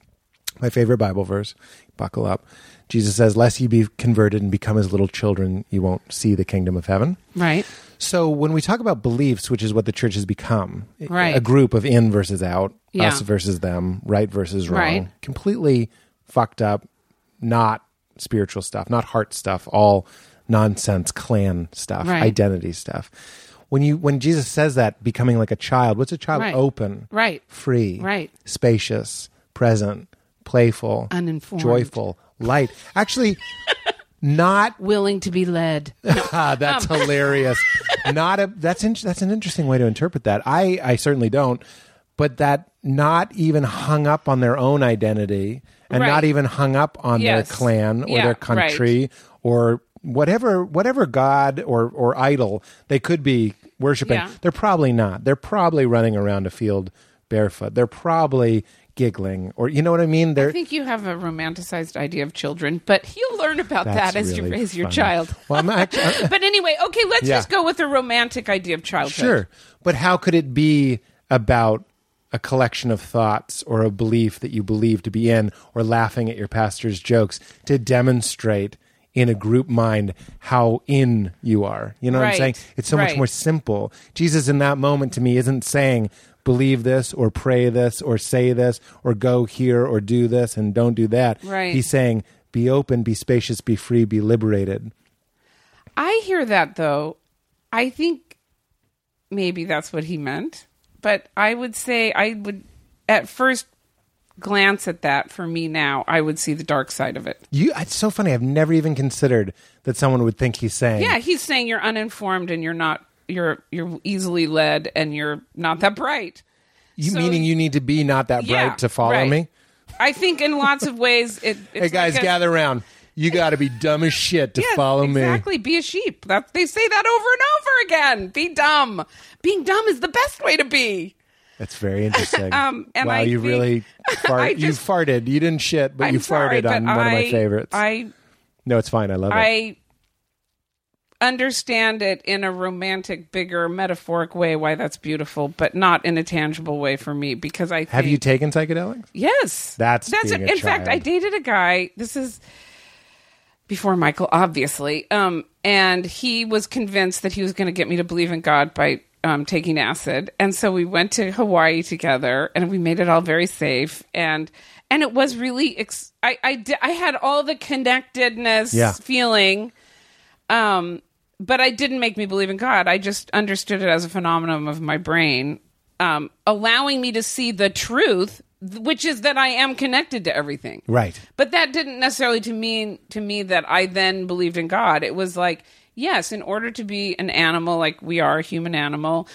My favorite Bible verse. Buckle up. Jesus says, "Lest ye be converted and become as little children, you won't see the kingdom of heaven." Right. So when we talk about beliefs, which is what the church has become, Right. a group of in versus out, Yeah. us versus them, right versus wrong, Right. completely fucked up, not spiritual stuff, not heart stuff, all nonsense, clan stuff, Right. identity stuff. When you when Jesus says that, becoming like a child, what's a child? Right. Open, Right. free, Right. spacious, present, playful, Uninformed. joyful, light. Actually, not Willing to be led. Um, Ah, that's hilarious. not a that's in, that's an interesting way to interpret that. I I certainly don't, but that not even hung up on their own identity and Right. not even hung up on Yes. their clan or Yeah, their right. country or whatever whatever god or or idol they could be worshiping. Yeah. They're probably not. They're probably running around a field barefoot. They're probably giggling or you know what I mean? They're I think you have a romanticized idea of children, but you'll learn about That's that as you really raise your funny. child. Well, I'm actually, But anyway, okay, let's Yeah. just go with a romantic idea of childhood. Sure. But how could it be about a collection of thoughts or a belief that you believe to be in or laughing at your pastor's jokes to demonstrate in a group mind how in you are? You know what I'm Right. saying? It's so much Right. more simple. Jesus in that moment to me isn't saying believe this or pray this or say this or go here or do this and don't do that. Right. He's saying be open, be spacious, be free, be liberated. I hear that though. I think maybe that's what he meant. But I would say I would at first glance at that for me now, I would see the dark side of it. You it's so funny. I've never even considered that someone would think he's saying Yeah, he's saying you're uninformed and you're not you're you're easily led and you're not that bright. You So- meaning you need to be not that Yeah, bright to follow right. me? I think in lots of ways it it's Hey guys, like a- gather around. You got to be dumb as shit to Yeah, follow me. Exactly. Be a sheep. That they say that over and over again. Be dumb. Being dumb is the best way to be. That's very interesting. Um, and wow, I you think- really I fart, you just- farted. You didn't shit, but I'm you sorry, farted on but one of my I- favorites. I no, it's fine. I love it. I understand it in a romantic, bigger, metaphoric way why that's beautiful, but not in a tangible way for me because I think, Have you taken psychedelics? yes, That's that's being it. a in fact child. I dated a guy. This is before Michael, obviously, um, and he was convinced that he was going to get me to believe in God by. Um, taking acid, and so we went to Hawaii together, and we made it all very safe, and and it was really ex- I I di- I had all the connectedness Yeah. feeling um, but I didn't make me believe in God. I just understood it as a phenomenon of my brain, um, allowing me to see the truth, th- which is that I am connected to everything. Right. But that didn't necessarily to mean to me that I then believed in God. It was like, yes, in order to be an animal, like we are a human animal,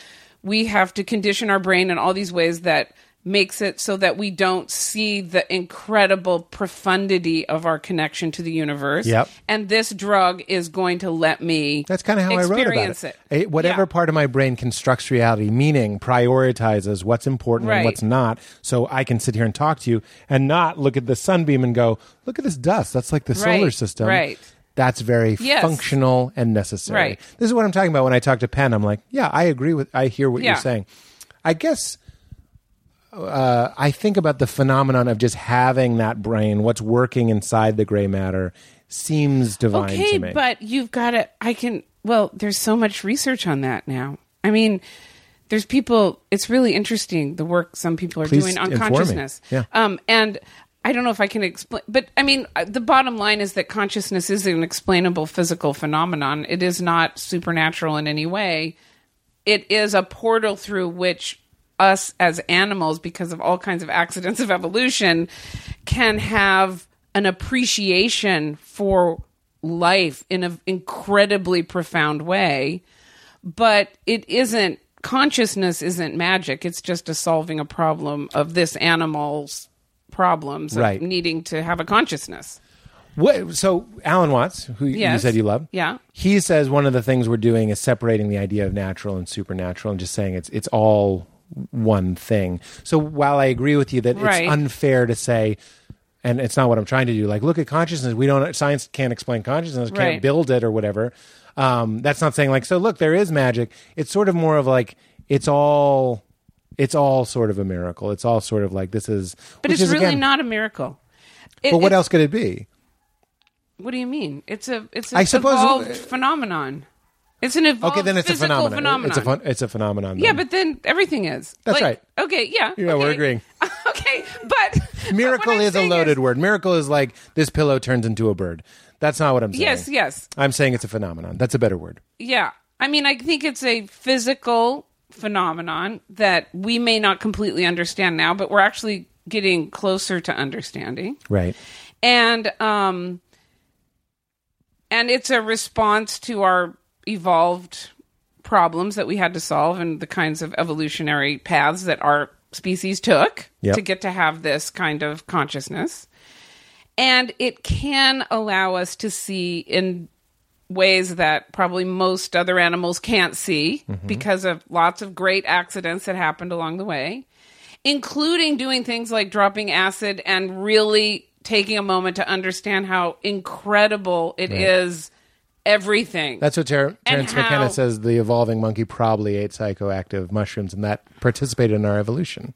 we have to condition our brain in all these ways that makes it so that we don't see the incredible profundity of our connection to the universe Yep. and this drug is going to let me That's kind of how I wrote about experience it. Eh, whatever Yeah. part of my brain constructs reality, meaning prioritizes what's important and Right. what's not, so I can sit here and talk to you and not look at the sunbeam and go, "Look at this dust. That's like the solar Right, system." right. That's very Yes. functional and necessary. Right. This is what I'm talking about when I talk to Penn. I'm like, "Yeah, I agree with. I hear what Yeah. you're saying." I guess uh, I think about the phenomenon of just having that brain, what's working inside the gray matter, seems divine okay to me. but you've got to i can well there's so much research on that now i mean there's people it's really interesting the work some people are Please doing on inform me. consciousness Yeah. um and i don't know if i can explain but i mean uh, the bottom line is that consciousness is an explainable physical phenomenon it is not supernatural in any way it is a portal through which us as animals because of all kinds of accidents of evolution can have an appreciation for life in an incredibly profound way but it isn't consciousness isn't magic it's just a solving a problem of this animal's problems of Right. needing to have a consciousness What, so Alan Watts, who you Yes. said you love, Yeah. he says one of the things we're doing is separating the idea of natural and supernatural and just saying it's it's all one thing. So while I agree with you that Right. it's unfair to say, and it's not what I'm trying to do, like look at consciousness. We don't science can't explain consciousness, can't Right. build it or whatever. Um, that's not saying like so. Look, there is magic. It's sort of more of like it's all. It's all sort of a miracle. It's all sort of like this is, but which it's is, really again- not a miracle It- But what it's- else could it be? What do you mean? It's a it's I an suppose- evolved phenomenon. It's an evolved Okay, then it's a physical phenomenon. phenomenon. It's a fun, it's a phenomenon. yeah, then. but then everything is. That's Like, right. Okay, yeah. Yeah, we're okay. agreeing. okay, but miracle but what I'm is a saying loaded word. Miracle is like this pillow turns into a bird. That's not what I'm saying. Yes, yes. I'm saying it's a phenomenon. That's a better word. Yeah. I mean, I think it's a physical phenomenon that we may not completely understand now, but we're actually getting closer to understanding. Right. and um and it's a response to our evolved problems that we had to solve and the kinds of evolutionary paths that our species took Yep. to get to have this kind of consciousness. And it can allow us to see in ways that probably most other animals can't see because of lots of great accidents that happened along the way, including doing things like dropping acid and really taking a moment to understand how incredible it is. Everything That's what Ter- Terrence how- McKenna says. The evolving monkey probably ate psychoactive mushrooms, and that participated in our evolution.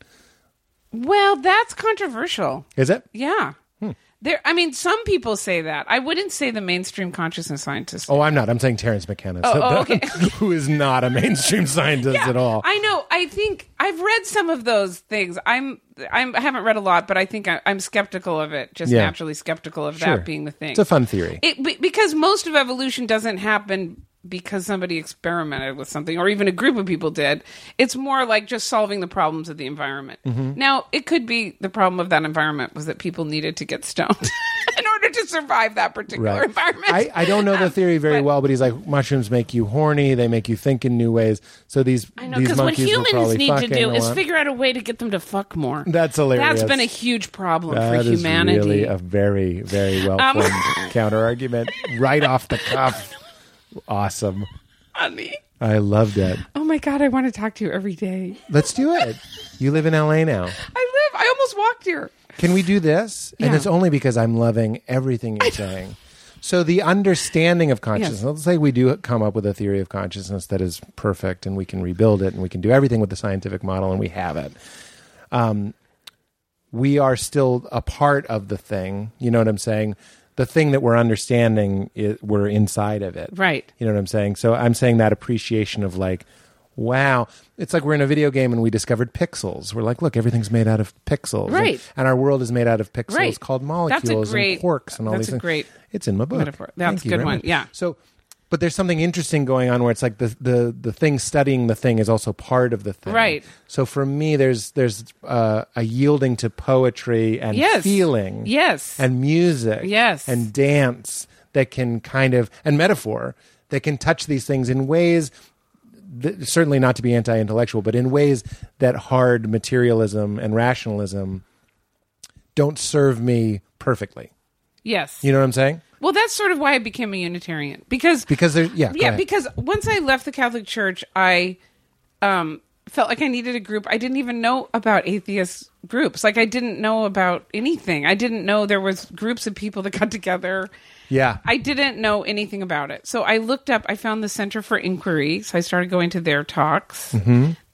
Well, that's controversial. Is it? Yeah. Hmm. There I mean some people say that. I wouldn't say the mainstream consciousness scientists. Oh, I'm not. I'm saying Terrence McKenna, so- oh, okay. who is not a mainstream scientist at all. I know. I think I've read some of those things. I'm, I'm I haven't read a lot, but I think I, I'm skeptical of it. Just Yeah. naturally skeptical of Sure. that being the thing. It's a fun theory. It, be- because most of evolution doesn't happen because somebody experimented with something or even a group of people did. It's more like just solving the problems of the environment. Mm-hmm. Now, it could be the problem of that environment was that people needed to get stoned in order to survive that particular Right. environment. I, I don't know the Um, theory very but- well, but he's like mushrooms make you horny. They make you think in new ways. So these I know these because what monkeys were humans probably need to fucking do a is lot. figure out a way to get them to fuck more. That's hilarious. That's been a huge problem That for is humanity. really a very very well Um, formed counter argument right off the cuff. Awesome. Honey. I loved it. Oh my god, I want to talk to you every day. Let's do it. You live in LA now. I live. I almost walked here. Can we do this? And Yeah. it's only because I'm loving everything you're saying. So the understanding of consciousness. Yes. Let's say we do come up with a theory of consciousness that is perfect, and we can rebuild it, and we can do everything with the scientific model, and we have it. Um, we are still a part of the thing. You know what I'm saying? The thing that we're understanding, i we're inside of it. Right. You know what I'm saying? So I'm saying that appreciation of like, wow, it's like we're in a video game and we discovered pixels. We're like, look, everything's made out of pixels, And- Right. And, our world is made out of pixels Right. called That's a molecules great- and quarks and all that's these a things. great it's in my book. metaphor. That's Thank a you good very one. much. Yeah. So, but there's something interesting going on where it's like the the the thing studying the thing is also part of the thing, Right. So for me, there's there's uh, a yielding to poetry and Yes. feeling, Yes. and music, Yes. and dance that can kind of and metaphor that can touch these things in ways that, certainly not to be anti-intellectual but in ways that hard materialism and rationalism don't serve me perfectly Yes. you know what i'm saying Well, that's sort of why I became a Unitarian because because there yeah go yeah ahead. because once I left the Catholic Church, I um, felt like I needed a group. I didn't even know about atheist groups. Like I didn't know about anything. I didn't know there was groups of people that got together. yeah I didn't know anything about it. So I looked up, I found the Center for Inquiry. So I started going to their talks.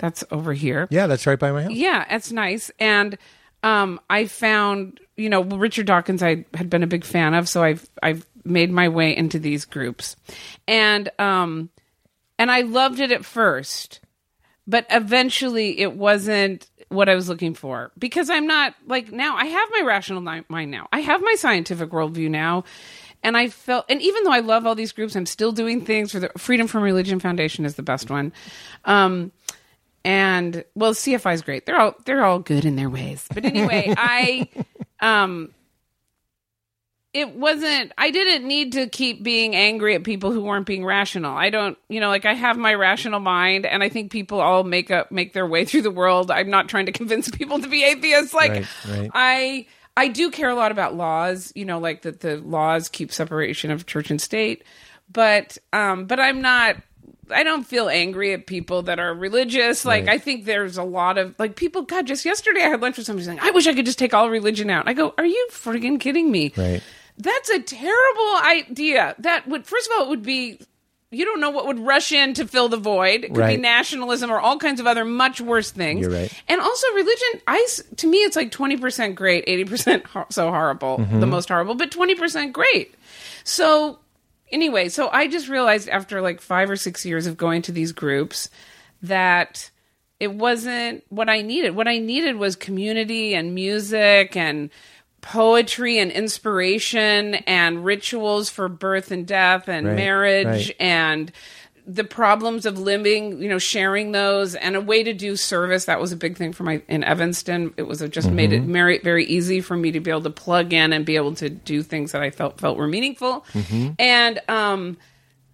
That's over here. Mm-hmm. yeah that's right by my house Yeah, it's nice. And um, I found, you know, Richard Dawkins I had been a big fan of, so I've I've made my way into these groups. And um and I loved it at first, but eventually it wasn't what I was looking for because I'm not like now I have my rational ni- mind now. I have my scientific worldview now. And I felt, and even though I love all these groups, I'm still doing things for the Freedom from Religion Foundation is the best one. Um, and well cfi is great they're all they're all good in their ways but anyway i um it wasn't i didn't need to keep being angry at people who weren't being rational i don't you know like i have my rational mind and i think people all make up make their way through the world i'm not trying to convince people to be atheists like Right, right. i i do care a lot about laws you know like that the laws keep separation of church and state but um but i'm not I don't feel angry at people that are religious. Like I think there's a lot of like people. God, just yesterday I had lunch with somebody saying, "I wish I could just take all religion out." I go, "Are you freaking kidding me?" Right. That's a terrible idea. That would first of all it would be you don't know what would rush in to fill the void. It could Right. be nationalism or all kinds of other much worse things. You're right. And also religion, I s- to me it's like 20% great, 80% ho- so horrible, Mm-hmm. the most horrible, but 20% great. So anyway, so I just realized after like 5 or 6 years of going to these groups that it wasn't what I needed. What I needed was community and music and poetry and inspiration and rituals for birth and death and Right, marriage right. and the problems of living, you know, sharing those and a way to do service. That was a big thing for my in Evanston. It was it just made it very, very easy for me to be able to plug in and be able to do things that I felt felt were meaningful. And um,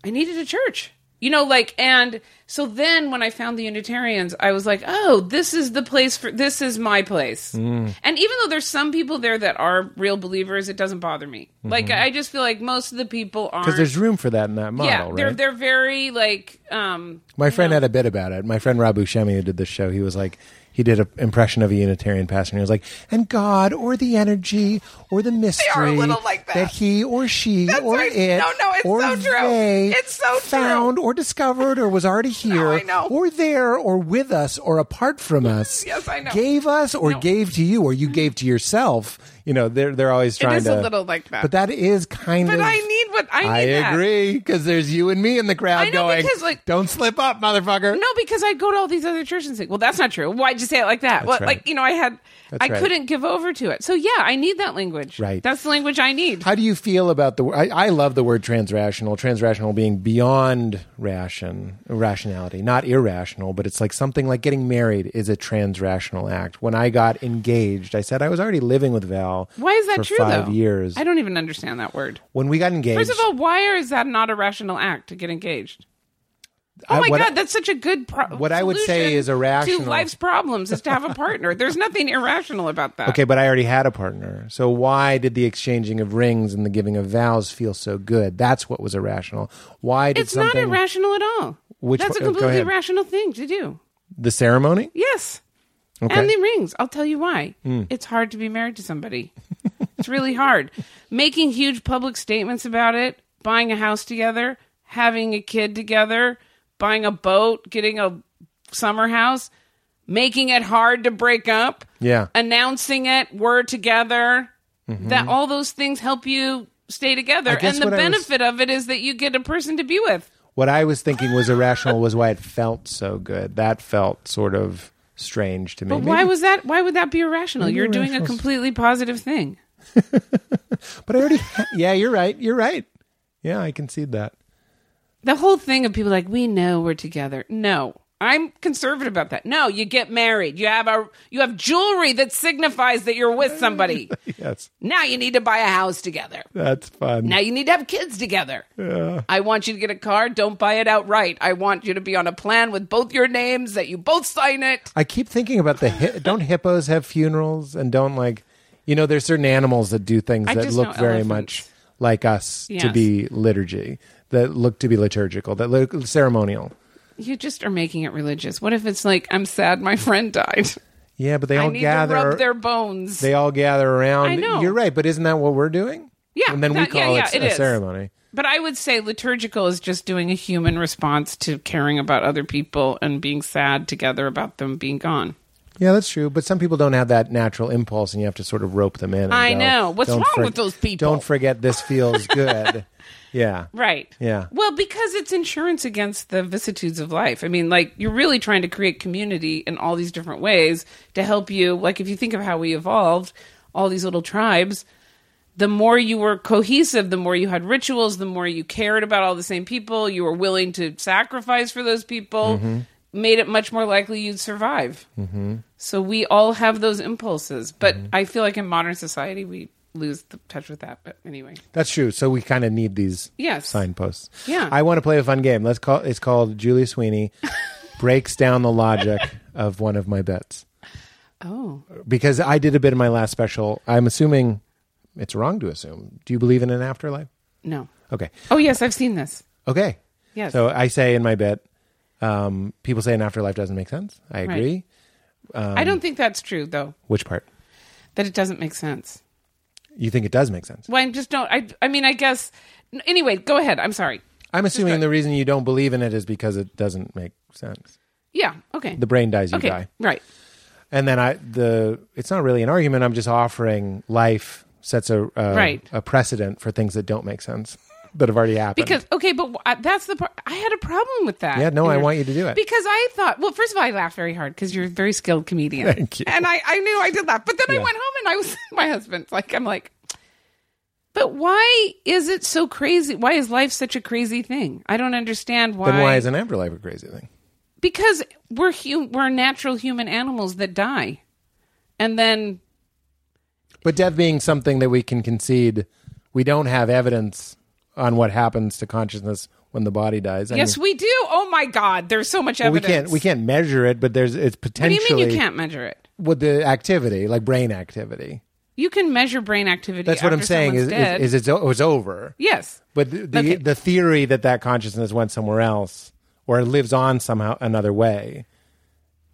I needed a church. You know, like, and so then when I found the Unitarians, I was like, oh, this is the place for, this is my place. And even though there's some people there that are real believers, it doesn't bother me. Like, I just feel like most of the people aren't. because there's room for that in that model, yeah, right? they're, they're very like, um, My friend had a bit about it. My friend Rob Buscemi, who did this show, he was like, he did an impression of a Unitarian pastor, and he was like, "And God, or the energy, or the mystery are a little like that. he or she or right. it, No, no, it's or so true. they It's so true. found or discovered or was already I here know. or there or with us or apart from us, Yes, I know. Mm-hmm. gave us or gave to you or you gave to yourself." You know, they're they're always trying is to a little like that. but that is kind of. but I need what I need. I that. agree because there's you and me in the crowd I know, going, because, like- "Don't slip up, motherfucker." No, because I go to all these other churches and think, well, that's not true. Why'd you say it like that? Well, right. like you know, I had, That's I right. couldn't give over to it. So yeah, I need that language. Right. That's the language I need. How do you feel about the? I, I love the word transrational. Transrational being beyond ration, rationality, not irrational, but it's like something like getting married is a transrational act. When I got engaged, I said I was already living with Val. Why is that for true? Five though years. I don't even understand that word. when we got engaged, First of all, why is that not a rational act to get engaged? Oh I- my what I- God, that's such a good. Pro- what I would say solution is irrational. to life's problems is to have a partner. There's nothing irrational about that. Okay, but I already had a partner. So why did the exchanging of rings and the giving of vows feel so good? That's what was irrational. Why did it's not something irrational at all. Which that's a one- Uh, go completely ahead. rational thing to do. the ceremony? Yes. And the rings. I'll tell you why. Hmm. It's hard to be married to somebody. it's really hard. Making huge public statements about it, buying a house together, having a kid together, buying a boat, getting a summer house, making it hard to break up, Yeah. announcing it, we're together. That all those things help you stay together. guess And the what I was- benefit of it is that you get a person to be with. what I was thinking was irrational was why it felt so good. That felt sort of strange to me. But why Maybe- was that why would that be irrational? You're doing a irrational's- completely positive thing. but I already. yeah, you're right. You're right. Yeah, I concede that. the whole thing of people like we know we're together no i'm conservative about that no you get married you have a you have jewelry that signifies that you're with somebody Yes, now you need to buy a house together that's fun. now you need to have kids together i want you to get a car don't buy it outright i want you to be on a plan with both your names that you both sign it I keep thinking about the hi- don't hippos have funerals and don't like you know there's certain animals that do things I that just look know very elephants. much like us to Yes. be liturgy that look to be liturgical that look ceremonial. you just are making it religious what if it's like i'm sad my friend died Yeah, but they i all need gather. to rub their bones they all gather around. I know. You're right, but isn't that what we're doing? Yeah, and then we that- yeah, call yeah, it it a is. ceremony. But I would say liturgical is just doing a human response to caring about other people and being sad together about them being gone. Yeah, that's true. But some people don't have that natural impulse, and you have to sort of rope them in. and I go, know. What's "Don't wrong with those people?" Don't forget, this feels good. yeah, Right. Yeah. Well, because it's insurance against the vicissitudes of life. I mean, like, you're really trying to create community in all these different ways to help you. Like, if you think of how we evolved, all these little tribes, the more you were cohesive, the more you had rituals, the more you cared about all the same people, you were willing to sacrifice for those people, made it much more likely you'd survive. Mm-hmm. So we all have those impulses. But I feel like in modern society, we lose the touch with that. But anyway. that's true. So we kind of need these Yes. signposts. Yeah. I want to play a fun game. Let's call. It's called Julie Sweeney breaks down the logic of one of my bets Oh. because I did a bit in my last special. I'm assuming it's wrong to assume. Do you believe in an afterlife? No. Okay. Oh yes, I've seen this. Okay. Yes. So I say in my bit, um, people say an afterlife doesn't make sense. I agree. I Um, don't think that's true though. Which part? That it doesn't make sense. You think it does make sense? Well, I just don't. I. I mean, I guess. n- Anyway, go ahead. I'm sorry. I'm assuming the reason you don't believe in it is because it doesn't make sense. Yeah. Okay. The brain dies, you okay. die. Right. And then I the it's not really an argument. I'm just offering life sets a a, Right. a precedent for things that don't make sense that have already happened. Because okay, but wh- I- that's the part. I had a problem with that. Yeah, no, I And- want you to do it. because I thought. Well, first of all, I laughed very hard because you're a very skilled comedian. Thank you. And I, I knew I did that, but then Yeah. I went home and I was my husband's like, I'm like. But why is it so crazy? Why is life such a crazy thing? I don't understand why. then why is an afterlife a crazy thing? because we're hu- we're natural human animals that die, and then But death being something that we can concede, we don't have evidence on what happens to consciousness when the body dies. I Yes, mean, we do. Oh my God, there's so much we evidence. can't we can't measure it, but there's it's What do potentially you mean you can't measure it? with the activity, like brain activity. You can measure brain activity. That's what I'm after saying. Is, someone's dead. is, is it's o- it's over? yes. But the the, Okay. the theory that that consciousness went somewhere else or it lives on somehow another way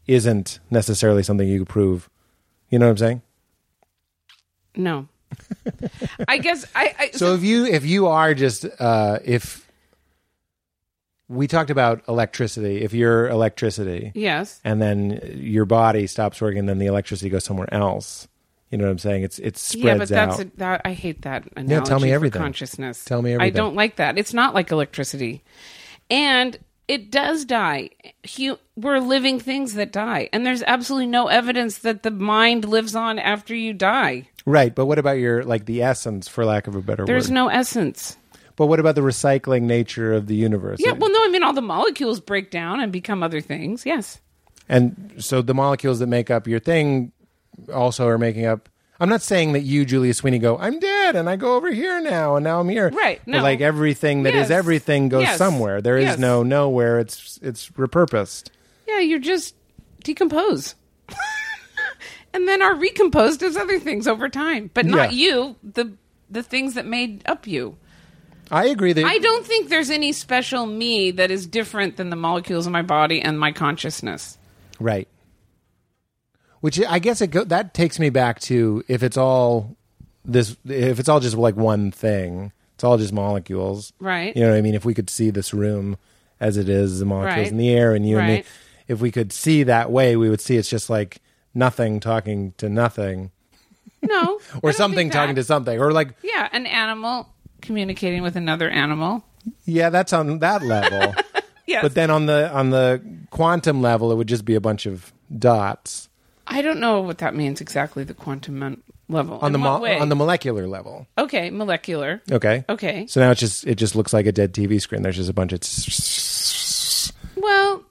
isn't necessarily something you could prove. You know what I'm saying? No. I guess I. I So if you if you are just uh, if we talked about electricity, if you're electricity yes. and then your body stops working, then the electricity goes somewhere else. You know what I'm saying? It's it spreads Yeah, but that's out. a, that. I hate that analogy. tell me for everything. consciousness. Tell me I everything. don't like that. It's not like electricity, and it does die. Hu- We're living things that die, and there's absolutely no evidence that the mind lives on after you die. right, but what about your like the essence, for lack of a better There's word? no essence. but what about the recycling nature of the universe? Yeah. Well, no. I mean, all the molecules break down and become other things. Yes. And so the molecules that make up your thing also are making up. I'm not saying that you, Julia Sweeney, go, I'm dead and I go over here now and now I'm here. Right, But no. like everything that is Yes. everything goes Yes. somewhere. There is Yes. no nowhere. It's it's repurposed. Yeah, you just decompose. and then are recomposed as other things over time. But not Yeah. you, the the things that made up you. I agree that I don't think there's any special me that is different than the molecules in my body and my consciousness. Right. Which I guess it go, that takes me back to if it's all this if it's all just like one thing, it's all just molecules. Right. You know what I mean? If we could see this room as it is, the molecules Right. in the air and you and Right. me, if we could see that way, we would see it's just like nothing talking to nothing No. or something talking to something or like Yeah, an animal communicating with another animal. yeah, that's on that level. Yes. But then on the on the quantum level, it would just be a bunch of dots I don't know what that means exactly the quantum mon- level. on In the what mo- way? on the molecular level. Okay, molecular. Okay. Okay. So now it's just it just looks like a dead TV screen. There's just a bunch of Well,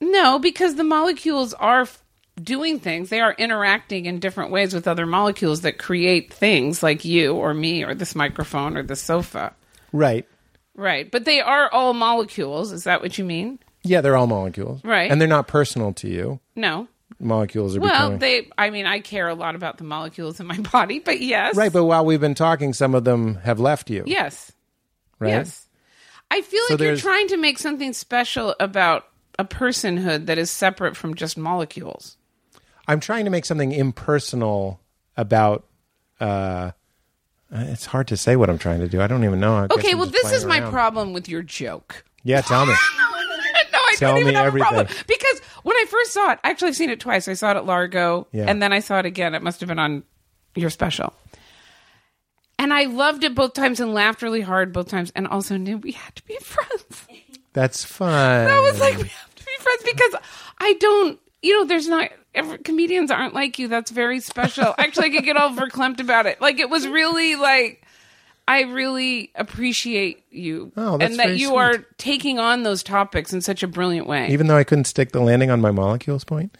no, because the molecules are f- doing things. They are interacting in different ways with other molecules that create things like you or me or this microphone or the sofa. right. Right. But they are all molecules. Is that what you mean? Yeah, they're all molecules, Right. And they're not personal to you. No. Molecules are Well, becoming they, I mean, I care a lot about the molecules in my body, but yes. right. But while we've been talking, some of them have left you. Yes. Right. Yes. I feel like you're there's- trying to make something special about a personhood that is separate from just molecules. I'm trying to make something impersonal about. uh It's hard to say what I'm trying to do. I don't even know. I guess Okay, I'm well, just this is my playing around. problem with your joke. Yeah, tell me. no, I Tell don't even me have a problem everything. because when I first saw it, actually I've seen it twice. I saw it at Largo, Yeah. and then I saw it again. It must have been on your special, and I loved it both times and laughed really hard both times, and also knew we had to be friends. That's fun. I was like, we have to be friends because I don't, you know, there's not. Every, comedians aren't like you. That's very special. Actually, I could get all verklempt about it. Like it was really like I really appreciate you, Oh, that's and that very you sweet. are taking on those topics in such a brilliant way. even though I couldn't stick the landing on my molecules point.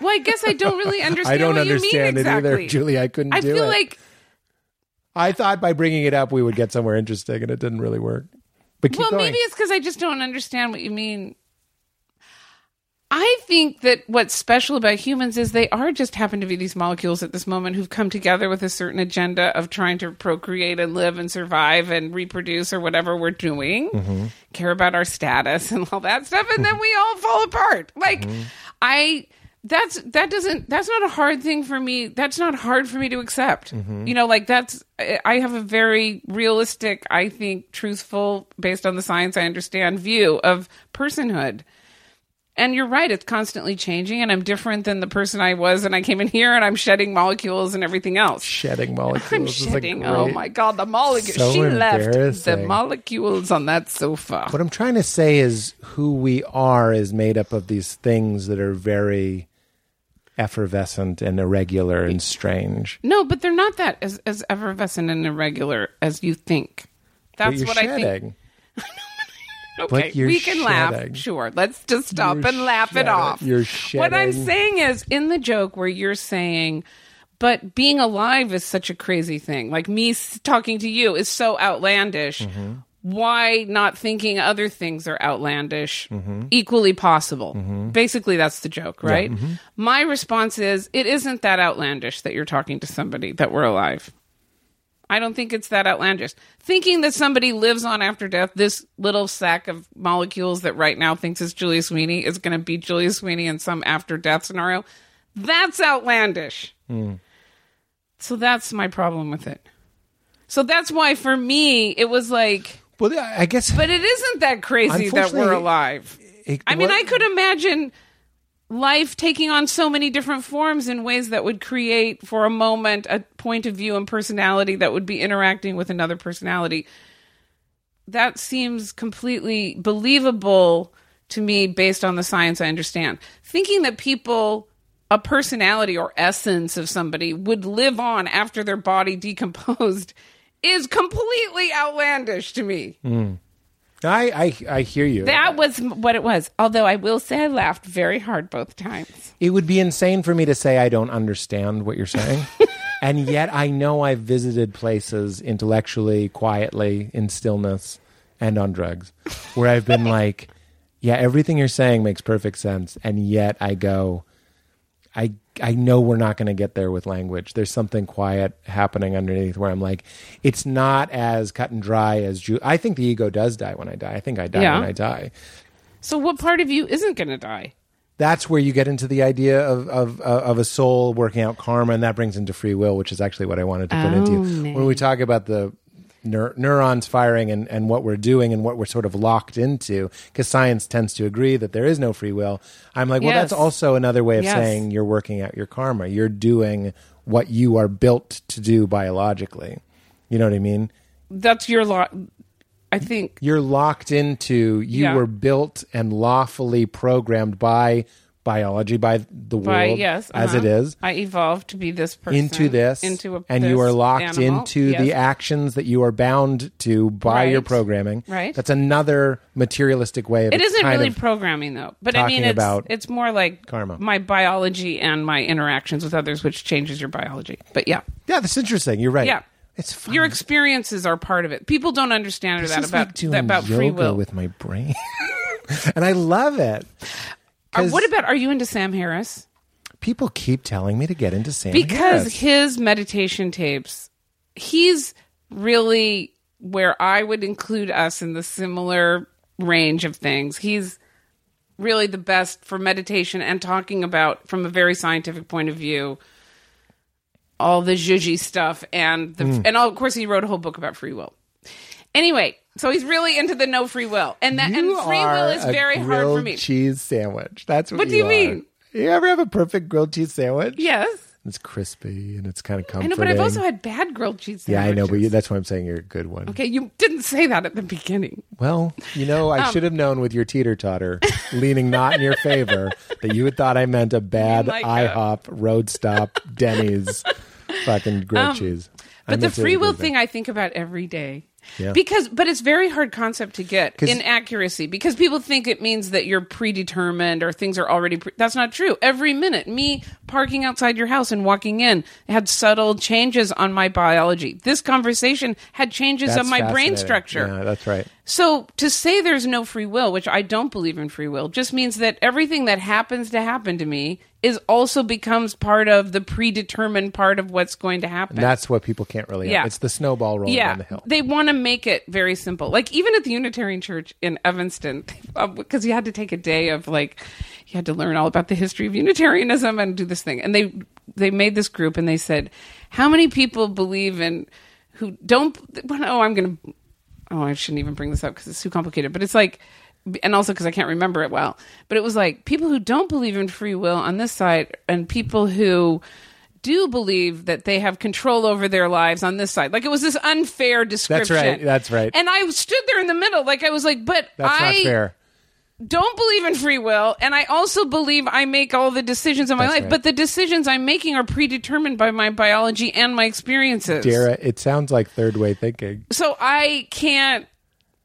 Well, I guess I don't really understand. I don't what understand you mean it exactly. either, Julie. I couldn't I do feel it. like I thought by bringing it up we would get somewhere interesting, and it didn't really work. But keep well, going. maybe it's because I just don't understand what you mean. I think that what's special about humans is they are just happen to be these molecules at this moment who've come together with a certain agenda of trying to procreate and live and survive and reproduce or whatever we're doing, care about our status and all that stuff, and then we all fall apart. Like I that's that doesn't that's not a hard thing for me. That's not hard for me to accept. You know, like that's I I have a very realistic, I think, truthful, based on the science I understand, view of personhood and you're right it's constantly changing and i'm different than the person i was and i came in here and i'm shedding molecules and everything else shedding molecules. i'm is a shedding great- oh my god the molecules So she left the embarrassing. molecules on that sofa What I'm trying to say is who we are is made up of these things that are very effervescent and irregular and strange. no but they're not that as, as effervescent and irregular as you think But that's you're what i think shedding. okay you're we can shedding. laugh sure let's just stop You're and laugh shedding. it off You're what i'm shedding. saying is in the joke where you're saying but Mm-hmm. being alive is such a crazy thing like me s- talking to you is so outlandish why not thinking other things are outlandish Mm-hmm. equally possible basically that's the joke right mm-hmm. my response is it isn't that outlandish that you're talking to somebody that we're alive i don't think it's that outlandish thinking that somebody lives on after death this little sack of molecules that right now thinks it's julia sweeney is going to be julia sweeney in some after death scenario that's outlandish Hmm. so that's my problem with it so that's why for me it was like Well, yeah, I guess but it isn't that crazy that Unfortunately, we're alive. it- I mean, what- I could imagine life taking on so many different forms in ways that would create, for a moment, a point of view and personality that would be interacting with another personality. That seems completely believable to me based on the science I understand. Thinking that people, a personality or essence of somebody, would live on after their body decomposed is completely outlandish to me. I, I I hear you. That was m- what it was. Although I will say I laughed very hard both times. it would be insane for me to say I don't understand what you're saying. and yet I know I've visited places intellectually, quietly, in stillness, and on drugs where I've been like, yeah, everything you're saying makes perfect sense. And yet I go, I I know we're not going to get there with language. There's something quiet happening underneath where I'm like, it's not as cut and dry as Ju- I think the ego does die when I die. I think I die Yeah. when I die. So what part of you isn't going to die? that's where you get into the idea of of uh, of a soul working out karma, and that brings into free will, which is actually what I wanted to put into Oh, you when we talk about the neur- neurons firing and and what we're doing and what we're sort of locked into, because science tends to agree that there is no free will. I'm like, well, that's Yes. also another way of Yes. saying you're working out your karma. You're doing what you are built to do biologically. You know what I mean? That's your lot. I think you're locked into you Yeah. were built and lawfully programmed by biology by the by world yes, as it uh-huh. is I evolved to be this person into this into a, and you this are locked animal. into Yes. the actions that you are bound to by your Right. programming Right. that's another materialistic way of It isn't kind really of- programming though, but I talking mean, it's about it's more like karma. my biology and my interactions with others, which changes your biology. But yeah, yeah that's interesting you're right Yeah. it's fun. your experiences are part of it. People don't understand this that is about like doing about yoga free will. with my brain and i love it Are- 'cause- what about? Are you into Sam Harris? people keep telling me to get into sam Harris. because his meditation tapes he's really where i would include us in the similar range of things he's really the best for meditation and talking about from a very scientific point of view all the zhuzhy stuff and the Hmm. and all, of course he wrote a whole book about free will anyway so he's really into the no free will and that You and free will are is a very hard for grilled me Cheese sandwich. That's what. What do you are. mean? You ever have a perfect grilled cheese sandwich? yes It's crispy and it's kind of i comforting. know but i've also had bad grilled cheese Yeah, I know, but sandwiches. you, that's why I'm saying you're a good one. Okay, you didn't say that at the beginning. Well, you know, Um, I should have known with your teeter totter leaning not in your favor that you had thought I meant a bad like a- IHOP road stop Denny's fucking grilled cheese. I Um, But the meant to free agree will with that. thing I think about every day. Yeah. Because but it's very hard concept to get 'Cause- in accuracy because people think it means that you're predetermined or things are already pre- that's not true. Every minute me parking outside your house and walking in had subtle changes on my biology. This conversation had changes That's on my brain fascinating. structure. Yeah, that's right. So to say there's no free will, which I don't believe in free will, just means that everything that happens to happen to me is also becomes part of the predetermined part of what's going to happen. And that's what people can't really. Yeah. It's the snowball rolling yeah, down the hill. they want to make it very simple. Like even at the Unitarian Church in Evanston, because you had to take a day of like you had to learn all about the history of Unitarianism and do this thing. And they they made this group and they said, how many people believe in who don't? Well, oh, I'm gonna. Oh, I shouldn't even bring this up because it's too complicated. But it's like. And also because I can't remember it well, but it was like people who don't believe in free will on this side, and people who do believe that they have control over their lives on this side. Like it was this unfair description. right, that's right. And I stood there in the middle, like I was like, but That's I not fair. don't believe in free will, and I also believe I make all the decisions in my That's life. right. But the decisions I'm making are predetermined by my biology and my experiences. Dara, it sounds like third way thinking. So I can't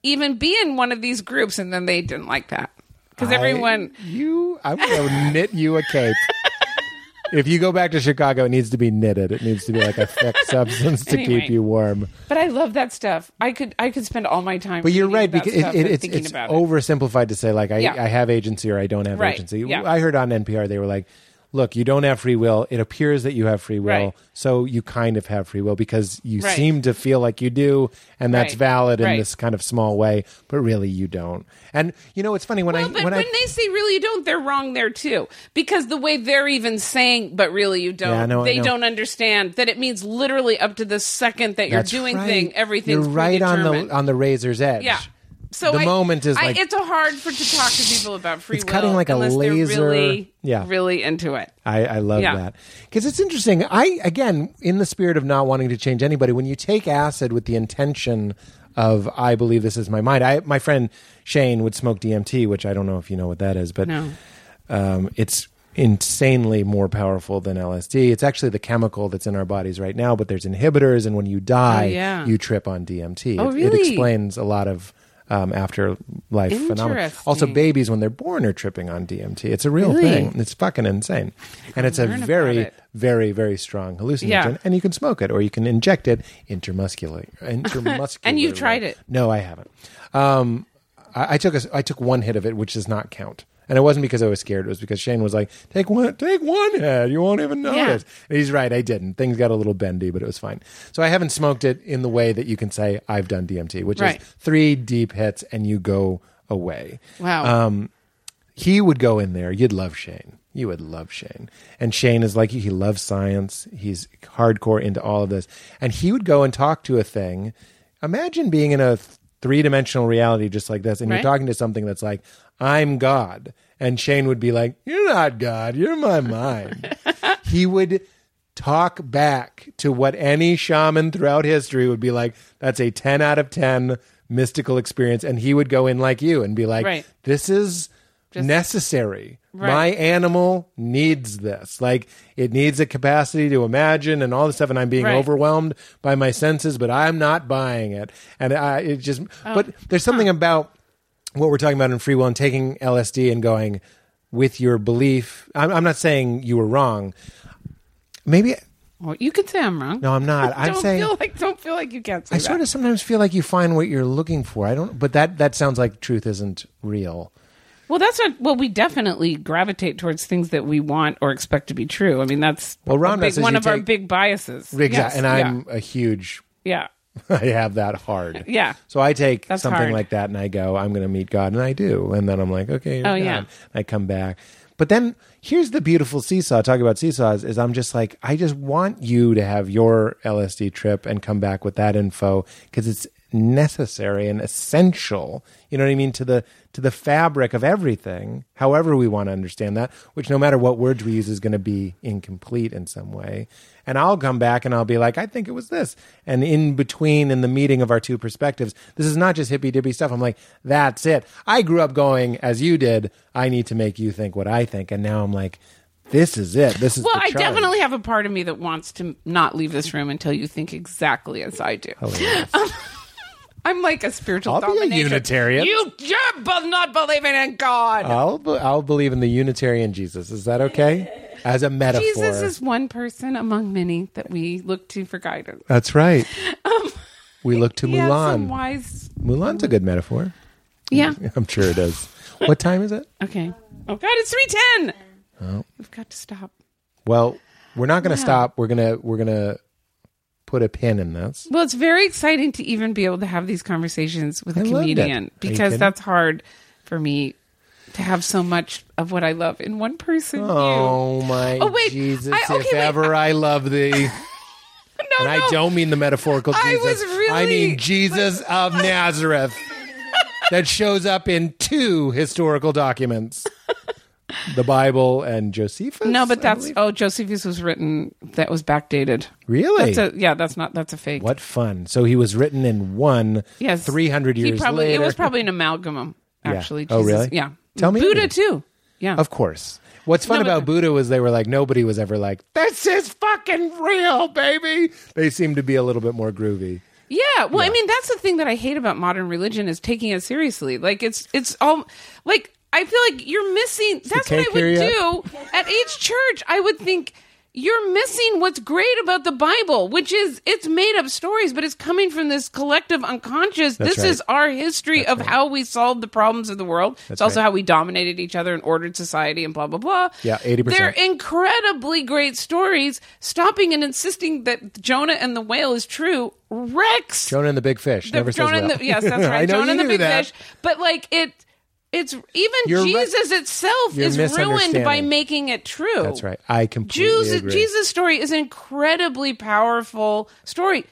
even be in one of these groups, and then they didn't like that because I- everyone. you, I'm gonna knit you a cape. if you go back to Chicago, it needs to be knitted. It needs to be like a thick substance to Anyway. keep you warm. But I love that stuff. I could I could spend all my time. But you're reading right about because it, stuff it, and it's, thinking it's about it. oversimplified to say like I, Yeah. I have agency or I don't have Right. agency. Yeah. I heard on NPR they were like, "Look, you don't have free will. It appears that you have free will, Right. so you kind of have free will because you Right. seem to feel like you do, and that's Right. valid in Right. this kind of small way, but really you don't." And you know, it's funny when Well, I but when when, I they say really you don't, they're wrong there too. Because the way they're even saying, but really you don't, Yeah, I know, I they know. don't understand that it means literally up to the second that you're that's doing right. thing, everything's you're right on predetermined. the on the razor's edge. yeah. So the I- moment is I- like it's a hard for to talk to people about free It's will. cutting like a unless they're laser- Really, Yeah. Uh, really into it. I, I love Yeah. that because it's interesting. I again, in the spirit of not wanting to change anybody, when you take acid with the intention of "I believe this is my mind," I my friend Shane would smoke DMT, which I don't know if you know what that is, but No. um, it's insanely more powerful than LSD. It's actually the chemical that's in our bodies right now, but there's inhibitors, and when you die, Oh, yeah. you trip on DMT. Oh, it, it really? explains a lot of. Um, afterlife phenomena. Also, Interesting. babies when they're born are tripping on DMT. It's a real Really? thing. It's fucking insane. And it's a learn about very, it. very, very strong hallucinogen. Yeah. And you can smoke it or you can inject it intramuscularly. intramuscularly. And you've tried it? No, I haven't. Um, I, I took a, I took one hit of it, which does not count. And it wasn't because I was scared. It was because Shane was like, "Take one, take one hit. You won't even notice." And he's right. I didn't. Things got a little bendy, but it was fine. So I haven't smoked it in the way that you can say I've done DMT, which Right. is three deep hits and you go away Wow. he would go in there. You'd love Shane. You would love Shane. And Shane is like, he loves science. He's hardcore into all of this. And he would go and talk to a thing. Imagine being in a three dimensional reality just like this, and Right. you're talking to something that's like, I'm God. And Shane would be like, You're not God. You're my mind. he would talk back to what any shaman throughout history would be like, That's a 10 out of 10 mystical experience. And he would go in like you and be like, Right. This is necessary. Right. My animal needs this. Like it needs a capacity to imagine and all this stuff. And I'm being Right. overwhelmed by my senses, but I'm not buying it. And I, it just, Oh. but there's something about what we're talking about in free will and taking LSD and going with your belief. I'm, I'm not saying you were wrong. Maybe, well, you could say I'm wrong. no, I'm not. I'm don't saying. feel like don't feel like you can't say I that. sort of sometimes feel like you find what you're looking for. I don't, but that that sounds like truth isn't real. Well, that's not. Well, we definitely gravitate towards things that we want or expect to be true. I mean, that's Well, Ron a big- says one you of our take- big biases. Exactly, Yes, and I'm a huge yeah. yeah. I have that hard. Yeah. So I take That's something hard. like that and I go, I'm going to meet God. And I do. And then I'm like, okay. you're Oh, God. yeah. And I come back. But then here's the beautiful seesaw. Talking about seesaws is I'm just like, I just want you to have your LSD trip and come back with that info because it's necessary and essential. You know what I mean? To the to the fabric of everything, however we want to understand that, which no matter what words we use is going to be incomplete in some way. And I'll come back and I'll be like, I think it was this. And in between, in the meeting of our two perspectives, this is not just hippy dippy stuff. I'm like, that's it. I grew up going as you did. I need to make you think what I think. And now I'm like, this is it. This is Well, the I charge. definitely have a part of me that wants to not leave this room until you think exactly as I do. Um, Hilarious. I'm like a spiritual I'll be a dominator. Unitarian. Oh, You you're both not believing in God. I'll be- I'll believe in the Unitarian Jesus. Is that okay? As a metaphor. Jesus is one person among many that we look to for guidance. That's right. we look to Um, He has some Mulan. Mm-hmm. wise. Mulan's a good metaphor. Yeah. I'm sure it is. what time is it? Okay. Oh God, it's three ten. Oh. We've got to stop. Well, we're not going to stop. We're gonna we're gonna put a pin in this. Well, it's very exciting to even be able to have these conversations with a I loved it. Are comedian you because kidding? that's hard for me to have so much of what I love in one person. you. Oh my Oh, wait. Jesus! I- okay, if wait. ever I, love thee, and no, no. I don't mean the metaphorical Jesus. I was I really- mean Jesus of Nazareth, that shows up in two historical documents: the Bible and Josephus. No, but I that's believe. oh, Josephus was written that was backdated. really That's a, yeah, that's not that's a fake. what fun. So he was written in one. Yes, three hundred He years probably, later. It was probably an amalgam. Actually, Oh, Jesus. really? Yeah. Tell me Buddha it is. too. Yeah. Of course. What's fun No, but- about Buddha was they were like nobody was ever like this is fucking real, baby. They seem to be a little bit more groovy. Yeah, well, I mean, that's the thing that I hate about modern religion is taking it seriously. Like it's it's all like I feel like you're missing. That's what I cake would here do at each church. I would think you're missing what's great about the Bible, which is it's made up stories, but it's coming from this collective unconscious. That's this is right. our history of how we solved the problems of the world. it's also right. how we dominated each other and ordered society and blah blah blah. Yeah, 80%. They're incredibly great stories. Stopping and insisting that Jonah and the whale is true wrecks Jonah and the big fish. the never says Jonah and well. the, yes, that's I right. know Jonah you and the knew Big that. Fish. But like it, it's even You're right. Jesus itself You're is ruined by misunderstanding. making it true. That's right. I completely Jews, agree. Jesus' story is an incredibly powerful story.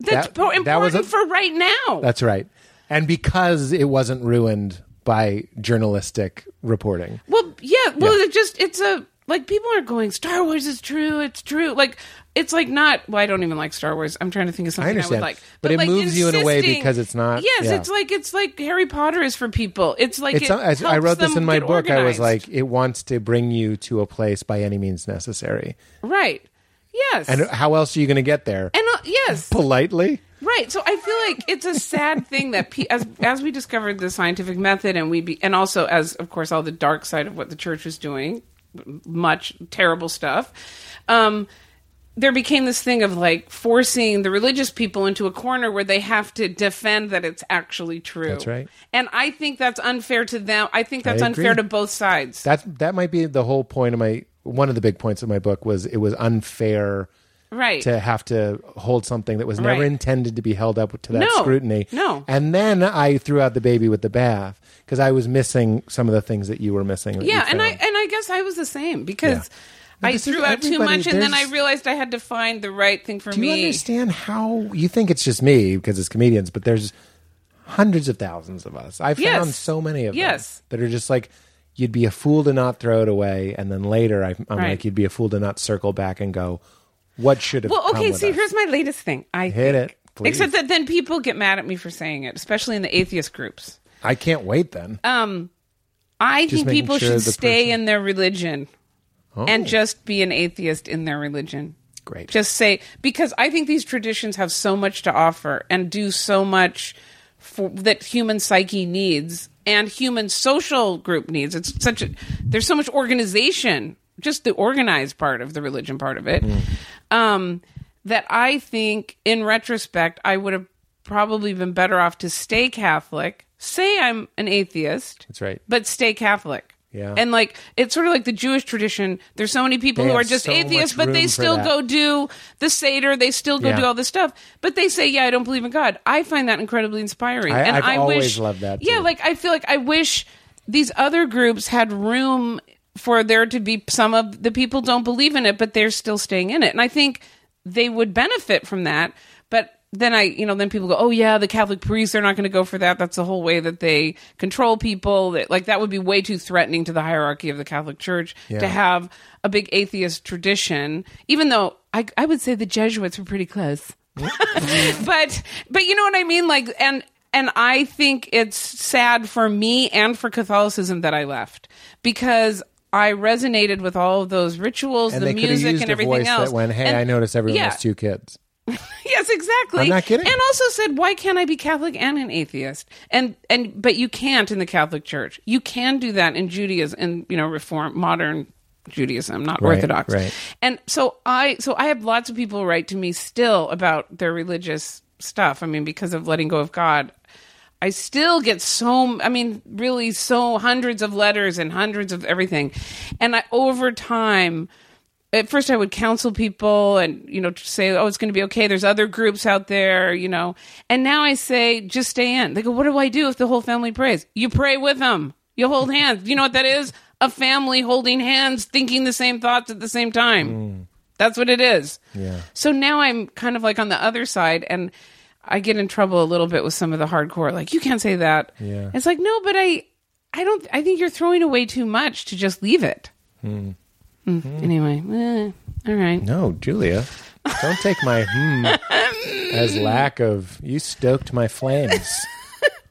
That's That- po- that important was a- for right now. That's right. And because it wasn't ruined by journalistic reporting. Well, yeah. Well, Yeah. it just it's a like people are going Star Wars is true. It's true. Like it's like not. Well, I don't even like Star Wars. I'm trying to think of something I, understand. would like, But it like, moves you in a way insisting- because it's not- Yes, yeah. it's like it's like Harry Potter is for people. It's like It's it not- as I helps wrote this them in my get book. I was organized. like, it wants to bring you to a place by any means necessary. right, yes, And and, how else are you going to get there? uh, yes, Politely? Right. So I feel like it's a sad thing that pe- as as we discovered the scientific method and we be- and also as of course all the dark side of what the church was doing, much terrible stuff. Um there became this thing of like forcing the religious people into a corner where they have to defend that it's actually true. That's right. And I think that's unfair to them. I think that's I unfair agree. to both sides. That that might be the whole point of my one of the big points of my book was it was unfair right. to have to hold something that was never Right. intended to be held up to that No. scrutiny. No. And then I threw out the baby with the bath because I was missing some of the things that you were missing. that you yeah, and I found. and I guess I was the same because But I this is threw out too everybody- much, and then I there's- realized I had to find the right thing for Do me. you understand how you think it's just me because it's comedians, but there's hundreds of thousands of us. I've Yes. found so many of Yes. them that are just like you'd be a fool to not throw it away, and then later I, I'm Right. like you'd be a fool to not circle back and go, "What should have?" Well, come okay. with See, us?" here's my latest thing. I Hit think. it, please. Except that then people get mad at me for saying it, especially in the atheist groups. I can't wait. Then Uh, I think making people sure should the stay person- Oh. in their religion and just be an atheist in their religion. Great. Just say because I think these traditions have so much to offer and do so much for, that human psyche needs and human social group needs. It's such a there's so much organization, just the organized part of the religion part of it. Mm. Um that I think in retrospect I would have probably been better off to stay Catholic, say I'm an atheist That's right. but stay Catholic. Yeah. And like it's sort of like the Jewish tradition. There's so many people They who are have just so atheists, much but room they for still that. go do the Seder, they still go Yeah. do all this stuff. But they say, Yeah, I don't believe in God. I find that incredibly inspiring. I- and I've I always wish loved that, Yeah, too. like I feel like I wish these other groups had room for there to be some of the people don't believe in it, but they're still staying in it. And I think they would benefit from that. But then I, you know, then people go, oh yeah, the Catholic priests are not going to go for that. That's the whole way that they control people. That like that would be way too threatening to the hierarchy of the Catholic Church Yeah. to have a big atheist tradition. Even though I, I would say the Jesuits were pretty close but but you know what I mean like and and I think it's sad for me and for Catholicism that I left because I resonated with all of those rituals, and the they could have music, used and a everything voice else. that went, "Hey, And- I notice everyone yeah. has two kids." Yes, exactly. I'm not kidding. And also said, why can't I be Catholic and an atheist? And and but you can't in the Catholic Church. You can do that in Judaism, in you know, Reform modern Judaism, not Right, Orthodox. right. And so I so I have lots of people write to me still about their religious stuff. I mean, because of letting go of God. I still get so I mean, really so hundreds of letters and hundreds of everything. And I over time at first I would counsel people and you know say oh it's going to be okay there's other groups out there you know and now I say just stay in they go what do I do if the whole family prays you pray with them you hold hands you know what that is a family holding hands thinking the same thoughts at the same time that's what it is Mm. Yeah. so now I'm kind of like on the other side and I get in trouble a little bit with some of the hardcore like you can't say that Yeah. it's like no but I I don't I think you're throwing away too much to just leave it Mm, anyway eh, all right No, Julia, don't take my hmm as lack of. You stoked my flames.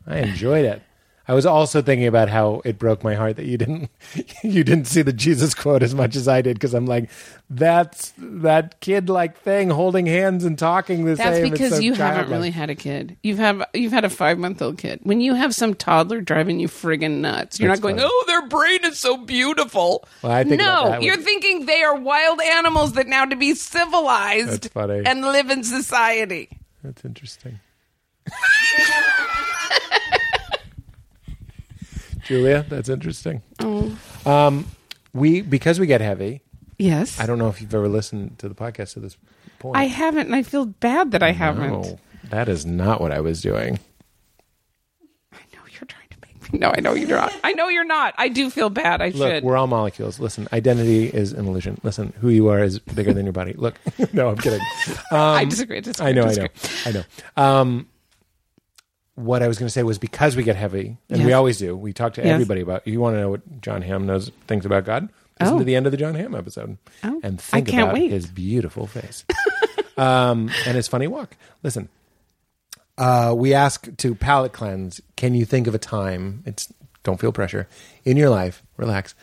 I enjoyed it. I was also thinking about how it broke my heart that you didn't you didn't see the Jesus quote as much as I did because I'm like that's that kid like thing holding hands and talking the That's same. It's because so you haven't childlike. really had a kid. You've have you've had a five month old kid. When you have some toddler driving you friggin' nuts, you're That's not going, funny. "Oh, their brain is so beautiful." Well, I think about no, that you're with- thinking they are wild animals that now to be That's civilized funny. and live in society. That's interesting. Julia, that's interesting. Um, we because we get heavy. Yes, I don't know if you've ever listened to the podcast to this point. I haven't, and I feel bad that I haven't. No, that is not what I was doing. I know you're trying to make me. No, I know you're not. I know you're not. I do feel bad. I Look, should. we're all molecules. Listen, identity is an illusion. Listen, who you are is bigger than your body. Look, no, I'm kidding. I disagree. I disagree. um, I know, I know, disagree. I know. Um, what I was going to say was because we get heavy, and we Yes. always do. We talk to Yes. everybody about. You want to know what John Hamm knows things about God? Listen Oh. to the end of the John Hamm episode, Oh, and I think can't about wait. his beautiful face um, and his funny walk. Listen, uh, we ask to palate cleanse. Can you think of a time? It's don't feel pressure in your life. Relax.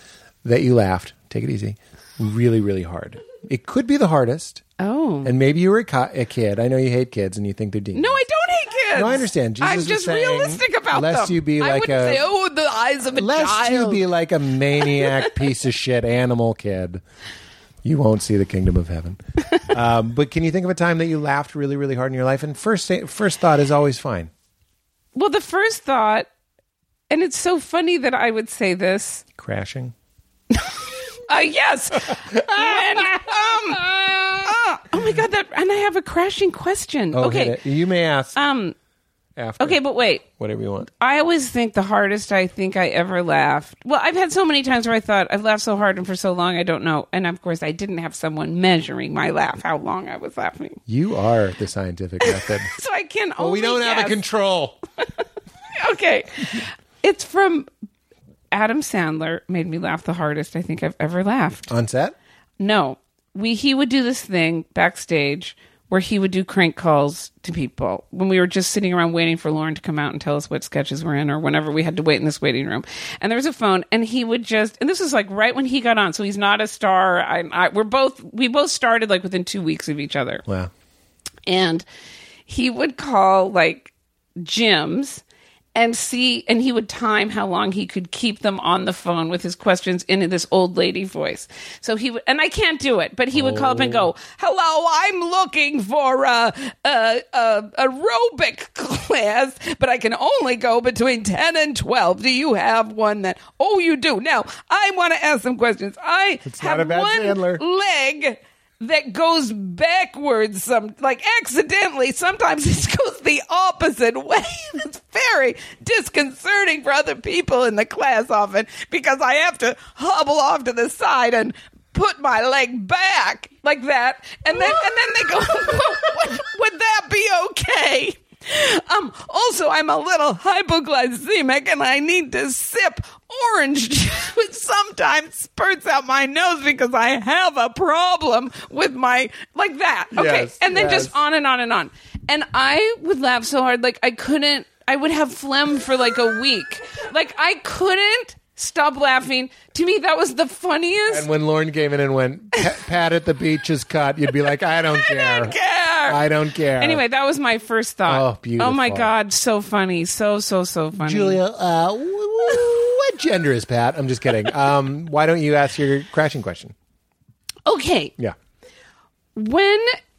That you laughed. Take it easy. Really, really hard. It could be the hardest. Oh. And maybe you were a, co- a kid. I know you hate kids and you think they're demons. No, I don't hate kids. No, I understand. Jesus I'm was just saying, realistic about lest them. you be I like wouldn't a- say, oh, the eyes of a Lest child. you be like a maniac piece of shit animal kid, you won't see the kingdom of heaven. um, but can you think of a time that you laughed really, really hard in your life? And first, first thought is always fine. well, the first thought, and it's so funny that I would say this. Crashing. Uh, yes. and, um, uh, oh my god, that and I have a crashing question. Oh, hit okay. it. You may ask Um. after. Okay, but wait. Whatever you want. I always think the hardest I think I ever laughed. Well, I've had so many times where I thought I've laughed so hard and for so long I don't know. And of course, I didn't have someone measuring my laugh, how long I was laughing. You are the scientific method. So I can Well, only we don't have a guess. control. okay. It's from Adam Sandler made me laugh the hardest I think I've ever laughed. On set? No. We he would do this thing backstage where he would do crank calls to people when we were just sitting around waiting for Lauren to come out and tell us what sketches we're in or whenever we had to wait in this waiting room. And there was a phone and he would just and this was like right when he got on so he's not a star. I, I we're both we both started like within 2 weeks of each other Wow. and he would call like gyms and see and he would time how long he could keep them on the phone with his questions in this old lady voice so he would and i can't do it but he would call up and Oh. go hello i'm looking for a, a, a aerobic class but i can only go between 10 and 12 do you have one that oh you do now i want to ask some questions i It's not have a bad one Sandler. leg that goes backwards some like accidentally sometimes it goes the opposite way it's very disconcerting for other people in the class often because i have to hobble off to the side and put my leg back like that and then and then they go would, would that be okay um also i'm a little hypoglycemic and i need to sip orange juice which sometimes spurts out my nose because I have a problem with my like that. Okay. Yes, and then yes. just on and on and on. And I would laugh so hard like I couldn't I would have phlegm for like a week. Like I couldn't stop laughing. To me that was the funniest And when Lauren came in and went, "Pat- Pat at the beach is cut, you'd be like, I don't care. I care. I don't care. Anyway, that was my first thought. Oh, beautiful. my god, so funny. So so so funny. Julia, uh, w- w- what gender is Pat? I'm just kidding. Um, why don't you ask your crashing question? Okay. Yeah. when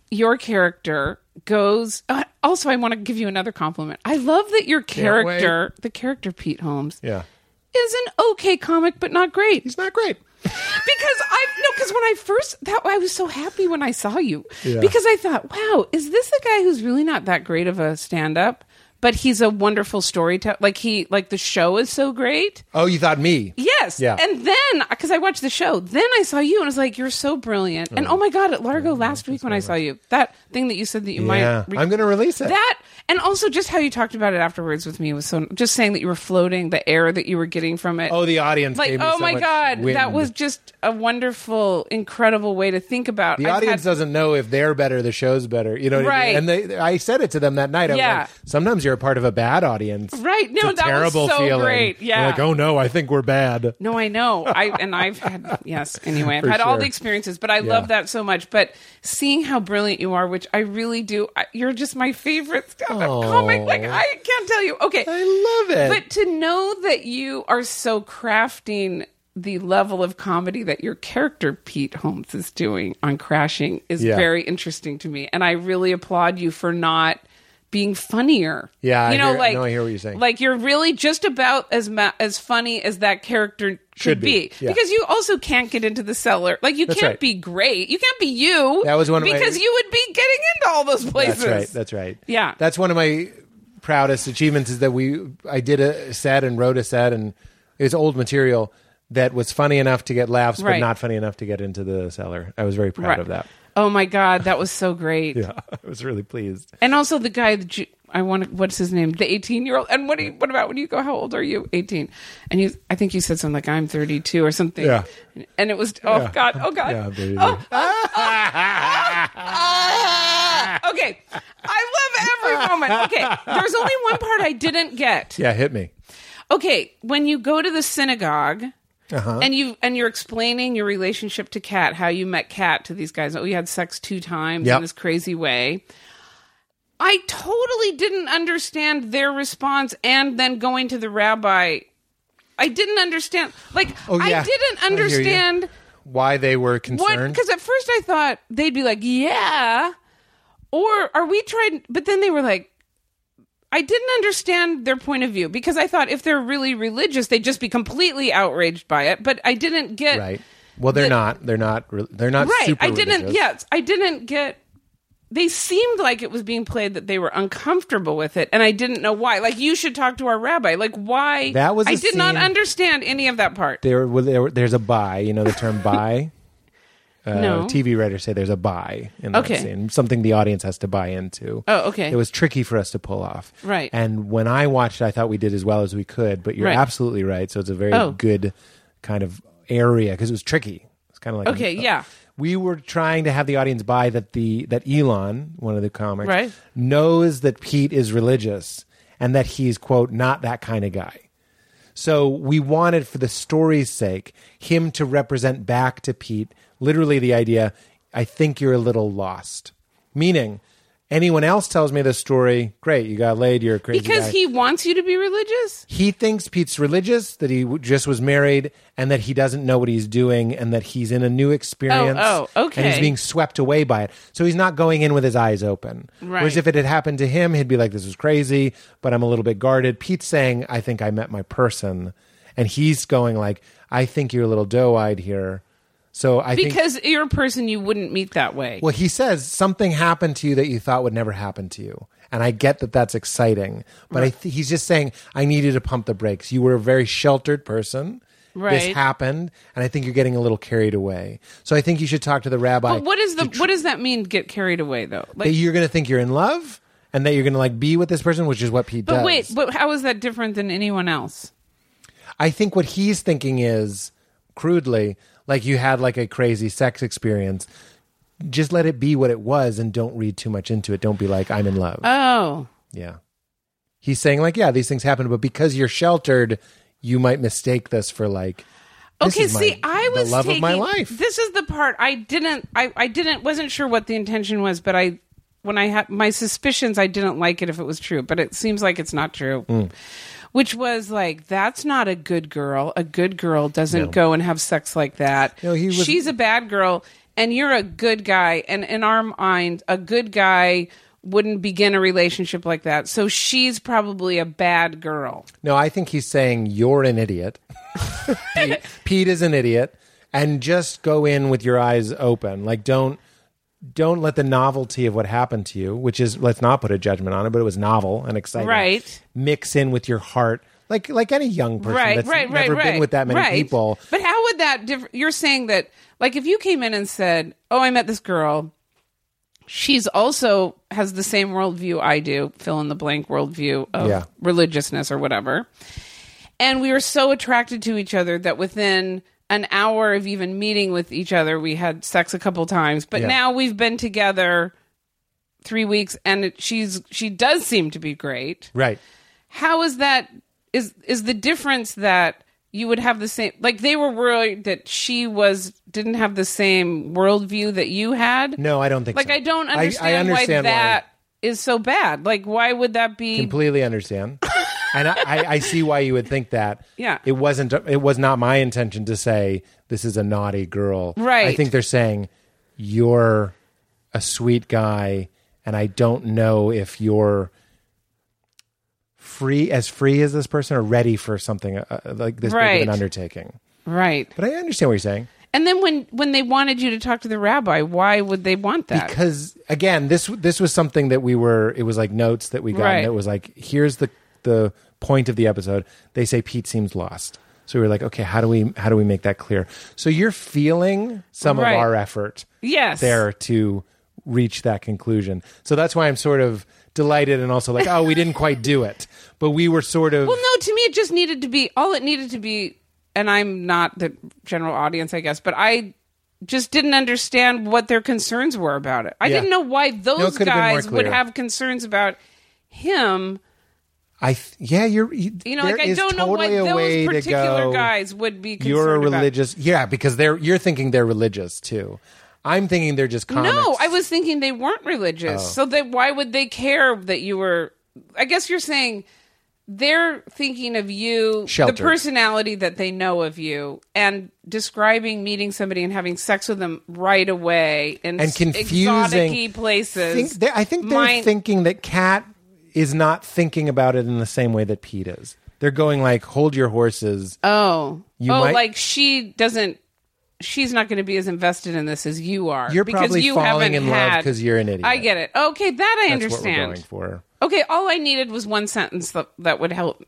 your character goes uh, also i want to give you another compliment i love that your wait. character the character pete holmes Yeah. is an okay comic but not great He's not great. because i no because when i first that i was so happy when i saw you Yeah. because i thought wow is this a guy who's really not that great of a stand-up but he's a wonderful storyteller like he like the show is so great Oh, you thought me. Yes. Yeah. And then, because I watched the show, then I saw you and I was like, you're so brilliant. And oh my God, at Largo last week when I saw you, that thing that you said that you Yeah. might. re- I'm going to release it. that and also just how you talked about it afterwards with me was so just saying that you were floating the air that you were getting from it oh, the audience. like gave me oh so my much god that wind. was just a wonderful incredible way to think about The I've audience had- doesn't know if they're better, the show's better. You know what I Right. mean? And they, I said it to them that night. I was Yeah. like, sometimes you're a part of a bad audience. Right. No, It's a that was terrible so feeling. great. You're Yeah. like, oh no, I think we're bad. No, I know. I and I've had yes. Anyway, I've For had all sure. the experiences, but I love that so much. But seeing how brilliant you are, which I really do, I, you're just my favorite stand-up Oh. comic. Like I can't tell you. Okay, I love it. but to know that you are so crafting the level of comedy that your character Pete Holmes is doing on Crashing is Yeah. very interesting to me, and I really applaud you for not being funnier. Yeah, I you know, hear- like no, I hear what you're saying. Like you're really just about as ma- as funny as that character Should should be, be, yeah. because you also can't get into the cellar. Like you That's can't right. be great. You can't be you. That was one of my- because you would be getting into all those places. That's right. That's right. Yeah. That's one of my proudest achievements is that we I did a set and wrote a set and it was old material that was funny enough to get laughs but Right. not funny enough to get into the cellar. I was very proud Right. of that. Oh my god, that was so great. Yeah. I was really pleased. And also the guy, the Ju- I want to, what's his name? The 18 year old. And what do you, what about when you go, how old are you? 18. And you, I think you said something like, I'm 32 or something. Yeah. And it was, oh Yeah. God, oh God. Yeah, I'm 32. oh, oh, oh, oh, ah. okay. I love every moment. Okay. There's only one part I didn't get. Yeah, hit me. Okay. When you go to the synagogue, Uh-huh. And you and you're explaining your relationship to Kat, how you met Kat to these guys. Oh, you had sex two times Yep. in this crazy way. I totally didn't understand their response and then going to the rabbi. I didn't understand. Like, Oh, yeah. I didn't I hear you. understand Why they were what. concerned. Because at first I thought they'd be like, yeah. Or are we trying? But then they were like, I didn't understand their point of view because I thought if they're really religious, they'd just be completely outraged by it. But I didn't get. right. Well, they're the- not. They're not. re- They're not. Right. Super I didn't. religious. Yes, I didn't get. They seemed like it was being played that they were uncomfortable with it, and I didn't know why. Like you should talk to our rabbi. Like why? That was I a did not scene- understand any of that part. There, well, there. There's a buy. You know the term buy. Uh, No. TV writers say there's a buy in that Okay. scene, something the audience has to buy into. Oh, okay. It was tricky for us to pull off. Right. And when I watched it, I thought we did as well as we could, but you're Right. absolutely right. So it's a very Oh. good kind of area because it was tricky. It's kind of like Okay, yeah. We were trying to have the audience buy that the that Elon, one of the comics, Right. knows that Pete is religious and that he's quote not that kind of guy. So we wanted, for the story's sake, him to represent back to Pete literally the idea I think you're a little lost. Meaning, anyone else tells me this story, great, you got laid, you're a crazy because guy. he wants you to be religious. He thinks Pete's religious, that he w- just was married, and that he doesn't know what he's doing, and that he's in a new experience. oh, And he's okay. being swept away by it. So he's not going in with his eyes open. Whereas Right. if it had happened to him, he'd be like, this is crazy, but I'm a little bit guarded. Pete's saying, I think I met my person. And he's going like, I think you're a little doe-eyed here. So I think... Because you're a person you wouldn't meet that way. Well, he says something happened to you that you thought would never happen to you. And I get that that's exciting, but I th- he's just saying, I needed to pump the brakes. You were a very sheltered person. This Right. happened, and I think you're getting a little carried away. So I think you should talk to the rabbi. but what is the what does that mean? Get carried away though. that Like, you're going to think you're in love and that you're going to like be with this person, which is what Pete but does. wait, but how is that different than anyone else? I think what he's thinking is crudely, like you had like a crazy sex experience. Just let it be what it was and don't read too much into it. Don't be like, I'm in love. Oh, Yeah. He's saying like, yeah, these things happen, but because you're sheltered, you might mistake this for like. this okay is my- see i was the love taking, of my life. this is the part i didn't i, I didn't wasn't sure what the intention was but i when i had my suspicions i didn't like it if it was true but it seems like it's not true Hmm. which was like that's not a good girl a good girl doesn't go and have sex like that No, he was- she's a bad girl and you're a good guy and in our mind a good guy wouldn't begin a relationship like that so she's probably a bad girl No, I think he's saying you're an idiot. Pete, Pete is an idiot, and just go in with your eyes open. Like don't don't let the novelty of what happened to you, which is let's not put a judgment on it, but it was novel and exciting, Right. Mix in with your heart, like like any young person right, that's right, right, never right. been with that many right. people. But how would that differ? You're saying that, like, if you came in and said, "Oh, I met this girl. She's also has the same worldview I do, fill in the blank worldview of Yeah. religiousness or whatever," and we were so attracted to each other that within an hour of even meeting with each other, we had sex a couple times. But Yeah. now we've been together three weeks, and it, she's she does seem to be great. Right. How is that? Is is the difference that you would have the same? Like they were worried that she was didn't have the same worldview that you had. No, I don't think like so. I don't understand, understand why that is so bad. Like why would that be? completely understand. and I, I, I see why you would think that. Yeah. It wasn't it was not my intention to say this is a naughty girl. Right. I think they're saying you're a sweet guy and I don't know if you're free as free as this person or ready for something uh, uh, like this big Right. of an undertaking. right. But I understand what you're saying. And then when when they wanted you to talk to the rabbi, why would they want that? because again this this was something that we were it was like notes that we got Right. and it was like here's the the point of the episode they say pete seems lost so we were like okay how do we how do we make that clear so you're feeling some Right. of our effort yes. there to reach that conclusion so that's why i'm sort of delighted and also like oh we didn't quite do it but we were sort of Well, no, to me, it just needed to be all it needed to be. And I'm not the general audience, I guess, but I just didn't understand what their concerns were about it. I Yeah. didn't know why those could have been more guys would clear. have concerns about him. i th- yeah you're you You know, like I don't know totally a why way to those particular go, guys would be. Concerned you're a about. religious yeah because they're you're thinking they're religious too i'm thinking they're just comics No, I was thinking they weren't religious. Oh. So then why would they care that you were I guess you're saying they're thinking of you Sheltered. the personality that they know of you and describing meeting somebody and having sex with them right away in and s- confusing exotic-y places. Think- they- I think they're Mine- thinking that Kat is not thinking about it in the same way that Pete is. They're going like, "Hold your horses." Oh. You oh, might- like she doesn't she's not going to be as invested in this as you are. You're because probably you falling haven't in love had- 'cause you're an idiot. I get it. Okay, that That's what I we're understand. going for. Okay, all I needed was one sentence that, that would help.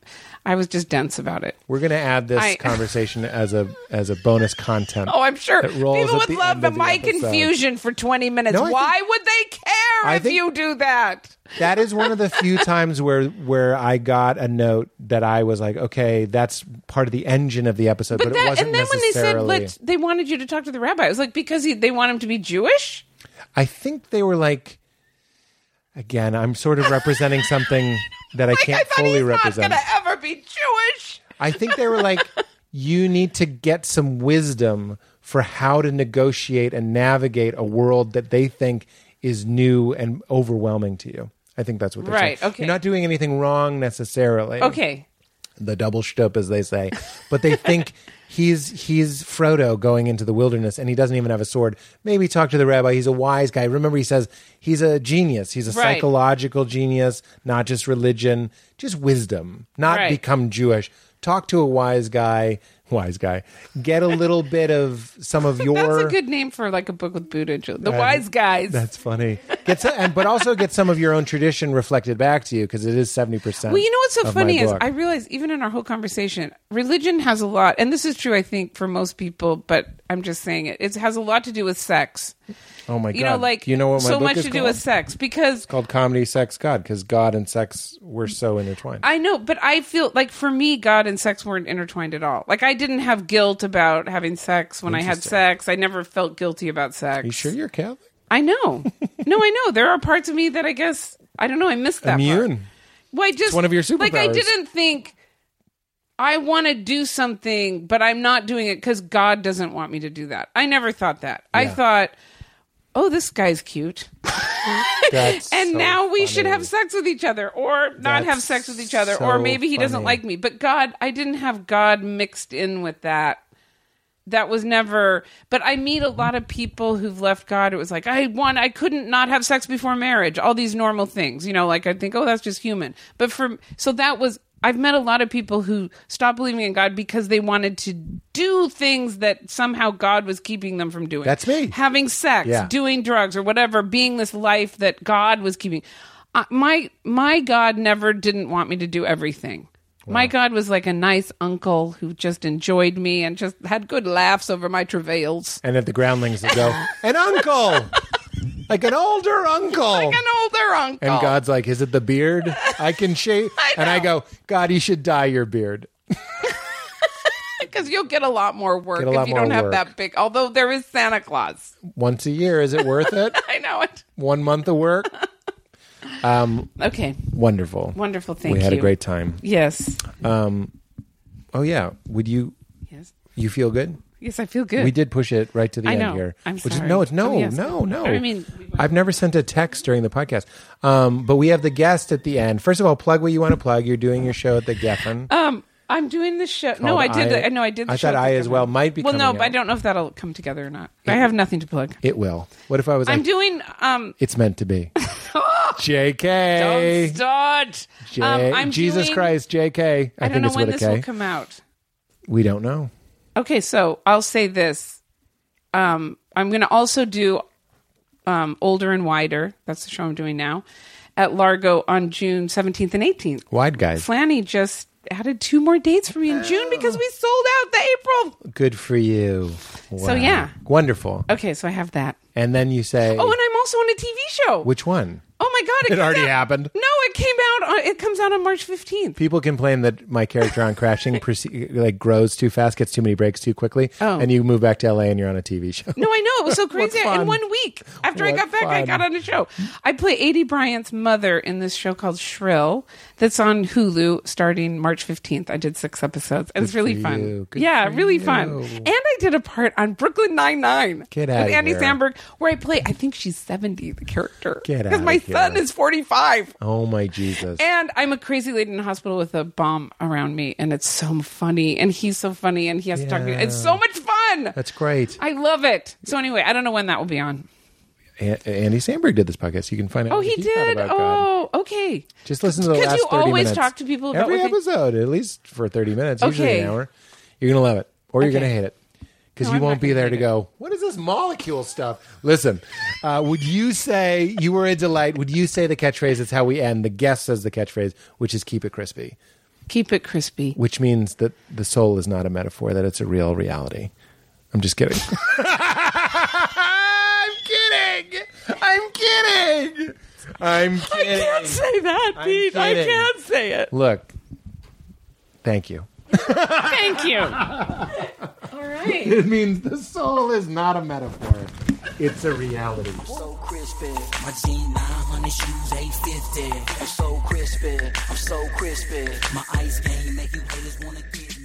I was just dense about it. We're gonna add this I- conversation as a as a bonus content. Oh, I'm sure It rolls people at would the love end of the my episode. confusion for 20 minutes. No, I Why would they care I if think- you do that? that is one of the few times where where I got a note that I was like, "Okay, that's part of the engine of the episode," but, But, that, it wasn't and then when they said necessarily. let they wanted you to talk to the rabbi, it was like because he, they want him to be Jewish. I think they were like, again, I'm sort of representing something that I Like can't I thought fully he's represent. not going to ever be Jewish. I think they were like, you need to get some wisdom for how to negotiate and navigate a world that they think is new and overwhelming to you. I think that's what they're Right, saying. okay. You're not doing anything wrong necessarily. Okay, The double shtup, as they say. But they think he's he's Frodo going into the wilderness and he doesn't even have a sword. Maybe talk to the rabbi. He's a wise guy. Remember, he says he's a genius. He's a Right. psychological genius, not just religion, just wisdom, not Right. become Jewish. Talk to a wise guy, wise guy. Get a little bit of some of your. that's a good name for like a book with Buddha. The wise guys. That's funny. Get some, and, but also get some of your own tradition reflected back to you because it is seventy percent. Well, you know what's so funny is I realize even in our whole conversation, religion has a lot, and this is true, I think, for most people. But I'm just saying it; it has a lot to do with sex. oh my You god! know, like you know what my so book much is to do called? with sex because called comedy sex god because god and sex were so intertwined I know, but I feel like for me, God and sex weren't intertwined at all. Like I didn't have guilt about having sex when I had sex. I never felt guilty about sex. you sure you're catholic I know. no, I know. There are parts of me that I guess I don't know. I missed that. part. immune Well, I just one of your Like I superpowers. didn't think I want to do something, but I'm not doing it because God doesn't want me to do that. I never thought that. I Yeah. thought, oh, this guy's cute, That's and so now we should funny. have sex with each other, or not That's have sex with each other, so or maybe he doesn't funny. like me. But God, I didn't have God mixed in with that. That was never, but I meet a Mm-hmm. lot of people who've left God. It was like, I want, I couldn't not have sex before marriage, all these normal things, you know, like I think, oh, that's just human. But for, so that was, I've met a lot of people who stopped believing in God because they wanted to do things that somehow God was keeping them from doing. That's me. Having sex, Yeah. doing drugs or whatever, being this life that God was keeping. Uh, my, my God never didn't want me to do everything. My God was like a nice uncle who just enjoyed me and just had good laughs over my travails. and at the groundlings they go an uncle like an older uncle Like an older uncle. and god's like is it the beard i can shave I and i know. go god you should dye your beard Because you'll get a lot more work Get a lot if you more don't have work. that big. Although there is Santa Claus. once a year is it worth it I know it. one month of work Um, Okay. wonderful. Wonderful. Thank we had a you. great time. Yes. Oh yeah. Would you? Yes. You feel good? Yes, I feel good. We did push it right to the I end know. here. I'm which sorry. Is, no, it's no, Oh, yes. no, no. I mean- I've never sent a text during the podcast. Um, but we have the guest at the end. First of all, plug what you want to plug. You're doing your show at the Geffen. Um, I'm doing the show. No, I called did. I- I know I did. The I show thought I as together. well might be Well, no, coming but I out. don't know if that'll come together or not. I have nothing to plug. it will. What if I was? I'm like, doing. Um, It's meant to be. Jk. don't start. J- um, I'm Jesus doing- Christ. Jk. I, I, think don't know it's when with a this will K. come out. We don't know. Okay, so I'll say this. Um, I'm going to also do um, Older and Wider. That's the show I'm doing now at Largo on June 17th and 18th. Wide guys. Flanny just added two more dates for me in June because we sold out the April. Good for you. Wow. yeah. Wonderful. Okay, so I have that. And then you say, Oh, and I'm also on a TV show. which one? oh my god, It comes already out- happened. No, it came out. On, it comes out on March 15th. People complain that my character on Crashing proce- like grows too fast, gets too many breaks too quickly, Oh. and you move back to LA and you're on a TV show. No, I know it was so crazy. fun. In one week after I What got back, I fun. got on a show. I play Adie Bryant's mother in this show called Shrill that's on Hulu starting March 15th. I did six episodes. It was really for you. fun. Good yeah, for really fun. you. And I did a part on Brooklyn Nine Nine Get with outta Andy here. Samberg, where I play. I think she's 70, the character. Get because outta my here. son is 45. Oh my Jesus! And I'm a crazy lady in the hospital with a bomb around me, and it's so funny. And he's so funny, and he has to talk to me. Yeah. It's so much fun. That's great. I love it. So anyway, I don't know when that will be on. A- Andy Samberg did this podcast. You can find out. Oh, what he thought did. about God. Oh, okay. just listen to the 'Cause last you 30 always minutes. talk to people about every what they- episode, at least for thirty minutes, usually Okay. an hour. You're gonna love it, or you're Okay. gonna hate it, because No, you I'm won't not be gonna there hate to it. go. What is this molecule stuff? Listen, uh, would you say you were a delight? Would you say the catchphrase? It's how we end. The guest says the catchphrase, which is "keep it crispy." Keep it crispy. which means that the soul is not a metaphor, that it's a real reality. I'm just kidding. I'm kidding. I'm kidding. I'm I kidding. can't say that, I'm Pete. I kidding. can't say it. Look, thank you. Thank you. All right. It means the soul is not a metaphor, it's a reality. so crispy. My D900 shoes 850. I'm so crispy. I'm so crispy. My ice game make you haters wanna get me.